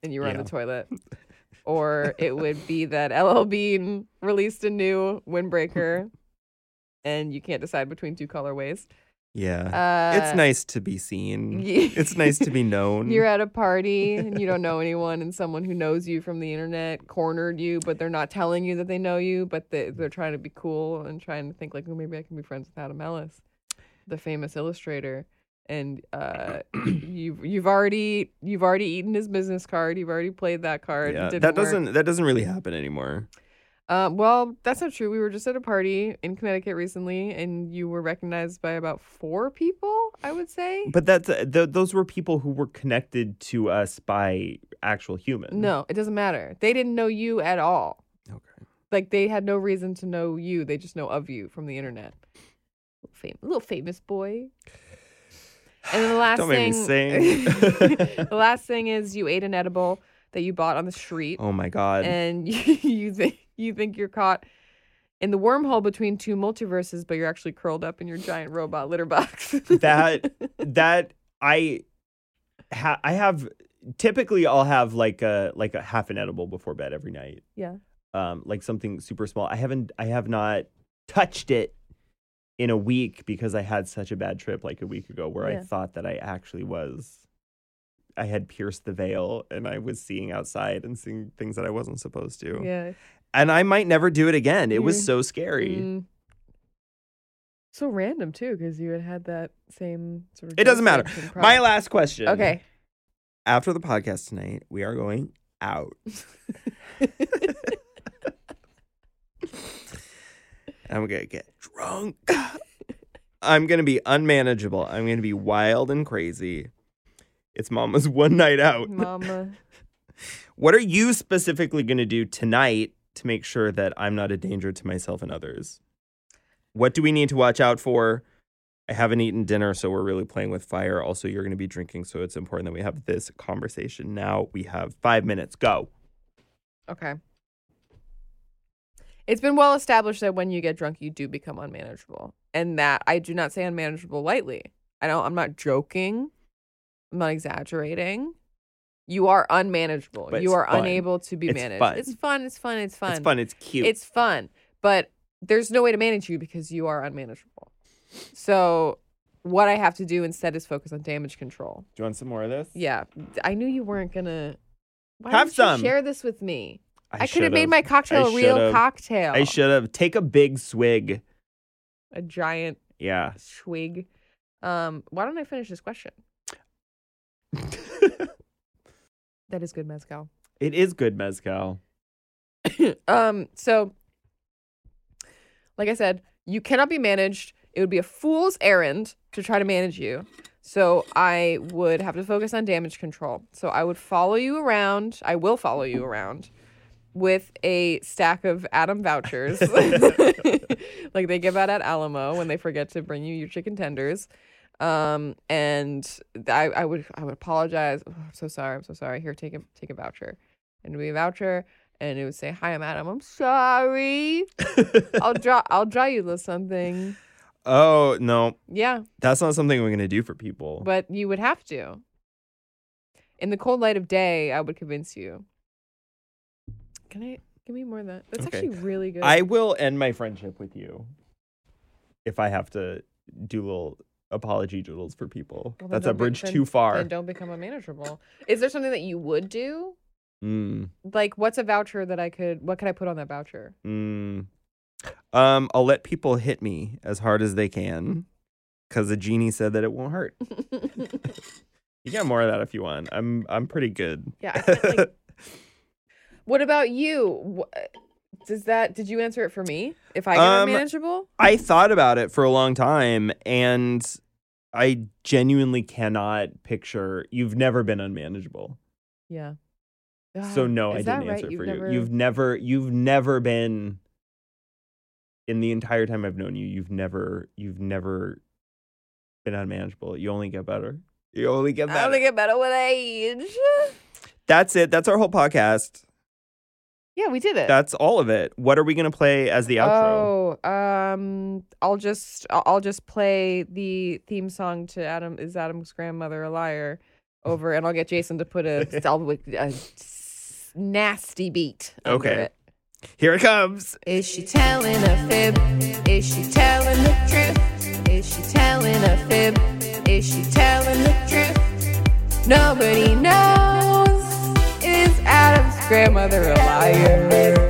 [SPEAKER 2] and you were on
[SPEAKER 3] Yeah.
[SPEAKER 2] the toilet or it would be that ll bean released a new windbreaker and you can't decide between two colorways
[SPEAKER 3] Yeah.
[SPEAKER 2] uh
[SPEAKER 3] it's nice to be seen.
[SPEAKER 2] ye-
[SPEAKER 3] It's nice to be known.
[SPEAKER 2] You're at a party and you don't know anyone, and someone who knows you from the internet cornered you, but they're not telling you that they know you, but they, they're trying to be cool and trying to think like, oh, maybe I can be friends with Adam Ellis, the famous illustrator. And uh, you've you've already you've already eaten his business card. You've already played that card. It
[SPEAKER 3] Yeah,
[SPEAKER 2] didn't
[SPEAKER 3] that
[SPEAKER 2] work.
[SPEAKER 3] doesn't that doesn't really happen anymore.
[SPEAKER 2] Uh, well, that's not true. We were just at a party in Connecticut recently, and you were recognized by about four people. I would say.
[SPEAKER 3] But that's uh, th- those were people who were connected to us by actual humans.
[SPEAKER 2] No, it doesn't matter. They didn't know you at all.
[SPEAKER 3] Okay.
[SPEAKER 2] Like they had no reason to know you. They just know of you from the internet. Little, fam- little famous boy. And then the last
[SPEAKER 3] Don't
[SPEAKER 2] thing.
[SPEAKER 3] make me sing.
[SPEAKER 2] the last thing is you ate an edible that you bought on the street,
[SPEAKER 3] Oh my god.
[SPEAKER 2] and you you think you think you're caught in the wormhole between two multiverses, but you're actually curled up in your giant robot litter box.
[SPEAKER 3] that that I ha- I have typically I'll have like a like a half an edible before bed every night.
[SPEAKER 2] Yeah.
[SPEAKER 3] Um like something super small. I haven't I have not touched it in a week because I had such a bad trip like a week ago where
[SPEAKER 2] Yeah.
[SPEAKER 3] I thought that I actually was I had pierced the veil and I was seeing outside and seeing things that I wasn't supposed to.
[SPEAKER 2] yeah.
[SPEAKER 3] And I might never do it again. It
[SPEAKER 2] You're-
[SPEAKER 3] was so scary.
[SPEAKER 2] Mm. So random too, because you had had that same sort of.
[SPEAKER 3] It doesn't
[SPEAKER 2] drug
[SPEAKER 3] matter.
[SPEAKER 2] addiction
[SPEAKER 3] My
[SPEAKER 2] problem.
[SPEAKER 3] last question.
[SPEAKER 2] Okay.
[SPEAKER 3] After the podcast tonight, we are going out. I'm gonna get drunk. I'm gonna be unmanageable. I'm gonna be wild and crazy. It's mama's one night out.
[SPEAKER 2] Mama.
[SPEAKER 3] What are you specifically going to do tonight to make sure that I'm not a danger to myself and others? What do we need to watch out for? I haven't eaten dinner, so we're really playing with fire. Also, you're going to be drinking, so it's important that we have this conversation now. We have five minutes. Go.
[SPEAKER 2] Okay. It's been well established that when you get drunk, you do become unmanageable, and that I do not say unmanageable lightly. I don't. I'm not joking. I'm not exaggerating. You are unmanageable.
[SPEAKER 3] But
[SPEAKER 2] you
[SPEAKER 3] it's
[SPEAKER 2] are
[SPEAKER 3] fun.
[SPEAKER 2] unable to be
[SPEAKER 3] It's
[SPEAKER 2] managed.
[SPEAKER 3] fun.
[SPEAKER 2] It's fun. It's fun. It's fun.
[SPEAKER 3] It's fun. It's cute.
[SPEAKER 2] It's fun, but there's no way to manage you because you are unmanageable. So, what I have to do instead is focus on damage control.
[SPEAKER 3] do you want some more of this?
[SPEAKER 2] Yeah, I knew you weren't gonna. Why
[SPEAKER 3] Have
[SPEAKER 2] didn't you
[SPEAKER 3] some.
[SPEAKER 2] share this with me. I, could have
[SPEAKER 3] should've.
[SPEAKER 2] made my cocktail
[SPEAKER 3] I
[SPEAKER 2] a real
[SPEAKER 3] should've.
[SPEAKER 2] cocktail.
[SPEAKER 3] I should have. Take a big swig.
[SPEAKER 2] a giant
[SPEAKER 3] Yeah.
[SPEAKER 2] swig. Um, why don't I finish this question? That is good mezcal.
[SPEAKER 3] it is good mezcal.
[SPEAKER 2] um, so like I said, you cannot be managed. It would be a fool's errand to try to manage you. So I would have to focus on damage control. So I would follow you around. I will follow you around with a stack of Adam vouchers. like they give out at Alamo when they forget to bring you your chicken tenders. Um and th- I, I would I would apologize. "Oh, I'm so sorry. I'm so sorry. Here, take a take a voucher. And we a voucher and it would say, "Hi, I'm Adam. I'm sorry. I'll draw. I'll draw you a little something.
[SPEAKER 3] Oh, no.
[SPEAKER 2] Yeah,
[SPEAKER 3] That's not something we're going to do for people.
[SPEAKER 2] but you would have to. In the cold light of day, I would convince you. Can I give me more of that? That's
[SPEAKER 3] Okay.
[SPEAKER 2] actually really good.
[SPEAKER 3] I will end my friendship with you if I have to do little apology doodles for people.
[SPEAKER 2] Well, then
[SPEAKER 3] That's a
[SPEAKER 2] don't be-
[SPEAKER 3] bridge
[SPEAKER 2] then-
[SPEAKER 3] too far.
[SPEAKER 2] Then don't become unmanageable. Is there something that you would do?
[SPEAKER 3] Mm,
[SPEAKER 2] Like, what's a voucher that I could? What could I put on that voucher?
[SPEAKER 3] mm. Um, I'll let people hit me as hard as they can because the genie said that it won't hurt. You get more of that if you want. I'm I'm pretty good.
[SPEAKER 2] yeah, I can't, like. What about you? Wh- Does that? Did you answer it for me? If I get
[SPEAKER 3] Um,
[SPEAKER 2] unmanageable,
[SPEAKER 3] I thought about it for a long time and I genuinely cannot picture you've never been unmanageable.
[SPEAKER 2] Yeah.
[SPEAKER 3] So
[SPEAKER 2] Ah,
[SPEAKER 3] no, I
[SPEAKER 2] is
[SPEAKER 3] didn't
[SPEAKER 2] that right?
[SPEAKER 3] answer
[SPEAKER 2] You've
[SPEAKER 3] for
[SPEAKER 2] never-
[SPEAKER 3] you. You've never you've never been in the entire time I've known you, you've never you've never been unmanageable. You only get better. You only get
[SPEAKER 2] I
[SPEAKER 3] better.
[SPEAKER 2] only get better with age.
[SPEAKER 3] That's it. That's our whole podcast.
[SPEAKER 2] Yeah, we did it.
[SPEAKER 3] That's all of it. What are we gonna play as the outro?
[SPEAKER 2] Oh, um, I'll just I'll I'll just play the theme song to Adam is Adam's grandmother a liar over, and I'll get Jason to put a, I'll- a s- nasty beat. under
[SPEAKER 3] Okay.
[SPEAKER 2] it.
[SPEAKER 3] Here it comes.
[SPEAKER 2] Is she telling a fib? Is she telling the truth? Is she telling a fib? Is she telling the truth? Nobody knows. Is Adam's grandmother a liar?